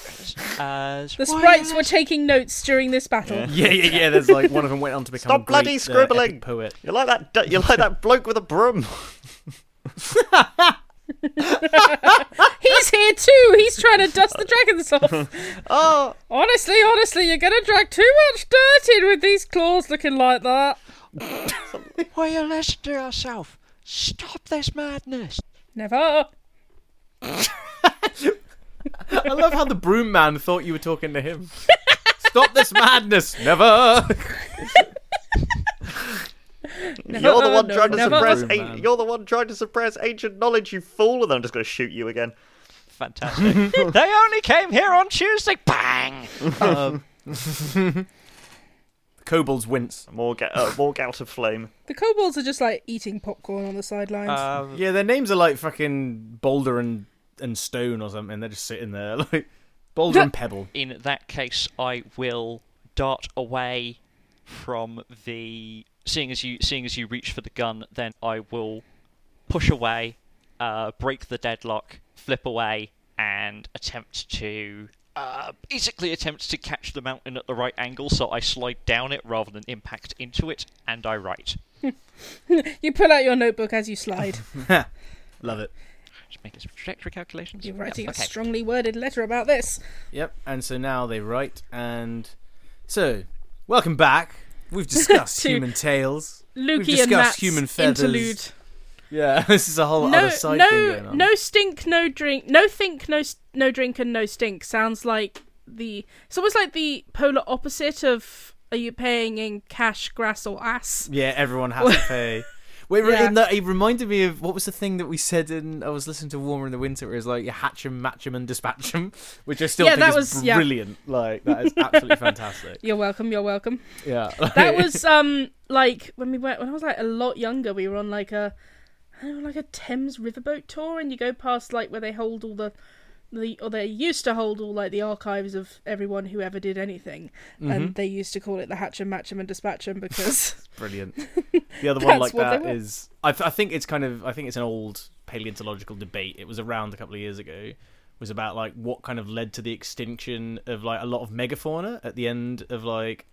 [SPEAKER 4] uh,
[SPEAKER 1] The sprites were taking notes during this battle.
[SPEAKER 3] yeah, yeah, yeah. There's like one of them went on to become
[SPEAKER 2] Stop
[SPEAKER 3] a
[SPEAKER 2] bloody
[SPEAKER 3] great, uh,
[SPEAKER 2] scribbling.
[SPEAKER 3] epic poet.
[SPEAKER 2] You like that? du- You like that bloke with a broom?
[SPEAKER 1] He's here too. He's trying to dust the dragons off.
[SPEAKER 2] Oh,
[SPEAKER 1] Honestly, honestly, you're gonna drag too much dirt in with these claws looking like that.
[SPEAKER 4] Will you listen to yourself? Stop this madness.
[SPEAKER 1] Never.
[SPEAKER 3] I love how the broom man thought you were talking to him. Stop this madness! Never.
[SPEAKER 2] you're the one
[SPEAKER 1] no,
[SPEAKER 2] trying to
[SPEAKER 1] never.
[SPEAKER 2] suppress.
[SPEAKER 3] Broom
[SPEAKER 2] an-
[SPEAKER 3] man.
[SPEAKER 2] You're the one trying to suppress ancient knowledge. You fool! And I'm just going to shoot you again.
[SPEAKER 4] Fantastic. they only came here on Tuesday. Bang. Um,
[SPEAKER 3] Kobolds wince.
[SPEAKER 2] Morg, uh, Morg out of flame.
[SPEAKER 1] The kobolds are just like eating popcorn on the sidelines.
[SPEAKER 3] Uh,
[SPEAKER 4] um,
[SPEAKER 3] Yeah, their names are like fucking Boulder and and Stone or something. They're just sitting there like Boulder and Pebble.
[SPEAKER 4] in that case, I will dart away from the. Seeing as you seeing as you reach for the gun, then I will push away, uh, break the deadlock, flip away, and attempt to. Uh, basically, attempt to catch the mountain at the right angle, so I slide down it rather than impact into it, and I write.
[SPEAKER 1] you pull out your notebook as you slide.
[SPEAKER 3] Love it.
[SPEAKER 4] Just making some trajectory calculations.
[SPEAKER 1] You're
[SPEAKER 4] Yep,
[SPEAKER 1] writing
[SPEAKER 4] okay.
[SPEAKER 1] a strongly worded letter about this.
[SPEAKER 3] Yep. And so now they write and so welcome back. We've discussed
[SPEAKER 1] To-
[SPEAKER 3] human tales. We've
[SPEAKER 1] Lukey
[SPEAKER 3] discussed
[SPEAKER 1] and Matt's
[SPEAKER 3] human feathers.
[SPEAKER 1] interlude.
[SPEAKER 3] Yeah, this is a whole
[SPEAKER 1] No,
[SPEAKER 3] other side thing going
[SPEAKER 1] no,
[SPEAKER 3] on.
[SPEAKER 1] no stink, no drink, no think, no s- no drink, and no stink. Sounds like the it's almost like the polar opposite of are you paying in cash, grass, or ass?
[SPEAKER 3] Yeah, everyone has to pay. Wait, re-
[SPEAKER 1] Yeah.
[SPEAKER 3] in that, it reminded me of what was the thing that we said in. I was listening to Warmer in the Winter. It was like you hatch 'em, match 'em, and dispatch 'em, which I still
[SPEAKER 1] Yeah,
[SPEAKER 3] think
[SPEAKER 1] that
[SPEAKER 3] is
[SPEAKER 1] was- yeah.
[SPEAKER 3] brilliant. Like that is absolutely fantastic.
[SPEAKER 1] You're welcome. You're welcome.
[SPEAKER 3] Yeah,
[SPEAKER 1] That was um like when we went when I was like a lot younger. We were on like a I don't know, like a Thames riverboat tour, and you go past like where they hold all the the or they used to hold all like the archives of everyone who ever did anything,
[SPEAKER 3] Mm-hmm.
[SPEAKER 1] and they used to call it the Hatcham, Matcham, and Dispatcham because
[SPEAKER 3] Brilliant. The other one
[SPEAKER 1] That's
[SPEAKER 3] like
[SPEAKER 1] what they
[SPEAKER 3] that
[SPEAKER 1] were.
[SPEAKER 3] is I, th- I think it's kind of I think it's an old paleontological debate. It was around a couple of years ago. Was about like what kind of led to the extinction of like a lot of megafauna at the end of like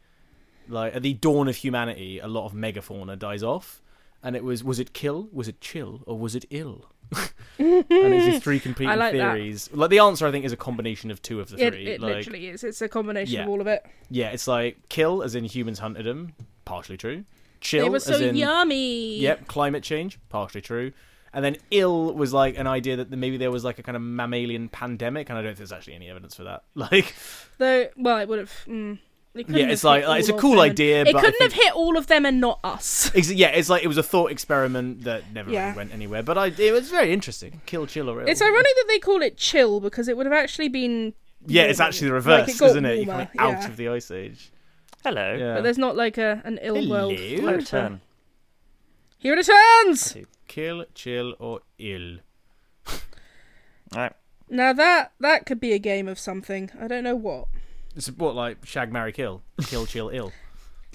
[SPEAKER 3] like at the dawn of humanity. A lot of megafauna dies off, and it was was it kill, was it chill, or was it ill? and it's these three competing
[SPEAKER 1] like that.
[SPEAKER 3] theories. Like the answer, I think, is a combination of two of the
[SPEAKER 1] it,
[SPEAKER 3] three.
[SPEAKER 1] it
[SPEAKER 3] like,
[SPEAKER 1] literally is. It's a combination of
[SPEAKER 3] Yeah.
[SPEAKER 1] all of it.
[SPEAKER 3] yeah, it's like kill, as in humans hunted them, partially true. Chill,
[SPEAKER 1] they were so
[SPEAKER 3] as in
[SPEAKER 1] yummy.
[SPEAKER 3] Yep, climate change, partially true. And then ill was like an idea that maybe there was like a kind of mammalian pandemic, and I don't think there's actually any evidence for that. Like,
[SPEAKER 1] Though, well, it would have. Mm, it couldn't
[SPEAKER 3] Yeah,
[SPEAKER 1] have
[SPEAKER 3] it's like-
[SPEAKER 1] hit
[SPEAKER 3] like, it's a
[SPEAKER 1] all of
[SPEAKER 3] cool
[SPEAKER 1] them and-
[SPEAKER 3] idea,
[SPEAKER 1] It
[SPEAKER 3] but I
[SPEAKER 1] couldn't have
[SPEAKER 3] think-
[SPEAKER 1] hit all of them and not us.
[SPEAKER 3] ex- yeah, it's like it was a thought experiment that never
[SPEAKER 1] Yeah.
[SPEAKER 3] really went anywhere. But I, it was very interesting. Kill, chill, or ill.
[SPEAKER 1] It's ironic that they call it chill because it would have actually been.
[SPEAKER 3] yeah, it's
[SPEAKER 1] warmer.
[SPEAKER 3] actually the reverse,
[SPEAKER 1] Like, it got
[SPEAKER 3] isn't it? You're
[SPEAKER 1] warmer,
[SPEAKER 3] coming out
[SPEAKER 1] yeah.
[SPEAKER 3] of the ice age.
[SPEAKER 2] Hello.
[SPEAKER 3] Yeah.
[SPEAKER 1] But there's not like a an ill world.
[SPEAKER 3] Hello.
[SPEAKER 2] Hello, turn.
[SPEAKER 1] Here it returns.
[SPEAKER 3] Kill, chill, or ill.
[SPEAKER 2] All right.
[SPEAKER 1] Now that that could be a game of something. I don't know what.
[SPEAKER 3] It's what like shag, marry, kill. Kill, chill, ill.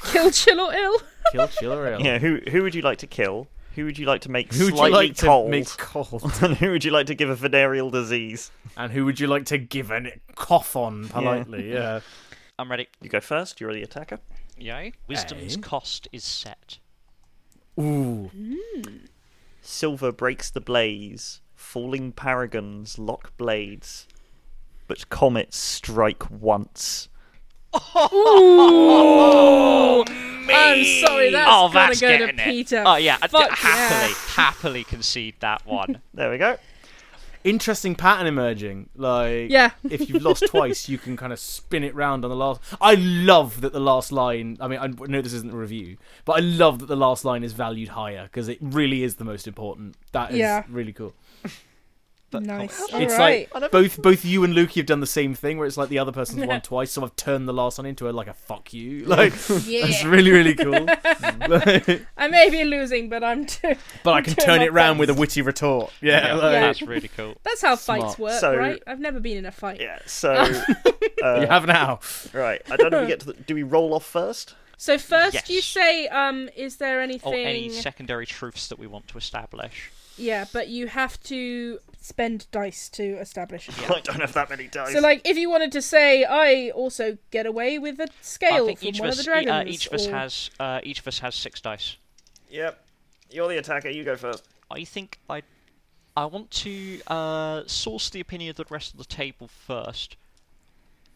[SPEAKER 1] Kill, chill, or ill.
[SPEAKER 3] Kill, chill, or ill.
[SPEAKER 2] Yeah. Who who would you like to kill? Who would you like to make
[SPEAKER 3] Who would you
[SPEAKER 2] slightly
[SPEAKER 3] like
[SPEAKER 2] cold?
[SPEAKER 3] to make cold?
[SPEAKER 2] and who would you like to give a venereal disease?
[SPEAKER 3] and who would you like to give a cough on politely? yeah.
[SPEAKER 4] I'm ready.
[SPEAKER 2] You go first. You're the attacker.
[SPEAKER 4] Yay. Wisdom's
[SPEAKER 3] Eh?
[SPEAKER 4] cost is set.
[SPEAKER 3] Ooh.
[SPEAKER 2] Silver breaks the blaze. Falling paragons lock blades, but comets strike once.
[SPEAKER 1] I'm sorry. That's
[SPEAKER 4] oh,
[SPEAKER 1] gonna
[SPEAKER 4] that's
[SPEAKER 1] go to
[SPEAKER 4] getting it.
[SPEAKER 1] Peter.
[SPEAKER 4] Oh yeah, I'd
[SPEAKER 1] Fuck
[SPEAKER 4] happily, happily concede that one.
[SPEAKER 2] There we go.
[SPEAKER 3] interesting pattern emerging. Like,
[SPEAKER 1] Yeah.
[SPEAKER 3] if you've lost twice, you can kind of spin it round on the last. I love that the last line. I mean, I know this isn't a review, but I love that the last line is valued higher because it really is the most important. That is
[SPEAKER 1] Yeah.
[SPEAKER 3] really cool.
[SPEAKER 1] Yeah. Nice. All
[SPEAKER 3] it's
[SPEAKER 1] right.
[SPEAKER 3] like both both you and Lukey have done the same thing, where it's like the other person's won twice, so I've turned the last one into a, like a fuck you. Like, that's really really cool. Like,
[SPEAKER 1] I may be losing, but I'm too.
[SPEAKER 3] but I can
[SPEAKER 1] Turn
[SPEAKER 3] turn
[SPEAKER 1] my
[SPEAKER 3] it round
[SPEAKER 1] thumbs.
[SPEAKER 3] with a witty retort. Yeah,
[SPEAKER 4] Yeah,
[SPEAKER 3] like-
[SPEAKER 4] that's really cool.
[SPEAKER 1] That's how
[SPEAKER 3] Smart.
[SPEAKER 1] fights work,
[SPEAKER 2] So-
[SPEAKER 1] right? I've never been in a fight.
[SPEAKER 2] Yeah. So uh,
[SPEAKER 3] you have now.
[SPEAKER 2] right. I don't know. If we get to the, do we roll off first?
[SPEAKER 1] So first,
[SPEAKER 4] Yes.
[SPEAKER 1] you say, um, is there anything?
[SPEAKER 4] Or Oh, any secondary truths that we want to establish.
[SPEAKER 1] yeah, but you have to spend dice to establish. it.
[SPEAKER 2] I don't have that many dice.
[SPEAKER 1] So, like, if you wanted to say, I also get away with a
[SPEAKER 4] I
[SPEAKER 1] scale
[SPEAKER 4] think
[SPEAKER 1] from
[SPEAKER 4] each
[SPEAKER 1] one
[SPEAKER 4] of
[SPEAKER 1] of the
[SPEAKER 4] us, e-
[SPEAKER 1] dragons.
[SPEAKER 4] uh, each of us
[SPEAKER 1] or-
[SPEAKER 4] has, uh, each of us has six dice.
[SPEAKER 2] Yep. You're the attacker. You go first.
[SPEAKER 4] I think I, I want to uh, source the opinion of the rest of the table first.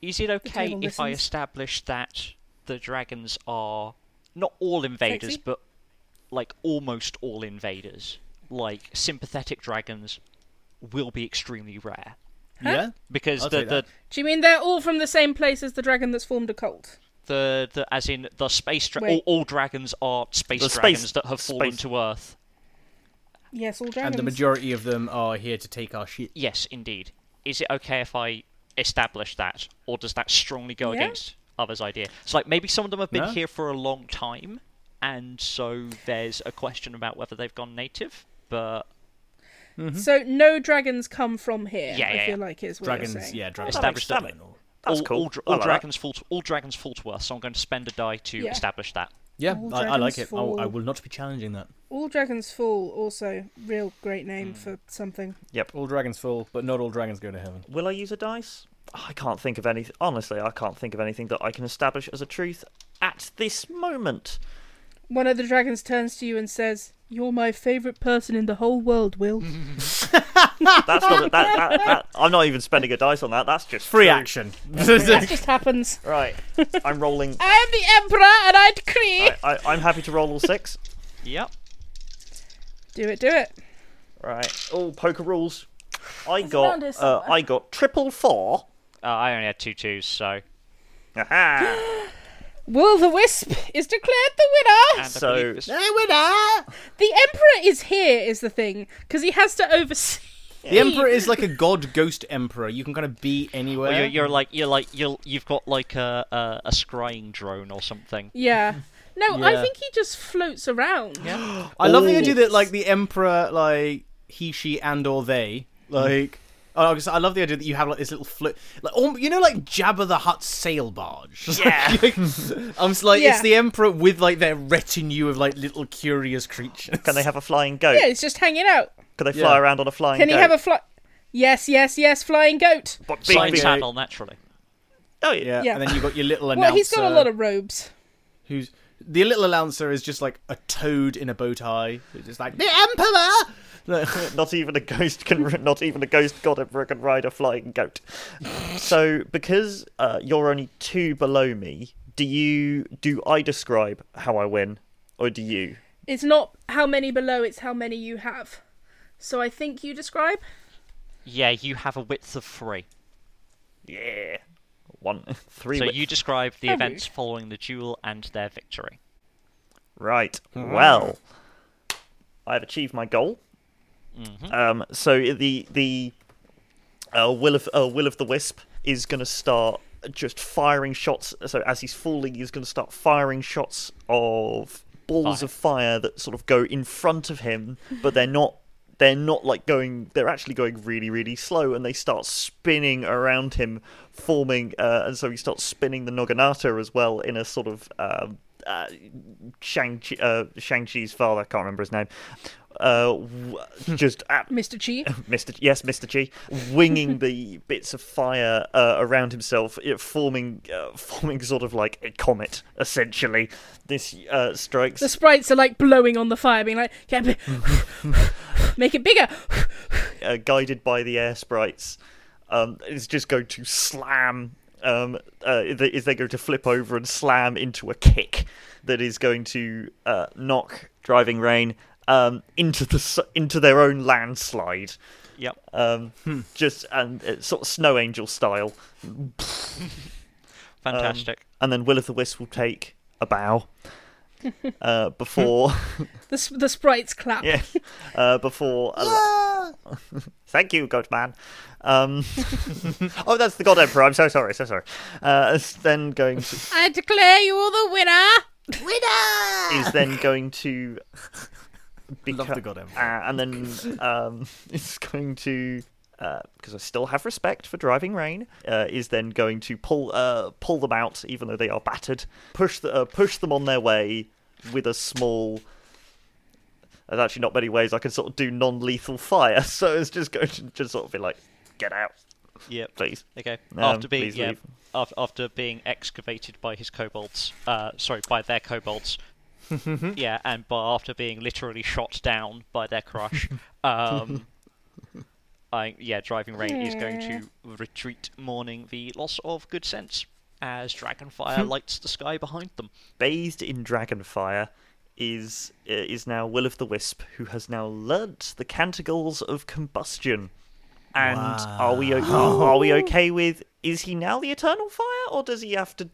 [SPEAKER 4] Is it okay if
[SPEAKER 1] table
[SPEAKER 4] I
[SPEAKER 1] listens.
[SPEAKER 4] establish that the dragons are not all invaders,
[SPEAKER 1] Sexy?
[SPEAKER 4] but like almost all invaders? Like sympathetic dragons will be extremely rare
[SPEAKER 3] Yeah.
[SPEAKER 4] because
[SPEAKER 3] I'll
[SPEAKER 4] the,
[SPEAKER 3] take
[SPEAKER 4] the
[SPEAKER 3] that.
[SPEAKER 1] Do you mean they're all from the same place as the dragon that's formed a cult?
[SPEAKER 4] the the as in the space dra- all,
[SPEAKER 1] Wait.
[SPEAKER 4] all dragons are space
[SPEAKER 2] The space-
[SPEAKER 4] dragons that have fallen
[SPEAKER 2] space-
[SPEAKER 4] to Earth.
[SPEAKER 1] Yes, all
[SPEAKER 3] and
[SPEAKER 1] dragons.
[SPEAKER 3] the majority of them are here to take our shit.
[SPEAKER 4] Yes, indeed. Is it okay if I establish that, or does that strongly go
[SPEAKER 1] Yeah.
[SPEAKER 4] against others' idea? So, like, maybe some of them have been
[SPEAKER 3] No.
[SPEAKER 4] here for a long time, and so there's a question about whether they've gone native. But
[SPEAKER 1] So no dragons come from here.
[SPEAKER 4] Yeah,
[SPEAKER 1] I
[SPEAKER 4] yeah,
[SPEAKER 1] feel
[SPEAKER 4] yeah.
[SPEAKER 1] like is what you're
[SPEAKER 3] Dragons,
[SPEAKER 1] saying.
[SPEAKER 3] yeah, dragons.
[SPEAKER 2] that makes-
[SPEAKER 4] Established that-
[SPEAKER 2] that makes-
[SPEAKER 4] all, all, dra- all dragons fall to all dragons fall to Earth. So I'm going to spend a die to
[SPEAKER 1] Yeah.
[SPEAKER 4] establish that.
[SPEAKER 3] Yeah,
[SPEAKER 1] All
[SPEAKER 3] I, I like it.
[SPEAKER 1] dragons
[SPEAKER 3] I will- I
[SPEAKER 1] fall.
[SPEAKER 3] will not be challenging that.
[SPEAKER 1] All dragons fall. Also, real great
[SPEAKER 3] Hmm.
[SPEAKER 1] name for something.
[SPEAKER 3] All dragons fall, but not all dragons go to heaven.
[SPEAKER 2] Will I use a dice? I can't think of any. Honestly, I can't think of anything that I can establish as a truth at this moment.
[SPEAKER 1] One of the dragons turns to you and says, "You're my favorite person in the whole world, Will."
[SPEAKER 2] That's not. that, that, that, I'm not even spending a dice on that. That's just
[SPEAKER 3] Free
[SPEAKER 2] true.
[SPEAKER 3] action.
[SPEAKER 1] that just happens.
[SPEAKER 2] Right. I'm rolling.
[SPEAKER 1] I'm the emperor, and I decree.
[SPEAKER 2] I, I, I'm happy to roll all six.
[SPEAKER 4] Yep.
[SPEAKER 1] Do it, do it.
[SPEAKER 2] Right. Oh, poker rules. I
[SPEAKER 1] around
[SPEAKER 2] got.
[SPEAKER 1] here
[SPEAKER 2] Uh,
[SPEAKER 1] somewhere.
[SPEAKER 2] I got triple four.
[SPEAKER 4] Uh, I only had two twos, so
[SPEAKER 2] Aha!
[SPEAKER 1] Will the Wisp is declared the winner.
[SPEAKER 4] and
[SPEAKER 2] So-
[SPEAKER 4] I believe it's-
[SPEAKER 1] The emperor is here, is the thing, because he has to oversee.
[SPEAKER 3] the emperor is like a god ghost emperor. You can kind of be anywhere.
[SPEAKER 4] Well, you're, you're like you're like you're, you've got like a, a a scrying drone or something.
[SPEAKER 1] Yeah. No, I
[SPEAKER 3] Yeah.
[SPEAKER 1] think he just floats around.
[SPEAKER 3] I love the idea that like the emperor, like he, she, and or they, like. I, was- I love the idea that you have like this little float, like alm- you know, like Jabba the Hutt sail barge. Yeah, I'm s- like
[SPEAKER 1] Yeah.
[SPEAKER 3] it's the Emperor with like their retinue of like little curious creatures.
[SPEAKER 2] Can they have a flying goat?
[SPEAKER 1] Yeah, it's just hanging out.
[SPEAKER 2] Can they fly
[SPEAKER 3] Yeah.
[SPEAKER 2] around on a flying
[SPEAKER 1] Can
[SPEAKER 2] goat?
[SPEAKER 1] he have a fly? Yes, yes, yes, flying goat.
[SPEAKER 2] But big,
[SPEAKER 4] Side
[SPEAKER 2] big-
[SPEAKER 4] channel, naturally.
[SPEAKER 2] Oh, yeah.
[SPEAKER 3] Yeah,
[SPEAKER 1] Yeah.
[SPEAKER 3] and then you have got your little announcer.
[SPEAKER 1] Well, he's got a
[SPEAKER 2] uh,
[SPEAKER 1] lot of robes.
[SPEAKER 3] who's the little announcer is just like a toad in a bow tie. It's just like the Emperor. Like,
[SPEAKER 2] Not even a ghost can. Not even a ghost god emperor can ride a flying goat. So, because uh, you're only two below me, do you? Do I describe how I win, or do you?
[SPEAKER 1] It's not how many below, it's how many you have. So I think you describe.
[SPEAKER 4] Yeah, you have a width of three.
[SPEAKER 2] Yeah. One, three.
[SPEAKER 4] So
[SPEAKER 2] wi-
[SPEAKER 4] you describe the
[SPEAKER 1] How
[SPEAKER 4] events
[SPEAKER 1] rude.
[SPEAKER 4] following the duel and their victory.
[SPEAKER 2] Right.
[SPEAKER 4] Hmm.
[SPEAKER 2] Well, I've achieved my goal.
[SPEAKER 4] Mm-hmm.
[SPEAKER 2] Um, so the the uh, will of uh, will of the wisp is going to start just firing shots. So as he's falling, he's going to start firing shots of balls
[SPEAKER 4] Fire.
[SPEAKER 2] of fire that sort of go in front of him, but they're not. They're not like going. They're actually going really, really slow, and they start spinning around him, forming. Uh, and so he starts spinning the Noganata as well in a sort of um uh, Shang uh, Shang Chi's father. I can't remember his name. Uh, w- just at
[SPEAKER 1] Mr. Chi.
[SPEAKER 2] Mr. Yes, Mr. G, winging the bits of fire uh, around himself, it forming uh, forming sort of like a comet. Essentially, this uh, strikes.
[SPEAKER 1] The sprites are like blowing on the fire, being like, yeah, b- make it bigger.
[SPEAKER 2] uh, guided by the air sprites, um, is just going to slam. Um, uh, is they- is they going to flip over and slam into a kick that is going to uh, knock driving rain um, into the s- into their own landslide,
[SPEAKER 4] Yep.
[SPEAKER 2] um, just and uh, sort of snow angel style.
[SPEAKER 4] Fantastic.
[SPEAKER 2] and then Will of the Wisp will take a bow uh, before,
[SPEAKER 1] The, s- the sprites clap.
[SPEAKER 2] yeah, uh, before. Thank you, God Man. Um, oh, that's the God Emperor. I'm so sorry, so sorry. Uh, is then going to,
[SPEAKER 1] I declare you all the winner.
[SPEAKER 2] is then going to.
[SPEAKER 3] Love
[SPEAKER 2] beco-
[SPEAKER 3] the God Emperor.
[SPEAKER 2] Uh, and then um, it's going to. Because I still have respect for driving rain, uh, is then going to pull uh, pull them out, even though they are battered. Push the, uh, push them on their way with a small. There's actually not many ways I can sort of do non-lethal fire, so it's just going to just sort of be like, get out,
[SPEAKER 4] yep.
[SPEAKER 2] please.
[SPEAKER 4] Okay.
[SPEAKER 2] Um,
[SPEAKER 4] after being
[SPEAKER 2] please
[SPEAKER 4] yeah,
[SPEAKER 2] leave.
[SPEAKER 4] af- after being excavated by his kobolds, uh, sorry, by their kobolds. yeah, and by after being literally shot down by their crush, um, I yeah, driving rain is going to retreat, mourning the loss of good sense as dragonfire lights the sky behind them.
[SPEAKER 2] bathed in dragonfire is uh, is now Will of the Wisp, who has now learnt the canticles of combustion. And are we o- are, are we okay with? Is he now the Eternal Fire, or does he have to,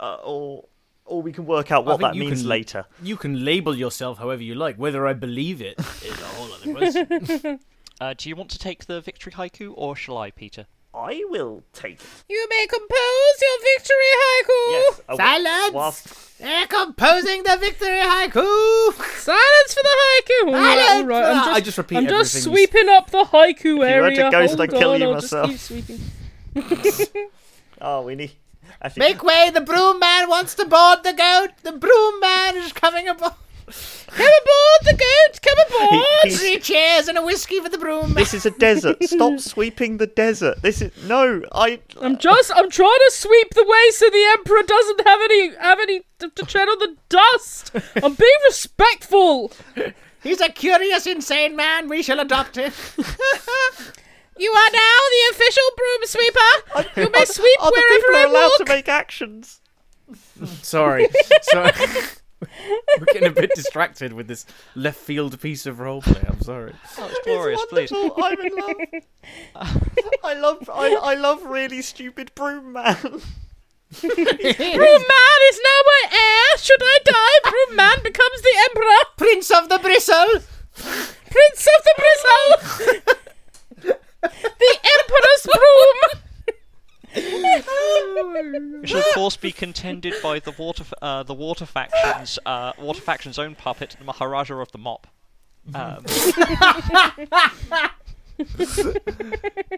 [SPEAKER 2] uh, or or we can work out
[SPEAKER 3] I
[SPEAKER 2] what
[SPEAKER 3] think
[SPEAKER 2] that
[SPEAKER 3] you
[SPEAKER 2] means
[SPEAKER 3] can-
[SPEAKER 2] later.
[SPEAKER 3] You can label yourself however you like. Whether I believe it is a whole other question.
[SPEAKER 4] Uh, do you want to take the victory haiku, or shall I, Peter?
[SPEAKER 2] I will take it.
[SPEAKER 1] You may compose your victory haiku.
[SPEAKER 2] Yes, I will-
[SPEAKER 3] Silence!
[SPEAKER 2] whilst-
[SPEAKER 3] They're composing the victory haiku.
[SPEAKER 1] Silence for the haiku. All right,
[SPEAKER 3] Silence
[SPEAKER 1] all right.
[SPEAKER 3] for
[SPEAKER 1] I'm
[SPEAKER 3] the-
[SPEAKER 1] just,
[SPEAKER 3] I just repeat
[SPEAKER 1] I'm just
[SPEAKER 3] everything you s-
[SPEAKER 1] sweeping up the haiku
[SPEAKER 2] If you
[SPEAKER 1] area.
[SPEAKER 2] were to ghost,
[SPEAKER 1] Hold
[SPEAKER 2] I'd kill
[SPEAKER 1] on,
[SPEAKER 2] you
[SPEAKER 1] I'll
[SPEAKER 2] myself.
[SPEAKER 1] Just keep sweeping.
[SPEAKER 2] Oh, we need. Actually,
[SPEAKER 3] way! The broom man wants to board the goat. The broom man is coming aboard.
[SPEAKER 1] Come aboard the goat. Come aboard.
[SPEAKER 2] He- he's-
[SPEAKER 3] chairs and a whiskey for the broom
[SPEAKER 2] this is a desert. Stop sweeping the desert. This is no. I.
[SPEAKER 1] I'm just I'm trying to sweep the way so the emperor doesn't have any have any to, to tread on the dust. I'm being respectful.
[SPEAKER 3] He's a curious, insane man. We shall adopt him.
[SPEAKER 1] You are now the official broom sweeper. You may sweep
[SPEAKER 2] Other people are
[SPEAKER 1] wherever
[SPEAKER 2] allowed
[SPEAKER 1] I
[SPEAKER 2] to
[SPEAKER 1] walk.
[SPEAKER 2] make actions.
[SPEAKER 3] Sorry. Sorry. We're getting a bit distracted with this left field piece of roleplay. I'm sorry.
[SPEAKER 4] Oh, it's glorious, please.
[SPEAKER 2] wonderful. I'm in love. I love. I, I love really stupid broom man.
[SPEAKER 1] Broom man is now my heir. Should I die, broom man becomes the emperor,
[SPEAKER 3] Prince of the Bristle!
[SPEAKER 1] prince of the bristle, the emperor's broom.
[SPEAKER 4] It shall of course be contended by the water, f- uh, the water faction's, uh, water faction's own puppet, the Maharaja of the Mop. Um,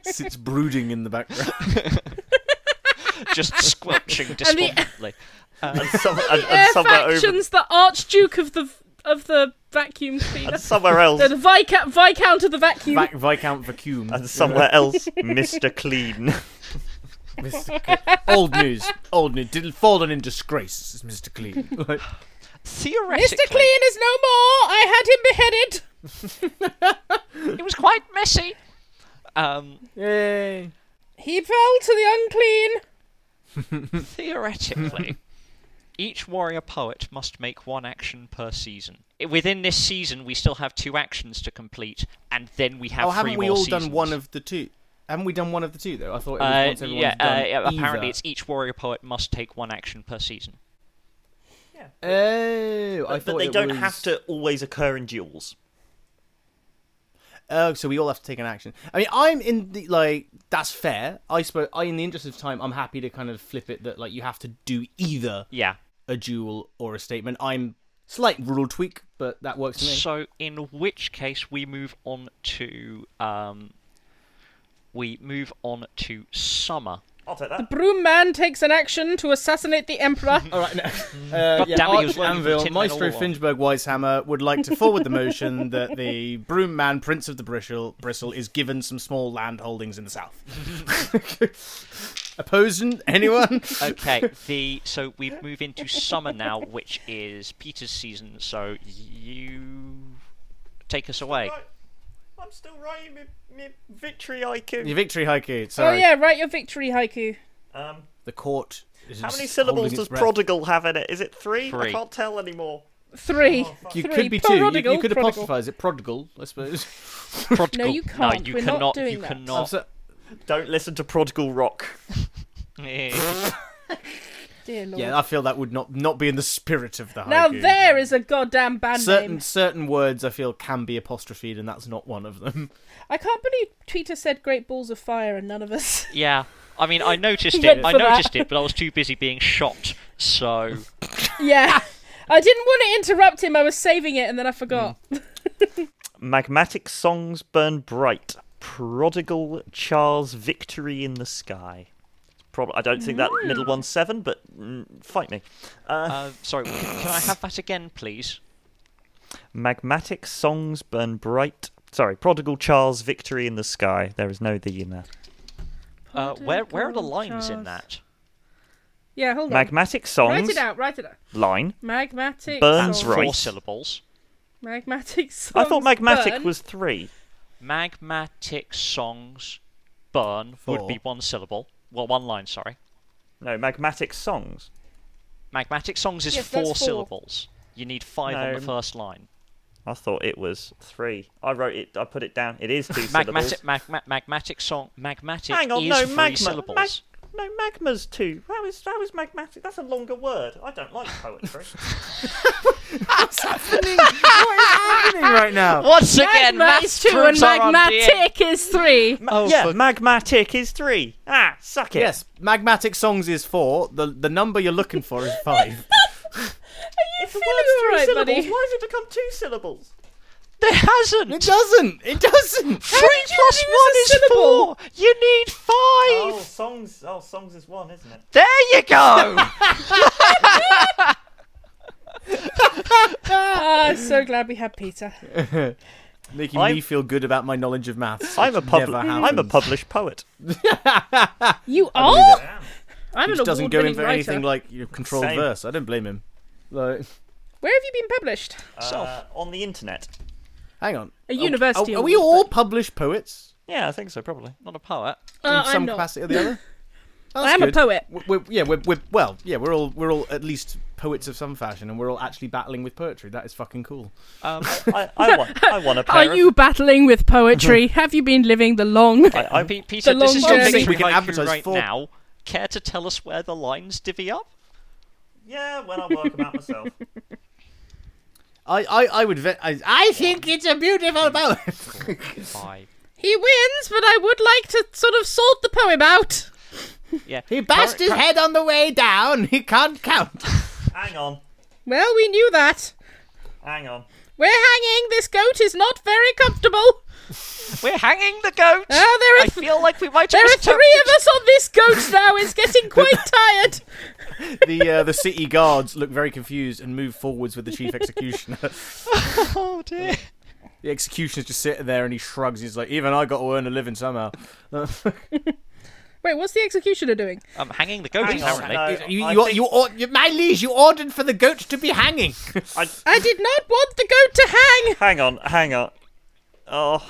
[SPEAKER 3] sits brooding in the background.
[SPEAKER 4] just squelching despondently.
[SPEAKER 2] and, some, and, and
[SPEAKER 1] Air
[SPEAKER 2] somewhere over,
[SPEAKER 1] factions, the Archduke of the of the vacuum cleaner,
[SPEAKER 2] and somewhere else,
[SPEAKER 1] the Viscount, Viscount of the vacuum.
[SPEAKER 3] Vac- Viscount Vacuum.
[SPEAKER 2] and somewhere else, Mister Clean.
[SPEAKER 3] old news. Old news. Did fallen in disgrace, Mr. Clean. Like,
[SPEAKER 4] Theoretically,
[SPEAKER 1] is no more. I had him beheaded.
[SPEAKER 4] it was quite messy. Um,
[SPEAKER 3] Yay.
[SPEAKER 1] He fell to the unclean.
[SPEAKER 4] theoretically, each warrior poet must make one action per season. I- Within this season, we still have two actions to complete, and then we have
[SPEAKER 3] Oh,
[SPEAKER 4] 3
[SPEAKER 3] haven't we
[SPEAKER 4] more
[SPEAKER 3] all
[SPEAKER 4] seasons.
[SPEAKER 3] done one of the two? Haven't we done one of the two though? I thought it was
[SPEAKER 4] Uh,
[SPEAKER 3] once everyone's
[SPEAKER 4] yeah,
[SPEAKER 3] done
[SPEAKER 4] uh, yeah, apparently
[SPEAKER 3] either.
[SPEAKER 4] it's each warrior poet must take one action per season. e-
[SPEAKER 3] Oh, I thought
[SPEAKER 2] But they
[SPEAKER 3] it
[SPEAKER 2] don't
[SPEAKER 3] was-
[SPEAKER 2] have to always occur in duels.
[SPEAKER 3] Oh, so we all have to take an action. I mean, I'm in the like that's fair. I suppose I, in the interest of time, I'm happy to kind of flip it that like you have to do either
[SPEAKER 4] Yeah.
[SPEAKER 3] a duel or a statement. I'm slight rule tweak, but that works for me.
[SPEAKER 4] So, in which case, we move on to um, we move on to summer.
[SPEAKER 2] I'll take that.
[SPEAKER 1] Broom Man takes an action to assassinate the Emperor. Oh,
[SPEAKER 3] all right, no. Uh, yeah,
[SPEAKER 4] damn it, he
[SPEAKER 3] Arch
[SPEAKER 4] was working for
[SPEAKER 3] Anvil,
[SPEAKER 4] Tin Man all
[SPEAKER 3] Maestro
[SPEAKER 4] along.
[SPEAKER 3] Finchberg Weishammer would like to forward the motion that the Broom Man, Prince of the Bristle, Bristle, is given some small land holdings in the south. Opposing anyone?
[SPEAKER 4] Okay, the so we move into summer now, which is Peter's season. So you take us away.
[SPEAKER 2] I'm still writing my, my victory IQ.
[SPEAKER 3] Your victory haiku.
[SPEAKER 1] Oh
[SPEAKER 3] Sorry.
[SPEAKER 1] yeah, write your victory haiku.
[SPEAKER 2] Um,
[SPEAKER 3] The court. is
[SPEAKER 2] how many
[SPEAKER 3] just
[SPEAKER 2] syllables
[SPEAKER 3] holding its
[SPEAKER 2] does
[SPEAKER 3] breath.
[SPEAKER 2] prodigal have in it? Is it three? I
[SPEAKER 4] Three.
[SPEAKER 2] can't tell anymore.
[SPEAKER 1] Three.
[SPEAKER 3] Oh, You
[SPEAKER 1] Three.
[SPEAKER 3] could be two. You-
[SPEAKER 1] Prodigal,
[SPEAKER 3] you could
[SPEAKER 1] prodigal.
[SPEAKER 3] apostrophize it. Prodigal, I suppose.
[SPEAKER 4] Prodigal.
[SPEAKER 1] No, you can't.
[SPEAKER 4] No, you
[SPEAKER 1] We're not
[SPEAKER 4] cannot. you
[SPEAKER 1] doing that.
[SPEAKER 3] I'm
[SPEAKER 4] cannot.
[SPEAKER 3] so-
[SPEAKER 2] Don't listen to prodigal rock.
[SPEAKER 4] Eh,
[SPEAKER 1] Dear Lord.
[SPEAKER 3] yeah, I feel that would not not be in the spirit of the haiku.
[SPEAKER 1] now there is a goddamn band
[SPEAKER 3] certain
[SPEAKER 1] name.
[SPEAKER 3] certain words I feel can be apostrophed, and that's not one of them.
[SPEAKER 1] I can't believe Tweeter said "Great Balls of Fire" and none of us.
[SPEAKER 4] yeah. I mean, I noticed
[SPEAKER 1] He went
[SPEAKER 4] it. I
[SPEAKER 1] for that.
[SPEAKER 4] noticed it, but I was too busy being shot. So
[SPEAKER 1] yeah. I didn't want to interrupt him. I was saving it and then I forgot.
[SPEAKER 2] Magmatic songs burn bright. Prodigal Char's victory in the sky. Prob- I don't think that
[SPEAKER 1] Hmm.
[SPEAKER 2] middle one's seven, but mm, fight me.
[SPEAKER 4] Uh, sorry, can, can I have that again, please?
[SPEAKER 2] Magmatic songs burn bright. Sorry, Prodigal Char's victory in the sky. There is no the in there.
[SPEAKER 4] Uh, where where are the
[SPEAKER 1] Prodigal
[SPEAKER 4] lines
[SPEAKER 1] Charles.
[SPEAKER 4] in that?
[SPEAKER 1] Yeah, hold on.
[SPEAKER 2] Magmatic
[SPEAKER 1] Write
[SPEAKER 2] songs
[SPEAKER 1] it out. Write it out.
[SPEAKER 2] line.
[SPEAKER 1] Magmatic.
[SPEAKER 2] Burns
[SPEAKER 1] songs.
[SPEAKER 2] right.
[SPEAKER 4] Four syllables.
[SPEAKER 1] Magmatic.
[SPEAKER 2] I thought
[SPEAKER 1] songs
[SPEAKER 2] magmatic
[SPEAKER 1] burn.
[SPEAKER 2] was three.
[SPEAKER 4] Magmatic songs burn would be
[SPEAKER 3] Four.
[SPEAKER 4] one syllable. Well, one line. Sorry.
[SPEAKER 2] No, magmatic songs.
[SPEAKER 4] Magmatic songs is
[SPEAKER 1] Yes,
[SPEAKER 4] four,
[SPEAKER 1] that's four.
[SPEAKER 4] syllables. You need five on the
[SPEAKER 2] No.
[SPEAKER 4] first line.
[SPEAKER 2] I thought it was three. I wrote it. I put it down. It is two syllables.
[SPEAKER 4] Magmatic, magma, magmatic song, magmatic
[SPEAKER 2] Hang on,
[SPEAKER 4] is
[SPEAKER 2] no
[SPEAKER 4] three
[SPEAKER 2] magma.
[SPEAKER 4] syllables.
[SPEAKER 2] Mag- no magma's two. That was that was magmatic. That's a longer word. I don't like poetry.
[SPEAKER 3] right now.
[SPEAKER 4] Once again,
[SPEAKER 1] Magma is two and magmatic is three.
[SPEAKER 4] Oh,
[SPEAKER 2] yeah,
[SPEAKER 4] for-
[SPEAKER 2] magmatic is three. Ah, suck it.
[SPEAKER 3] Yes, magmatic songs is four. The the number you're looking for is five.
[SPEAKER 2] if
[SPEAKER 1] feeling
[SPEAKER 2] the word's three
[SPEAKER 1] alright,
[SPEAKER 2] syllables,
[SPEAKER 1] buddy?
[SPEAKER 2] why has it become two syllables?
[SPEAKER 4] There
[SPEAKER 3] it
[SPEAKER 4] hasn't.
[SPEAKER 3] doesn't. It doesn't.
[SPEAKER 4] Three plus one
[SPEAKER 1] a
[SPEAKER 4] is
[SPEAKER 1] syllable?
[SPEAKER 4] four. You need five.
[SPEAKER 2] Oh, songs. Oh, songs is one, isn't it?
[SPEAKER 4] There you go.
[SPEAKER 1] Ah, I'm so glad we had Peter.
[SPEAKER 3] Making
[SPEAKER 2] I'm-
[SPEAKER 3] me feel good about my knowledge of maths.
[SPEAKER 2] I'm a
[SPEAKER 3] which never
[SPEAKER 2] pub- I'm a
[SPEAKER 3] happens.
[SPEAKER 2] published poet.
[SPEAKER 1] You are? I'm an
[SPEAKER 3] Which doesn't go in
[SPEAKER 1] award-winning
[SPEAKER 3] for
[SPEAKER 1] writer.
[SPEAKER 3] anything like you know, controlled
[SPEAKER 2] Same.
[SPEAKER 3] verse. I don't blame him. Like,
[SPEAKER 1] Where have you been published?
[SPEAKER 2] Uh, on the internet.
[SPEAKER 3] hang on.
[SPEAKER 1] A
[SPEAKER 3] Are-
[SPEAKER 1] university
[SPEAKER 3] Are, are we
[SPEAKER 1] award,
[SPEAKER 3] all published poets?
[SPEAKER 2] Yeah, I think so. Probably.
[SPEAKER 4] Not a poet.
[SPEAKER 1] Uh,
[SPEAKER 3] in some
[SPEAKER 1] I'm not.
[SPEAKER 3] capacity or the other. Oh,
[SPEAKER 1] I
[SPEAKER 3] that's
[SPEAKER 1] am a
[SPEAKER 3] good.
[SPEAKER 1] poet.
[SPEAKER 3] W- We're, yeah, we're, we're well, yeah, we're all we're all at least poets of some fashion, and we're all actually battling with poetry. That is fucking cool.
[SPEAKER 4] Um,
[SPEAKER 2] I, I want. I want a pair.
[SPEAKER 1] Are
[SPEAKER 2] of-
[SPEAKER 1] you battling with poetry? have you been living the long?
[SPEAKER 2] I, I,
[SPEAKER 4] Pe- Peter,
[SPEAKER 1] The
[SPEAKER 4] this
[SPEAKER 1] long
[SPEAKER 4] is your
[SPEAKER 1] journey.
[SPEAKER 4] victory
[SPEAKER 3] We can
[SPEAKER 4] haiku
[SPEAKER 3] advertise
[SPEAKER 4] right
[SPEAKER 3] for-
[SPEAKER 4] now. Care to tell us where the lines divvy up?
[SPEAKER 2] yeah, when I work 'em out myself.
[SPEAKER 3] I I, I would ve- I, I think it's a beautiful poem.
[SPEAKER 4] Five.
[SPEAKER 1] He wins, but I would like to sort of sort the poem out.
[SPEAKER 4] Yeah.
[SPEAKER 3] He bashed his head on the way down. He can't count.
[SPEAKER 2] Hang on.
[SPEAKER 1] Well, we knew that.
[SPEAKER 2] Hang on.
[SPEAKER 1] We're hanging. This goat is not very comfortable.
[SPEAKER 4] We're hanging the goat.
[SPEAKER 6] Ah, there are
[SPEAKER 4] I feel like we might
[SPEAKER 6] There
[SPEAKER 4] have
[SPEAKER 6] are
[SPEAKER 4] just
[SPEAKER 6] three of us on this goat now. It's getting quite tired.
[SPEAKER 3] The uh, the city guards look very confused and move forwards with the chief executioner.
[SPEAKER 4] Oh dear.
[SPEAKER 3] the executioner's just sitting there and he shrugs. He's like, "Even I got to earn a living somehow."
[SPEAKER 1] Wait, what's the executioner doing?
[SPEAKER 4] I'm hanging the goat
[SPEAKER 2] Hang on.
[SPEAKER 4] apparently.
[SPEAKER 2] No,
[SPEAKER 3] you,
[SPEAKER 2] I
[SPEAKER 3] you,
[SPEAKER 2] think-
[SPEAKER 3] you, or- you- my liege, you ordered for the goat to be hanging.
[SPEAKER 2] I,
[SPEAKER 6] I did not want the goat to hang.
[SPEAKER 2] hang on, hang on. Oh,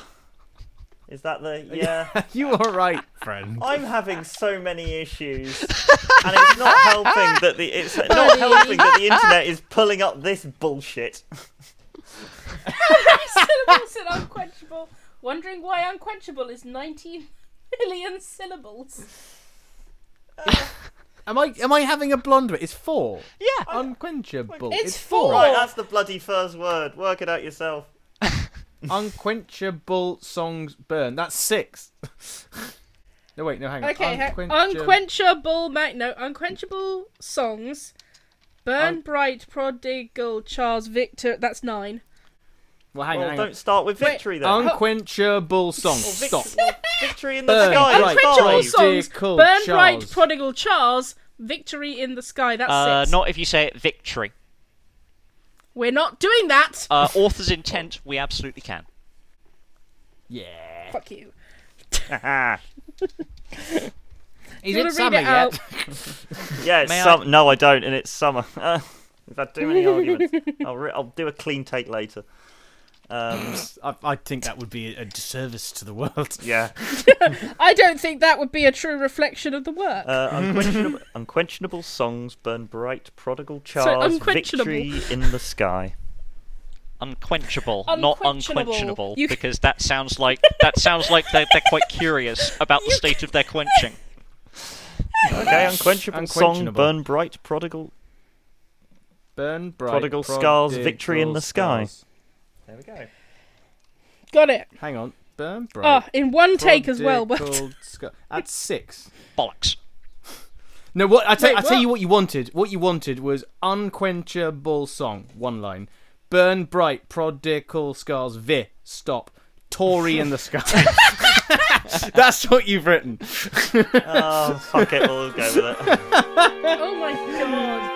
[SPEAKER 2] is that the yeah?
[SPEAKER 3] you are right, friend.
[SPEAKER 2] I'm having so many issues, and it's not helping that the it's not helping that the internet is pulling up this bullshit.
[SPEAKER 1] syllables in unquenchable. Wondering why unquenchable is 90 million syllables.
[SPEAKER 3] Am I am I having a blunder? It's four.
[SPEAKER 4] Yeah.
[SPEAKER 3] Unquenchable.
[SPEAKER 6] It's
[SPEAKER 2] Right,
[SPEAKER 6] four.
[SPEAKER 2] that's the bloody first word. Work it out yourself.
[SPEAKER 3] Unquenchable songs burn. That's six. no wait, no hang on.
[SPEAKER 1] Okay, ha-
[SPEAKER 3] Unquenchab-
[SPEAKER 1] unquenchable mag no, unquenchable songs. Burn
[SPEAKER 3] Un-
[SPEAKER 1] bright, prodigal, Charles Victor. That's nine.
[SPEAKER 3] Well, hang on,
[SPEAKER 2] Well,
[SPEAKER 3] hang on.
[SPEAKER 2] don't start with victory then.
[SPEAKER 1] Oh,
[SPEAKER 3] Unquenchable songs.
[SPEAKER 2] Or vic-
[SPEAKER 3] Stop.
[SPEAKER 2] or victory in the
[SPEAKER 3] Burn
[SPEAKER 2] sky.
[SPEAKER 3] bright,
[SPEAKER 2] start.
[SPEAKER 1] Unquenchable
[SPEAKER 3] Charles.
[SPEAKER 1] songs.
[SPEAKER 3] Prodigal
[SPEAKER 1] Burn bright,
[SPEAKER 3] Charles.
[SPEAKER 1] prodigal Charles. Victory in the sky. That's
[SPEAKER 4] Uh,
[SPEAKER 1] six.
[SPEAKER 4] not if you say it victory.
[SPEAKER 1] We're not doing that.
[SPEAKER 4] Uh, author's intent, we absolutely can.
[SPEAKER 3] Yeah.
[SPEAKER 1] Fuck you.
[SPEAKER 3] Is
[SPEAKER 1] You
[SPEAKER 3] it
[SPEAKER 1] wanna
[SPEAKER 3] summer
[SPEAKER 1] read it out?
[SPEAKER 3] yet?
[SPEAKER 2] Yeah, it's
[SPEAKER 4] May I-
[SPEAKER 2] some. No, I don't, and it's summer. Uh, we've had too many arguments. I'll, re- I'll do a clean take later. Um,
[SPEAKER 3] I, I think that would be a disservice to the world.
[SPEAKER 2] yeah.
[SPEAKER 1] I don't think that would be a true reflection of the work.
[SPEAKER 2] Uh, unquenchable, unquenchable songs burn bright, prodigal Charles,
[SPEAKER 1] unquenchable.
[SPEAKER 2] victory in the sky.
[SPEAKER 4] Unquenchable, not
[SPEAKER 1] Unquenchable.
[SPEAKER 4] unquenchable,
[SPEAKER 1] You-
[SPEAKER 4] because that sounds like that sounds like they're, they're quite curious about the state of their quenching.
[SPEAKER 2] Okay, unquenchable, song
[SPEAKER 3] Unquenchable.
[SPEAKER 2] burn bright, prodigal.
[SPEAKER 3] Burn bright.
[SPEAKER 2] Prodigal Skulls, Victory in the Sky.
[SPEAKER 3] Skulls. There we go.
[SPEAKER 1] Got it.
[SPEAKER 3] Hang on. Burn bright.
[SPEAKER 1] Ah, in one take as well. Well
[SPEAKER 3] Prodigal Sku- That's six.
[SPEAKER 4] Bollocks.
[SPEAKER 3] No, what I tell,
[SPEAKER 1] Wait,
[SPEAKER 3] I tell
[SPEAKER 1] what?
[SPEAKER 3] you what you wanted. What you wanted was unquenchable song. One line. Burn bright. Prodigal scars. Vi. Stop. Tory in the sky. That's what you've written.
[SPEAKER 2] Oh, fuck it, we'll go with it.
[SPEAKER 1] Oh my god.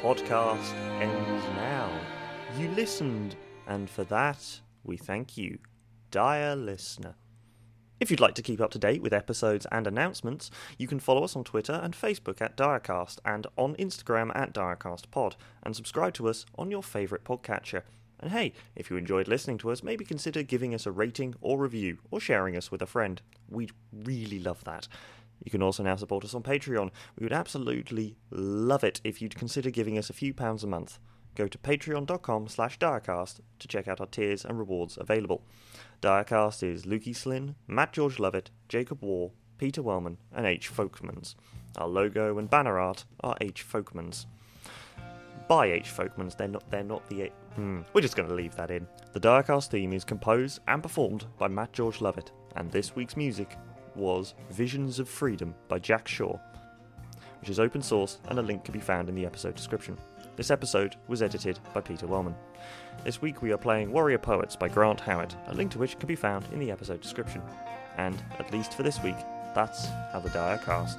[SPEAKER 2] Podcast ends now. You listened, and for that, we thank you, dear listener. If you'd like to keep up to date with episodes and announcements, you can follow us on Twitter and Facebook at Direcast and on Instagram at DirecastPod and subscribe to us on your favourite podcatcher. And hey, if you enjoyed listening to us, maybe consider giving us a rating or review or sharing us with a friend. We'd really love that. You can also now support us on Patreon. We would absolutely love it if you'd consider giving us a few pounds a month. Go to patreon.com slash Direcast to check out our tiers and rewards available. Direcast is Lukey Slynn, Matt George Lovett, Jacob Waugh, Peter Wellman, and H. Folkmans. Our logo and banner art are H. Folkmans. By H. Folkmans, they're not they're not the hmm, we're just gonna leave that in. The Direcast theme is composed and performed by Matt George Lovett, and this week's music was Visions of Freedom by Jack Shaw, which is open source and a link can be found in the episode description. This episode was edited by Peter Wellman. This week we are playing Warrior Poets by Grant Howard, a link to which can be found in the episode description. And, at least for this week, that's how the Dire cast